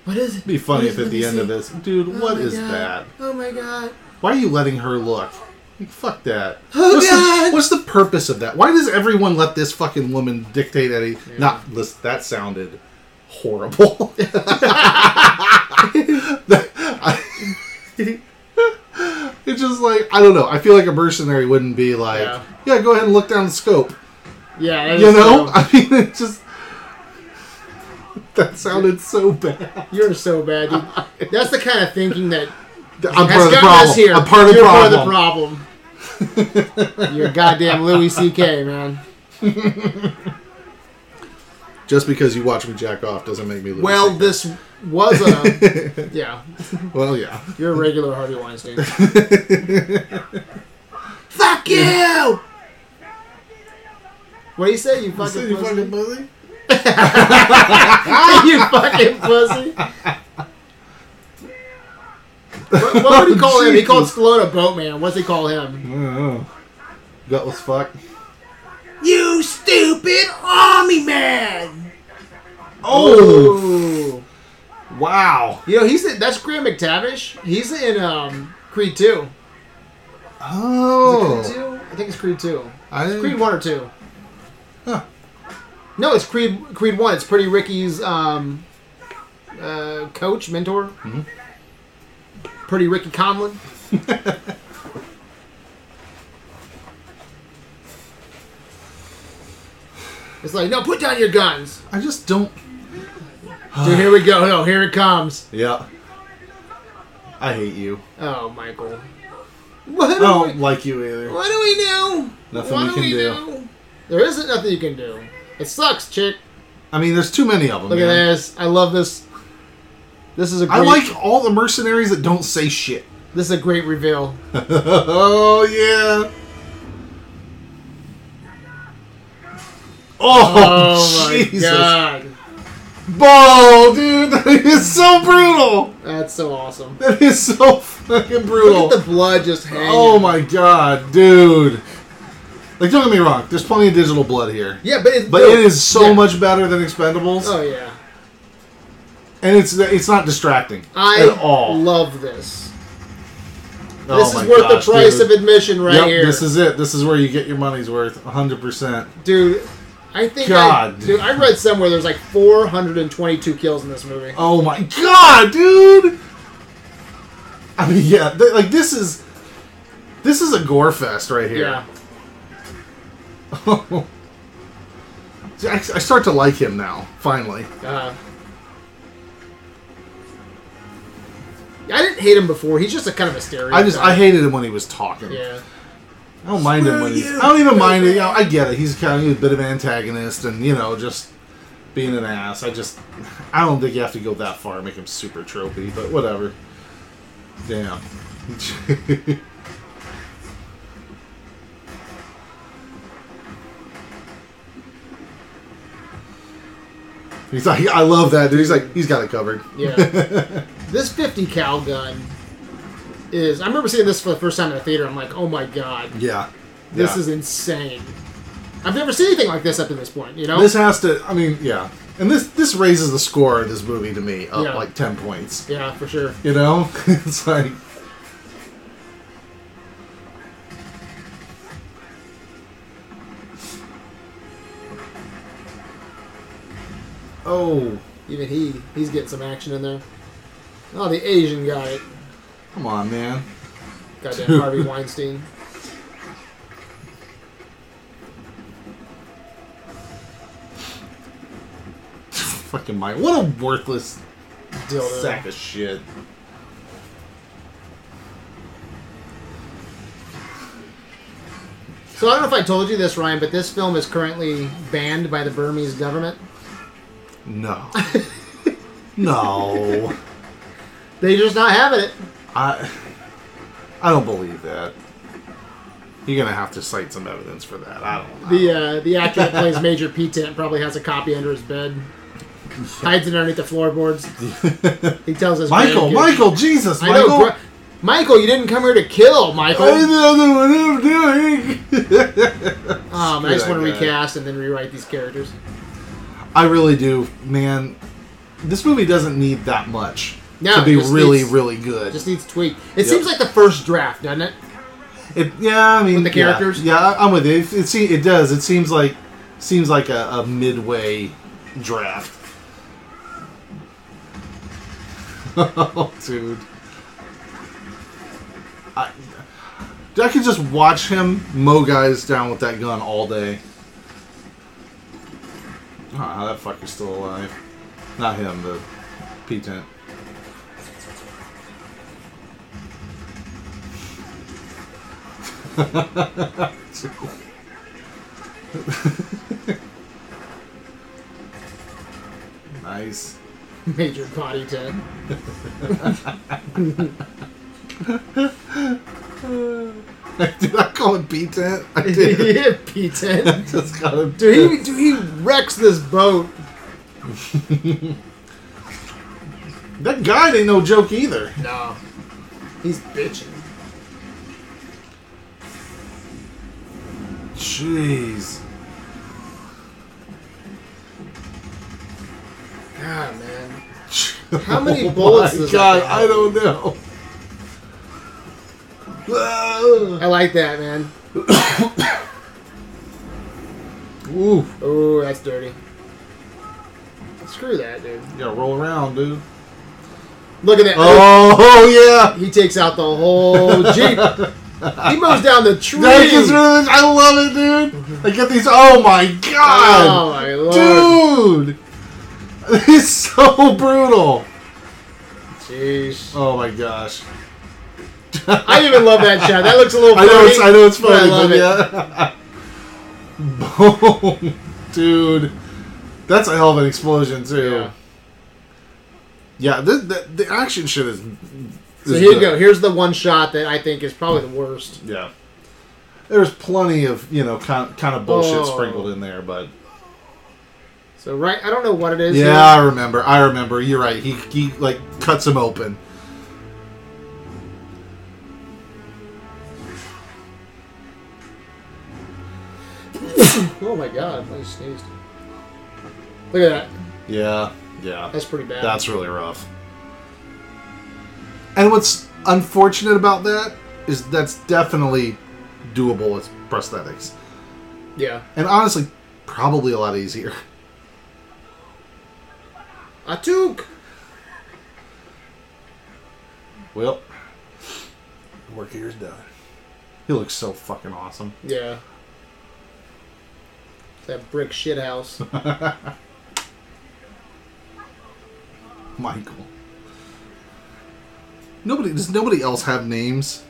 [SPEAKER 1] What is it?
[SPEAKER 2] Be funny
[SPEAKER 1] What
[SPEAKER 2] if
[SPEAKER 1] is it?
[SPEAKER 2] at
[SPEAKER 1] Let me
[SPEAKER 2] the end
[SPEAKER 1] see.
[SPEAKER 2] of this, dude,
[SPEAKER 1] Oh
[SPEAKER 2] what
[SPEAKER 1] my
[SPEAKER 2] is
[SPEAKER 1] God.
[SPEAKER 2] that?
[SPEAKER 1] Oh my god.
[SPEAKER 2] Why are you letting her look? Like, Fuck that.
[SPEAKER 1] Oh,
[SPEAKER 2] what's,
[SPEAKER 1] God.
[SPEAKER 2] The, what's the purpose of that? Why does everyone let this fucking woman dictate any? Not listen, that sounded horrible. it's just like I don't know. I feel like a mercenary wouldn't be like,
[SPEAKER 1] Yeah.
[SPEAKER 2] yeah, go ahead and look down the scope.
[SPEAKER 1] Yeah. that
[SPEAKER 2] You
[SPEAKER 1] is
[SPEAKER 2] know,
[SPEAKER 1] so-
[SPEAKER 2] I mean, it just that sounded so bad.
[SPEAKER 1] You're so bad, dude. That's the kind of thinking that
[SPEAKER 2] I'm
[SPEAKER 1] has gotten
[SPEAKER 2] part of the problem.
[SPEAKER 1] us here.
[SPEAKER 2] I'm part of the
[SPEAKER 1] You're
[SPEAKER 2] problem.
[SPEAKER 1] part of the problem. You're goddamn Louis C.K. man.
[SPEAKER 2] Just because you watch me jack off doesn't make me lose.
[SPEAKER 1] Well,
[SPEAKER 2] it.
[SPEAKER 1] this was a yeah.
[SPEAKER 2] well, yeah.
[SPEAKER 1] You're a regular Harvey Weinstein.
[SPEAKER 6] Fuck you!
[SPEAKER 1] What do you say? You
[SPEAKER 2] You
[SPEAKER 1] fucking
[SPEAKER 2] said you
[SPEAKER 1] pussy.
[SPEAKER 2] fucking pussy? Ah!
[SPEAKER 1] you fucking pussy. What, what
[SPEAKER 2] Oh,
[SPEAKER 1] would he call him? He called Stallone a boatman. What's he call him?
[SPEAKER 2] Gutless fuck.
[SPEAKER 6] You stupid army man!
[SPEAKER 2] Oh,
[SPEAKER 1] Ooh.
[SPEAKER 2] wow.
[SPEAKER 1] You know, he's the, that's Graham McTavish. He's in um, Creed 2. Is it Creed
[SPEAKER 2] Oh,
[SPEAKER 1] 2? I think it's Creed 2.
[SPEAKER 2] I
[SPEAKER 1] It's Creed
[SPEAKER 2] didn't,
[SPEAKER 1] 1 or 2.
[SPEAKER 2] huh.
[SPEAKER 1] No, it's Creed Creed 1. It's Pretty Ricky's um, uh, coach, mentor.
[SPEAKER 2] Mm-hmm.
[SPEAKER 1] Pretty Ricky Conlon. it's like, no, put down your guns.
[SPEAKER 2] I just don't.
[SPEAKER 1] Dude, here we go. No, here it comes.
[SPEAKER 2] Yeah, I hate you.
[SPEAKER 1] Oh, Michael. What
[SPEAKER 2] I
[SPEAKER 1] do we-
[SPEAKER 2] don't like you either.
[SPEAKER 1] What do we do?
[SPEAKER 2] Oh, Nothing
[SPEAKER 1] what
[SPEAKER 2] we can do.
[SPEAKER 1] There isn't nothing you can do. It sucks, chick.
[SPEAKER 2] I mean, there's too many of them.
[SPEAKER 1] Look at
[SPEAKER 2] man.
[SPEAKER 1] this. I love this. This is a great,
[SPEAKER 2] I like all the mercenaries that don't say shit.
[SPEAKER 1] this is a great reveal.
[SPEAKER 2] oh yeah. Oh,
[SPEAKER 1] Oh my
[SPEAKER 2] Jesus!
[SPEAKER 1] god.
[SPEAKER 2] Ball, dude, that is so brutal.
[SPEAKER 1] That's so awesome.
[SPEAKER 2] That is so fucking brutal.
[SPEAKER 1] Look at the blood just hanging.
[SPEAKER 2] Oh my god, dude. Like, don't get me wrong. There's plenty of digital blood here,
[SPEAKER 1] Yeah, but it,
[SPEAKER 2] but it is so
[SPEAKER 1] yeah.
[SPEAKER 2] much better than Expendables,
[SPEAKER 1] Oh yeah.
[SPEAKER 2] and it's it's not distracting
[SPEAKER 1] I
[SPEAKER 2] at all.
[SPEAKER 1] love this.
[SPEAKER 2] Oh
[SPEAKER 1] this
[SPEAKER 2] my
[SPEAKER 1] is worth
[SPEAKER 2] gosh,
[SPEAKER 1] the price
[SPEAKER 2] dude.
[SPEAKER 1] of admission right
[SPEAKER 2] yep,
[SPEAKER 1] here.
[SPEAKER 2] This is it. This is where you get your money's worth, 100. percent
[SPEAKER 1] dude, I think I,
[SPEAKER 2] God.
[SPEAKER 1] dude, I read somewhere there's like 422 kills in this movie.
[SPEAKER 2] Oh my god, dude! I mean, yeah, th- like this is this is a gore fest right here.
[SPEAKER 1] yeah.
[SPEAKER 2] I, I start to like him now, finally.
[SPEAKER 1] Uh, I didn't hate him before. He's just a kind of a stereotype.
[SPEAKER 2] I just I hated him when he was talking.
[SPEAKER 1] Yeah.
[SPEAKER 2] I don't mind him when he's. I don't even mind it. You know, I get it. He's kind of a bit of an antagonist, and you know, just being an ass. I just, I don't think you have to go that far and make him super tropey, but whatever. Damn. he's like, I love that dude. He's like, he's got it covered.
[SPEAKER 1] Yeah. this 50 cal gun is. I remember seeing this for the first time in the theater. I'm like, oh my god,
[SPEAKER 2] Yeah.
[SPEAKER 1] this
[SPEAKER 2] Yeah.
[SPEAKER 1] is insane. I've never seen anything like this up to this point. You know.
[SPEAKER 2] This has to. I mean, yeah. And this this raises the score of this movie to me up
[SPEAKER 1] Yeah.
[SPEAKER 2] like ten points.
[SPEAKER 1] yeah, for sure.
[SPEAKER 2] You know, it's like oh,
[SPEAKER 1] Even he, he's getting some action in there. Oh, the Asian guy,
[SPEAKER 2] come on, man.
[SPEAKER 1] goddamn Harvey Weinstein.
[SPEAKER 2] Fucking Mike, what a worthless
[SPEAKER 1] Dildo.
[SPEAKER 2] sack of shit.
[SPEAKER 1] So I don't know if I told you this, Ryan, but this film is currently banned by the Burmese government.
[SPEAKER 2] No, no,
[SPEAKER 1] They're just not having it.
[SPEAKER 2] I, I don't believe that. You're gonna have to cite some evidence for that. I don't. know.
[SPEAKER 1] The uh, the actor that plays Major P Tent probably has a copy under his bed, hides it underneath the floorboards. He tells us,
[SPEAKER 2] Michael, Michael, Jesus,
[SPEAKER 1] I know,
[SPEAKER 2] Michael.
[SPEAKER 1] bro- Michael, you didn't come here to kill,
[SPEAKER 2] I
[SPEAKER 1] Michael.
[SPEAKER 2] don't know what I'm doing.
[SPEAKER 1] Um, I just
[SPEAKER 2] Screw
[SPEAKER 1] want to
[SPEAKER 2] that guy.
[SPEAKER 1] recast and then rewrite these characters.
[SPEAKER 2] I really do, man. This movie doesn't need that much
[SPEAKER 1] No,
[SPEAKER 2] to be
[SPEAKER 1] it just
[SPEAKER 2] really,
[SPEAKER 1] needs-
[SPEAKER 2] really good.
[SPEAKER 1] Just needs tweak. It seems like the first draft, doesn't it?
[SPEAKER 2] it, yeah, I mean,
[SPEAKER 1] With the
[SPEAKER 2] yeah.
[SPEAKER 1] characters?
[SPEAKER 2] Yeah, I- I'm with you. It, it, se- it does. It seems like seems like a, a midway draft. oh, dude. I, I could just watch him mow guys down with that gun all day. Ah, that fucker's still alive. Not him, the P tent. nice.
[SPEAKER 1] Major Potty Tent.
[SPEAKER 2] Did I call it P tent? I did.
[SPEAKER 1] yeah, P Tent.
[SPEAKER 2] just got him.
[SPEAKER 1] Dude, he, dude, he wrecks this boat.
[SPEAKER 2] That guy ain't no joke either.
[SPEAKER 1] No, he's bitching.
[SPEAKER 2] Jeez.
[SPEAKER 1] God, man. How many bullets
[SPEAKER 2] Oh my
[SPEAKER 1] does
[SPEAKER 2] God,
[SPEAKER 1] that guy
[SPEAKER 2] I don't know.
[SPEAKER 1] I like that, man.
[SPEAKER 2] Ooh,
[SPEAKER 1] Oh, that's dirty. Screw that, dude.
[SPEAKER 2] yeah, roll around, dude.
[SPEAKER 1] Look at that.
[SPEAKER 2] Oh
[SPEAKER 1] He takes out the whole jeep. he mows down the tree.
[SPEAKER 2] yeah, that gets rid of this. I love
[SPEAKER 1] Mm-hmm.
[SPEAKER 2] it, dude. I get these. Oh my
[SPEAKER 1] oh
[SPEAKER 2] god,
[SPEAKER 1] my Oh, lord.
[SPEAKER 2] dude, it's so brutal.
[SPEAKER 1] Jeez.
[SPEAKER 2] Oh my gosh.
[SPEAKER 1] I even love that shot. That looks a little.
[SPEAKER 2] I know
[SPEAKER 1] funny,
[SPEAKER 2] it's I know it's
[SPEAKER 1] but I
[SPEAKER 2] funny,
[SPEAKER 1] love
[SPEAKER 2] but,
[SPEAKER 1] it.
[SPEAKER 2] yeah. Boom, dude. That's a hell of an explosion too.
[SPEAKER 1] Yeah.
[SPEAKER 2] Yeah, the, the, the action shit is.
[SPEAKER 1] So
[SPEAKER 2] is
[SPEAKER 1] here you
[SPEAKER 2] good.
[SPEAKER 1] go. Here's the one shot that I think is probably the worst.
[SPEAKER 2] Yeah, there's plenty of you know kind kind of bullshit
[SPEAKER 1] Oh.
[SPEAKER 2] sprinkled in there, but
[SPEAKER 1] So right, I don't know what it is.
[SPEAKER 2] yeah, I remember. I remember. You're right. He he like cuts him open.
[SPEAKER 1] here. Oh my god, I just sneezed. Look at that.
[SPEAKER 2] Yeah, yeah.
[SPEAKER 1] That's pretty bad.
[SPEAKER 2] That's really rough. And what's unfortunate about that is that's definitely doable with prosthetics.
[SPEAKER 1] yeah.
[SPEAKER 2] And honestly, probably a lot easier.
[SPEAKER 1] I took.
[SPEAKER 2] Well, work here's done. He looks so fucking awesome.
[SPEAKER 1] Yeah. That brick shit house.
[SPEAKER 2] Michael. Nobody does nobody else have names?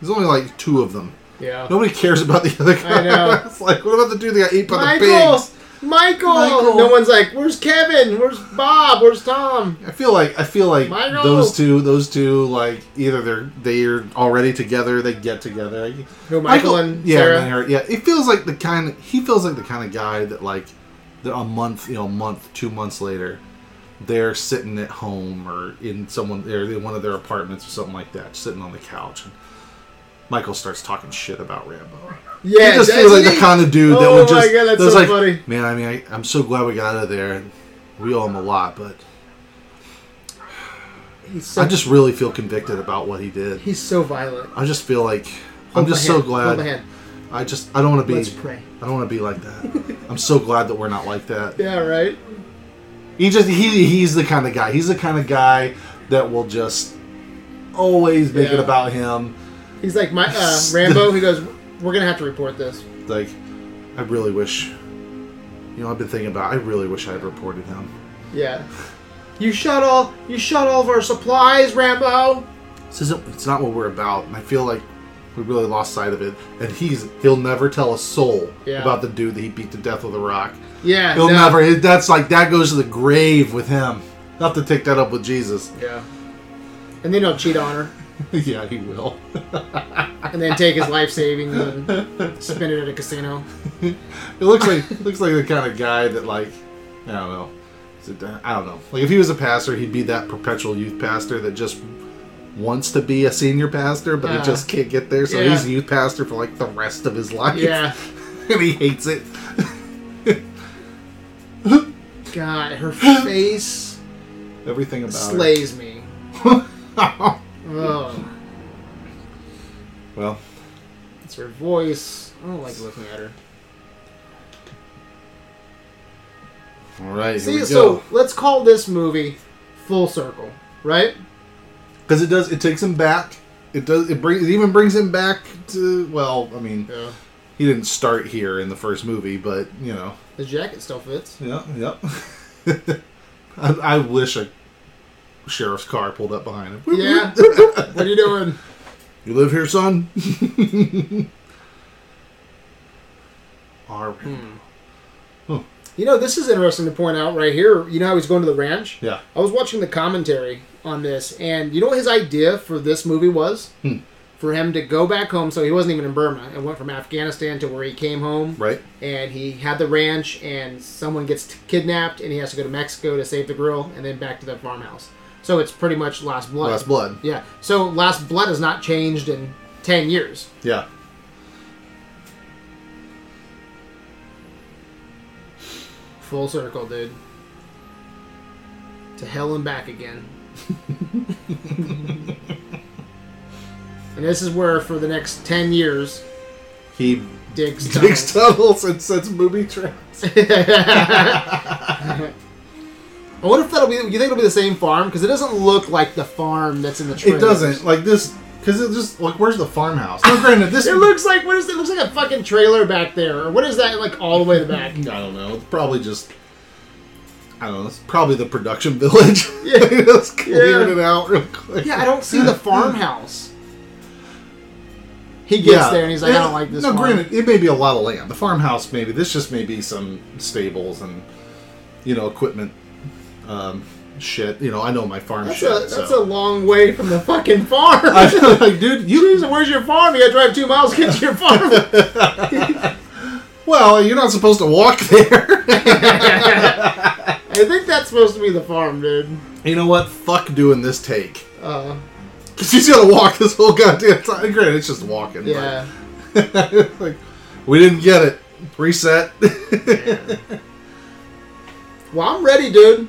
[SPEAKER 2] There's only like two of them.
[SPEAKER 1] Yeah.
[SPEAKER 2] Nobody cares about the other guy.
[SPEAKER 1] I know.
[SPEAKER 2] it's like what about the dude that got ate by the
[SPEAKER 1] Michael!
[SPEAKER 2] pigs?
[SPEAKER 1] Michael!
[SPEAKER 2] Michael.
[SPEAKER 1] No one's like, where's Kevin? Where's Bob? Where's Tom?
[SPEAKER 2] I feel like I feel like
[SPEAKER 1] Michael!
[SPEAKER 2] those two, those two, like either they're they're already together, they get together.
[SPEAKER 1] Who, Michael and
[SPEAKER 2] yeah,
[SPEAKER 1] Sarah?
[SPEAKER 2] and Harry- yeah. It feels like the kind. he feels like the kind of guy that like that a month, you know, a month, two months later, they're sitting at home or in someone they're in one of their apartments or something like that, sitting on the couch. And Michael starts talking shit about Rambo.
[SPEAKER 1] Yeah,
[SPEAKER 2] He just
[SPEAKER 1] that's
[SPEAKER 2] feels like
[SPEAKER 1] neat.
[SPEAKER 2] the kind of dude that
[SPEAKER 1] Oh
[SPEAKER 2] would
[SPEAKER 1] my
[SPEAKER 2] just.
[SPEAKER 1] God, that's
[SPEAKER 2] that's
[SPEAKER 1] so
[SPEAKER 2] like,
[SPEAKER 1] funny.
[SPEAKER 2] Man, I mean, I, I'm so glad we got out of there. and We owe him a lot, but
[SPEAKER 1] He's so,
[SPEAKER 2] I just really feel convicted about what he did.
[SPEAKER 1] he's so violent.
[SPEAKER 2] I just feel like I'm
[SPEAKER 1] Hold
[SPEAKER 2] just
[SPEAKER 1] my
[SPEAKER 2] so
[SPEAKER 1] hand. Hold my
[SPEAKER 2] glad.
[SPEAKER 1] hand.
[SPEAKER 2] I just I don't want to be.
[SPEAKER 1] Let's pray.
[SPEAKER 2] I don't want to be like that. I'm so glad that we're not like that.
[SPEAKER 1] Yeah, right?
[SPEAKER 2] He just he he's the kind of guy. He's the kind of guy that will just always make it
[SPEAKER 1] Yeah.
[SPEAKER 2] about him.
[SPEAKER 1] He's like my uh, Rambo. He goes, "We're gonna have to report this."
[SPEAKER 2] Like, I really wish. You know, I've been thinking about. I really wish I had reported him.
[SPEAKER 1] Yeah. You shot all. You shot all of our supplies, Rambo.
[SPEAKER 2] This isn't. It's not what we're about. And I feel like we really lost sight of it. And he's he'll never tell a soul
[SPEAKER 1] Yeah.
[SPEAKER 2] about the dude that he beat to death with a rock.
[SPEAKER 1] Yeah.
[SPEAKER 2] He'll
[SPEAKER 1] no.
[SPEAKER 2] never. it- That's like that goes to the grave with him. I'll have to take that up with Jesus.
[SPEAKER 1] Yeah. And then he'll cheat on her,
[SPEAKER 2] yeah, he will.
[SPEAKER 1] and then take his life savings and spend it at a casino.
[SPEAKER 2] It looks like looks like the kind of guy that like I don't know. Is it- I don't know. Like if he was a pastor, he'd be that perpetual youth pastor that just wants to be a senior pastor, but
[SPEAKER 1] Uh,
[SPEAKER 2] he just can't get there. So
[SPEAKER 1] yeah.
[SPEAKER 2] he's a youth pastor for like the rest of his life.
[SPEAKER 1] Yeah.
[SPEAKER 2] and he hates it.
[SPEAKER 1] God, her face
[SPEAKER 2] Everything about it.
[SPEAKER 1] slays me. Oh,
[SPEAKER 2] Well,
[SPEAKER 1] it's her voice. I don't like looking at her.
[SPEAKER 2] all right.
[SPEAKER 1] See,
[SPEAKER 2] here we
[SPEAKER 1] so
[SPEAKER 2] go.
[SPEAKER 1] let's call this movie Full Circle, right?
[SPEAKER 2] because it does it takes him back. It does it brings it even brings him back to well, I mean,
[SPEAKER 1] Yeah.
[SPEAKER 2] he didn't start here in the first movie, but you know.
[SPEAKER 1] The jacket still fits.
[SPEAKER 2] Yeah, yep. I, I wish a sheriff's car pulled up behind him.
[SPEAKER 1] Yeah. what are you doing?
[SPEAKER 2] You live here, son? Our,
[SPEAKER 1] You know, this is interesting to point out right here. You know how he's going to the ranch?
[SPEAKER 2] Yeah.
[SPEAKER 1] I was watching the commentary on this, and you know what his idea for this movie was?
[SPEAKER 2] Hmm.
[SPEAKER 1] For him to go back home, so he wasn't even in Burma, and went from Afghanistan to where he came home.
[SPEAKER 2] Right?
[SPEAKER 1] And he had the ranch, and someone gets t- kidnapped, and he has to go to Mexico to save the girl, and then back to the farmhouse. So it's pretty much Last Blood.
[SPEAKER 2] Last Blood.
[SPEAKER 1] Yeah. So Last Blood has not changed in 10 years.
[SPEAKER 2] Yeah.
[SPEAKER 1] Full circle, dude. to hell and back again. and this is where, for the next 10 years,
[SPEAKER 2] He
[SPEAKER 1] digs
[SPEAKER 2] digs
[SPEAKER 1] tunnels.
[SPEAKER 2] tunnels and sets booby traps.
[SPEAKER 1] I wonder if that'll be. You think it'll be the same farm? Because it doesn't look like the farm that's in the trailer.
[SPEAKER 2] It doesn't like this because it just like where's the farmhouse? No, granted, this
[SPEAKER 1] It looks like what is it? Looks like a fucking trailer back there, or what is that like all the way in the back?
[SPEAKER 2] I don't know. It's probably just. I don't know. It's probably the production village.
[SPEAKER 1] Yeah.
[SPEAKER 2] they just cleared
[SPEAKER 1] Yeah.
[SPEAKER 2] it out real quick.
[SPEAKER 1] Yeah, I don't see the farmhouse. He gets there and he's like, I don't like this.
[SPEAKER 2] No,
[SPEAKER 1] farm.
[SPEAKER 2] granted, it may be a lot of land. The farmhouse, maybe this just may be some stables and you know equipment, um, shit. You know, I know my farm
[SPEAKER 1] That's
[SPEAKER 2] shit.
[SPEAKER 1] a that's a
[SPEAKER 2] so.
[SPEAKER 1] long way from the fucking farm.
[SPEAKER 2] I- like, dude, you.
[SPEAKER 1] Jeez, where's your farm? You gotta drive two miles to get to your farm.
[SPEAKER 2] Well, you're not supposed to walk there.
[SPEAKER 1] I think that's supposed to be the farm, dude.
[SPEAKER 2] you know what? Fuck doing this take.
[SPEAKER 1] Uh,
[SPEAKER 2] Cause he's gotta walk this whole goddamn time. Granted, it's just walking. but-
[SPEAKER 1] yeah.
[SPEAKER 2] It's like, we didn't get it. Reset.
[SPEAKER 1] Well, I'm ready, dude.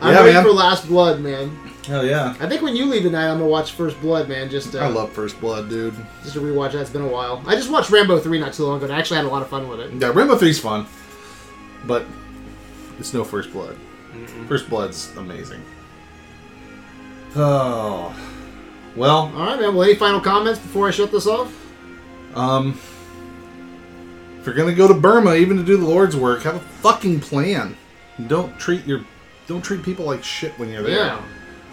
[SPEAKER 1] I'm
[SPEAKER 2] Yeah,
[SPEAKER 1] ready
[SPEAKER 2] man.
[SPEAKER 1] for Last Blood, man.
[SPEAKER 2] Hell yeah.
[SPEAKER 1] I think when you leave tonight, I'm gonna watch First Blood, man. Just to,
[SPEAKER 2] I love First Blood, dude.
[SPEAKER 1] just to rewatch that. It's been a while. I just watched Rambo three not too long ago, and I actually had a lot of fun with it.
[SPEAKER 2] Yeah, Rainbow Three's fun, but it's no First Blood. First Blood's amazing. Oh, well,
[SPEAKER 1] All right, man. Well, any final comments before I shut this off?
[SPEAKER 2] um, if you're gonna go to Burma, even to do the Lord's work, have a fucking plan. Don't treat your, don't treat people like shit when you're there.
[SPEAKER 1] Yeah.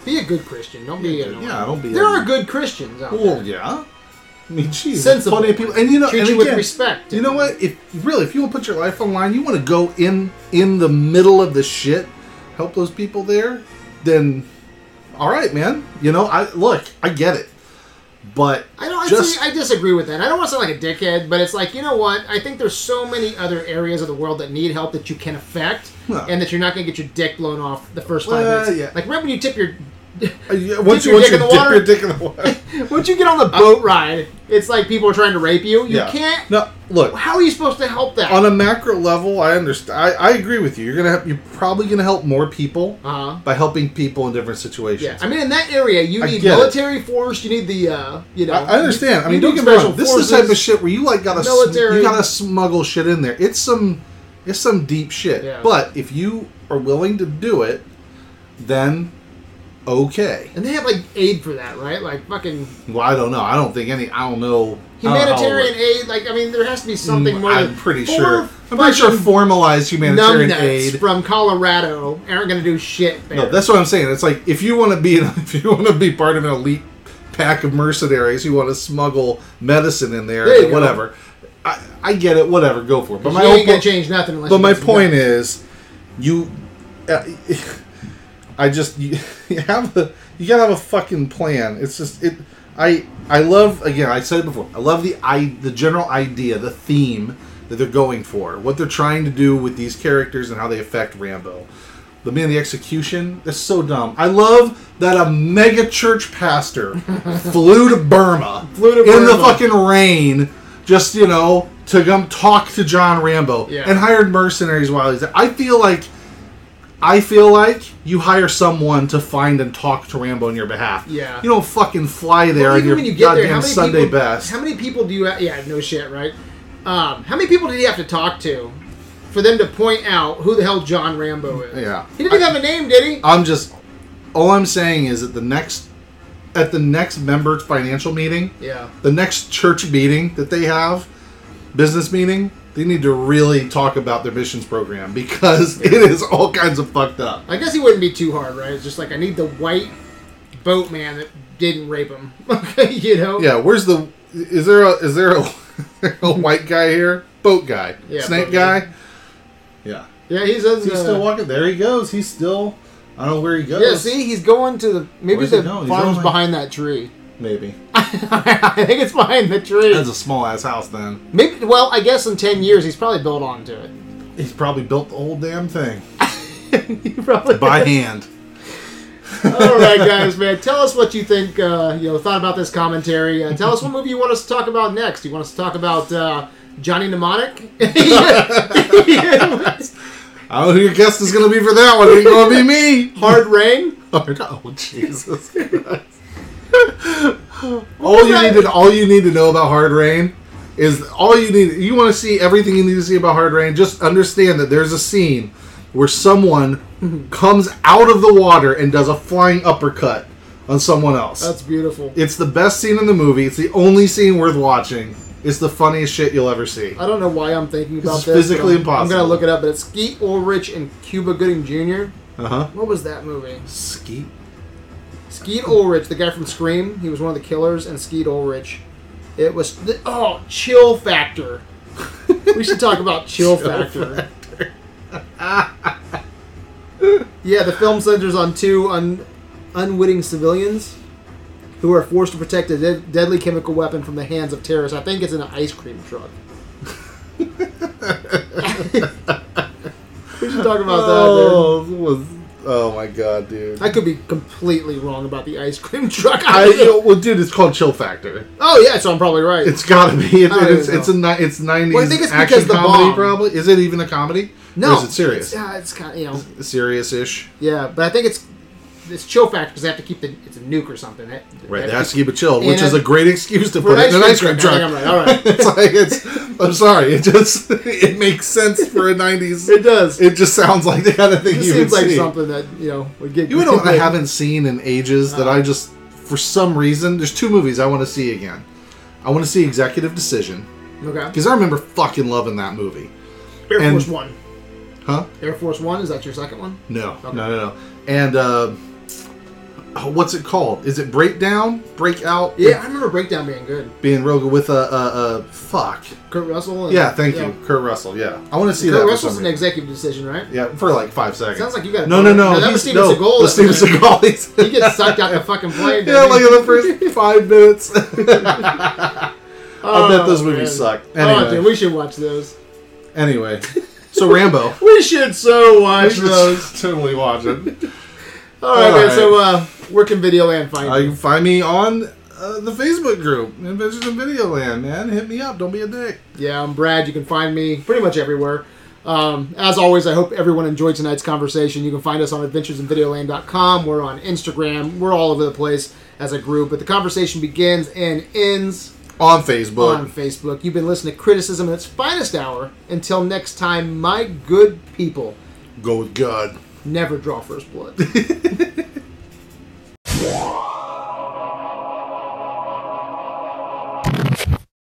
[SPEAKER 1] Be a good Christian. Don't be an
[SPEAKER 2] Yeah, don't be
[SPEAKER 1] There
[SPEAKER 2] a-
[SPEAKER 1] are good Christians out there.
[SPEAKER 2] Well, yeah. I mean, geez,
[SPEAKER 1] Sensible.
[SPEAKER 2] plenty of people, and you know,
[SPEAKER 1] Treat
[SPEAKER 2] and
[SPEAKER 1] you
[SPEAKER 2] again,
[SPEAKER 1] with respect.
[SPEAKER 2] You know what? If really, if you want to put your life on the line, you want to go in in the middle of the shit, help those people there, then all right, man. You know, I look, I get it, but
[SPEAKER 1] I don't. I
[SPEAKER 2] Just-
[SPEAKER 1] see- I disagree with that. I don't want to sound like a dickhead, but it's like you know what? I think there's so many other areas of the world that need help that you can affect,
[SPEAKER 2] Yeah.
[SPEAKER 1] and that you're not going to get your dick blown off the first five
[SPEAKER 2] Well,
[SPEAKER 1] minutes.
[SPEAKER 2] yeah.
[SPEAKER 1] Like remember when you tip your
[SPEAKER 2] uh, yeah, once
[SPEAKER 1] Dip
[SPEAKER 2] you
[SPEAKER 1] your dick
[SPEAKER 2] once
[SPEAKER 1] in
[SPEAKER 2] you
[SPEAKER 1] the
[SPEAKER 2] dip
[SPEAKER 1] water.
[SPEAKER 2] your dick in the water,
[SPEAKER 1] once you get on the boat ride, it's like people are trying to rape you. You
[SPEAKER 2] Uh, yeah.
[SPEAKER 1] can't.
[SPEAKER 2] No, look.
[SPEAKER 1] How are you supposed to help that?
[SPEAKER 2] On a macro level, I understand. I, I agree with you. You're gonna have, you're probably gonna help more people
[SPEAKER 1] Uh-huh.
[SPEAKER 2] by helping people in different situations.
[SPEAKER 1] yeah, I mean in that area you
[SPEAKER 2] I
[SPEAKER 1] need
[SPEAKER 2] get it.
[SPEAKER 1] military force. You need the uh, you know.
[SPEAKER 2] I, I understand. I
[SPEAKER 1] you
[SPEAKER 2] mean, don't
[SPEAKER 1] need
[SPEAKER 2] get me
[SPEAKER 1] special
[SPEAKER 2] wrong. This is the type of
[SPEAKER 1] forces.
[SPEAKER 2] shit where you like gotta sm-
[SPEAKER 1] military.
[SPEAKER 2] you gotta smuggle shit in there. It's some it's some deep shit.
[SPEAKER 1] Yeah.
[SPEAKER 2] But if you are willing to do it, then okay.
[SPEAKER 1] And they have like aid for that, right? Like fucking
[SPEAKER 2] Well, I don't know. I don't think any. I don't know I don't know how it
[SPEAKER 1] humanitarian
[SPEAKER 2] works.
[SPEAKER 1] aid. Like I mean, there has to be something more.
[SPEAKER 2] Mm, I'm
[SPEAKER 1] than
[SPEAKER 2] pretty
[SPEAKER 1] four
[SPEAKER 2] sure. I'm pretty sure
[SPEAKER 1] fucking
[SPEAKER 2] formalized humanitarian
[SPEAKER 1] numbnuts
[SPEAKER 2] aid.
[SPEAKER 1] from Colorado aren't going to do shit. There.
[SPEAKER 2] No, that's what I'm saying. It's like if you want to be if you want to be part of an elite pack of mercenaries, you want to smuggle medicine in there,
[SPEAKER 1] There you go.
[SPEAKER 2] whatever. I, I get it. Whatever, go for it. But
[SPEAKER 1] You
[SPEAKER 2] my whole
[SPEAKER 1] ain't going
[SPEAKER 2] point,
[SPEAKER 1] to change nothing. Unless
[SPEAKER 2] but
[SPEAKER 1] you
[SPEAKER 2] my
[SPEAKER 1] get some
[SPEAKER 2] point
[SPEAKER 1] guns.
[SPEAKER 2] is, you, uh, I just you, you have a you gotta have a fucking plan. It's just it. I I love again. I said it before. I love the i the general idea, the theme that they're going for, what they're trying to do with these characters and how they affect Rambo. But man, the execution is so dumb. I love that a mega church pastor flew to Burma
[SPEAKER 1] Flew to
[SPEAKER 2] in the
[SPEAKER 1] Burma.
[SPEAKER 2] fucking rain, just you know, to come talk to John Rambo
[SPEAKER 1] Yeah.
[SPEAKER 2] and hired mercenaries while he's there. I feel like I feel like you hire someone to find and talk to Rambo on your behalf.
[SPEAKER 1] Yeah.
[SPEAKER 2] You don't fucking fly there
[SPEAKER 1] Well,
[SPEAKER 2] on your
[SPEAKER 1] even when you get
[SPEAKER 2] goddamn
[SPEAKER 1] there, how many
[SPEAKER 2] Sunday
[SPEAKER 1] people,
[SPEAKER 2] best.
[SPEAKER 1] How many people do you? ha- Yeah, no shit, right? Um, how many people did he have to talk to for them to point out who the hell John Rambo is?
[SPEAKER 2] Yeah. Oh.
[SPEAKER 1] he didn't even have a name, did he?
[SPEAKER 2] I'm just all I'm saying is that the next at the next members financial meeting,
[SPEAKER 1] yeah,
[SPEAKER 2] the next church meeting that they have, business meeting, they need to really talk about their missions program because it is all kinds of fucked up.
[SPEAKER 1] I guess he wouldn't be too hard, right? It's just like I need the white boatman that didn't rape him. Okay, you know.
[SPEAKER 2] Yeah, where's the? Is there a is there a, a white guy here? Boat guy,
[SPEAKER 1] Yeah,
[SPEAKER 2] snake
[SPEAKER 1] boat
[SPEAKER 2] guy.
[SPEAKER 1] guy.
[SPEAKER 2] Yeah,
[SPEAKER 1] yeah, he says
[SPEAKER 2] he's
[SPEAKER 1] uh,
[SPEAKER 2] still walking. There he goes. He's still. I don't know where he goes.
[SPEAKER 1] Yeah, see, he's going to the maybe
[SPEAKER 2] Where's he
[SPEAKER 1] the
[SPEAKER 2] going? He's
[SPEAKER 1] farm's
[SPEAKER 2] going-
[SPEAKER 1] behind that tree.
[SPEAKER 2] maybe
[SPEAKER 1] I think it's behind the tree.
[SPEAKER 2] that's a small ass house. Then
[SPEAKER 1] Maybe. Well, I guess in ten years he's probably built onto it.
[SPEAKER 2] he's probably built the whole damn thing
[SPEAKER 1] He probably.
[SPEAKER 2] by hand.
[SPEAKER 1] All right, guys, man. Tell us what you think. Uh, you know, thought about this commentary. Uh, tell us what movie you want us to talk about next. You want us to talk about uh, Johnny Mnemonic?
[SPEAKER 2] I don't know who your guest is going to be for that one. It's going to be me.
[SPEAKER 1] Hard rain.
[SPEAKER 2] Hard- Oh, Jesus Christ. all you need to all you need to know about Hard Rain is all you need. You want to see everything you need to see about Hard Rain. Just understand that there's a scene where someone comes out of the water and does a flying uppercut on someone else.
[SPEAKER 1] That's beautiful.
[SPEAKER 2] It's the best scene in the movie. It's the only scene worth watching. It's the funniest shit you'll ever see.
[SPEAKER 1] I don't know why I'm thinking about
[SPEAKER 2] is
[SPEAKER 1] this.
[SPEAKER 2] physically
[SPEAKER 1] but I'm- I'm
[SPEAKER 2] impossible.
[SPEAKER 1] gonna look it up, but it's Skeet Ulrich and Cuba Gooding Jr.
[SPEAKER 2] Uh huh.
[SPEAKER 1] What was that movie?
[SPEAKER 2] Skeet.
[SPEAKER 1] Skeet Ulrich, the guy from Scream, he was one of the killers, and Skeet Ulrich. It was the, oh, Chill Factor. we should talk about Chill, Factor. yeah, the film centers on two un, unwitting civilians who are forced to protect a de- deadly chemical weapon from the hands of terrorists. I think it's in an ice cream truck. we should talk about that. Dude.
[SPEAKER 2] Oh, it was, oh my god, dude.
[SPEAKER 1] I could be completely wrong about the ice cream truck.
[SPEAKER 2] I, you know, well, dude, it's called Chill Factor.
[SPEAKER 1] oh yeah, so I'm probably right.
[SPEAKER 2] It's gotta be. It,
[SPEAKER 1] I don't
[SPEAKER 2] it's
[SPEAKER 1] even
[SPEAKER 2] it's a ni- it's nineties
[SPEAKER 1] Well, I think it's
[SPEAKER 2] action
[SPEAKER 1] because the
[SPEAKER 2] comedy.
[SPEAKER 1] bomb.
[SPEAKER 2] Probably is it even a comedy?
[SPEAKER 1] no,
[SPEAKER 2] or is it serious?
[SPEAKER 1] It's, uh, it's kind of you know
[SPEAKER 2] Serious ish.
[SPEAKER 1] yeah, but I think it's it's chill factor because they have to keep the it's a nuke or something. That,
[SPEAKER 2] Right,
[SPEAKER 1] that-
[SPEAKER 2] they have to keep it chill, which
[SPEAKER 1] And-
[SPEAKER 2] is a great excuse to
[SPEAKER 1] for
[SPEAKER 2] put it in an ice cream
[SPEAKER 1] I
[SPEAKER 2] truck.
[SPEAKER 1] think I'm right. All right,
[SPEAKER 2] it's like it's. I'm sorry. It just it makes sense for a '90s.
[SPEAKER 1] it does. It
[SPEAKER 2] It just sounds like the kind of thing
[SPEAKER 1] just
[SPEAKER 2] you would
[SPEAKER 1] seems like
[SPEAKER 2] see.
[SPEAKER 1] something that you know would get
[SPEAKER 2] You know what I haven't seen in ages
[SPEAKER 1] Uh-huh.
[SPEAKER 2] that I just, for some reason, there's two movies I want to see again. I want to see Executive Decision
[SPEAKER 1] Okay,
[SPEAKER 2] because I remember fucking loving that movie.
[SPEAKER 1] Air
[SPEAKER 2] and-
[SPEAKER 1] Force One.
[SPEAKER 2] Huh?
[SPEAKER 1] Air Force One is that your second one?
[SPEAKER 2] No,
[SPEAKER 1] Okay.
[SPEAKER 2] no, no, no. And uh, oh, what's it called? Is it Breakdown? Breakout?
[SPEAKER 1] Yeah, I remember Breakdown being good.
[SPEAKER 2] Being real good with a uh, uh, uh, fuck.
[SPEAKER 1] Kurt Russell. And,
[SPEAKER 2] Yeah, thank you, Kurt Russell. Yeah, I want to see
[SPEAKER 1] Kurt
[SPEAKER 2] that. for
[SPEAKER 1] Russell's
[SPEAKER 2] some
[SPEAKER 1] an
[SPEAKER 2] reason.
[SPEAKER 1] executive decision, right?
[SPEAKER 2] Yeah, for like five seconds.
[SPEAKER 1] Sounds like you got a-
[SPEAKER 2] no, no, no.
[SPEAKER 1] No, that was
[SPEAKER 2] he's-
[SPEAKER 1] Steven
[SPEAKER 2] no,
[SPEAKER 1] Seagal.
[SPEAKER 2] the Steven Seagal. he's-
[SPEAKER 1] He gets sucked out the fucking plane.
[SPEAKER 2] Yeah,
[SPEAKER 1] doesn't
[SPEAKER 2] like
[SPEAKER 1] he?
[SPEAKER 2] in the first five minutes. I bet those
[SPEAKER 1] Oh,
[SPEAKER 2] movies
[SPEAKER 1] man.
[SPEAKER 2] suck. Anyway,
[SPEAKER 1] Oh, dude, we should watch those.
[SPEAKER 2] anyway. So Rambo.
[SPEAKER 1] We should so
[SPEAKER 2] I
[SPEAKER 1] watch
[SPEAKER 2] should
[SPEAKER 1] those.
[SPEAKER 2] totally watch it.
[SPEAKER 1] All right, man.
[SPEAKER 2] All
[SPEAKER 1] So, uh, where can Video Land find
[SPEAKER 2] Uh,
[SPEAKER 1] you?
[SPEAKER 2] you can find me on uh, the Facebook group, Adventures in Videoland. Man, hit me up. Don't be a dick.
[SPEAKER 1] Yeah, I'm Brad. You can find me pretty much everywhere. Um, as always, I hope everyone enjoyed tonight's conversation. You can find us on adventuresinvideoland.com. We're on Instagram. We're all over the place as a group. But the conversation begins and ends
[SPEAKER 2] On Facebook.
[SPEAKER 1] on Facebook. You've been listening to Criticism in its finest hour. Until next time, my good people,
[SPEAKER 2] Go with God.
[SPEAKER 1] never draw first blood.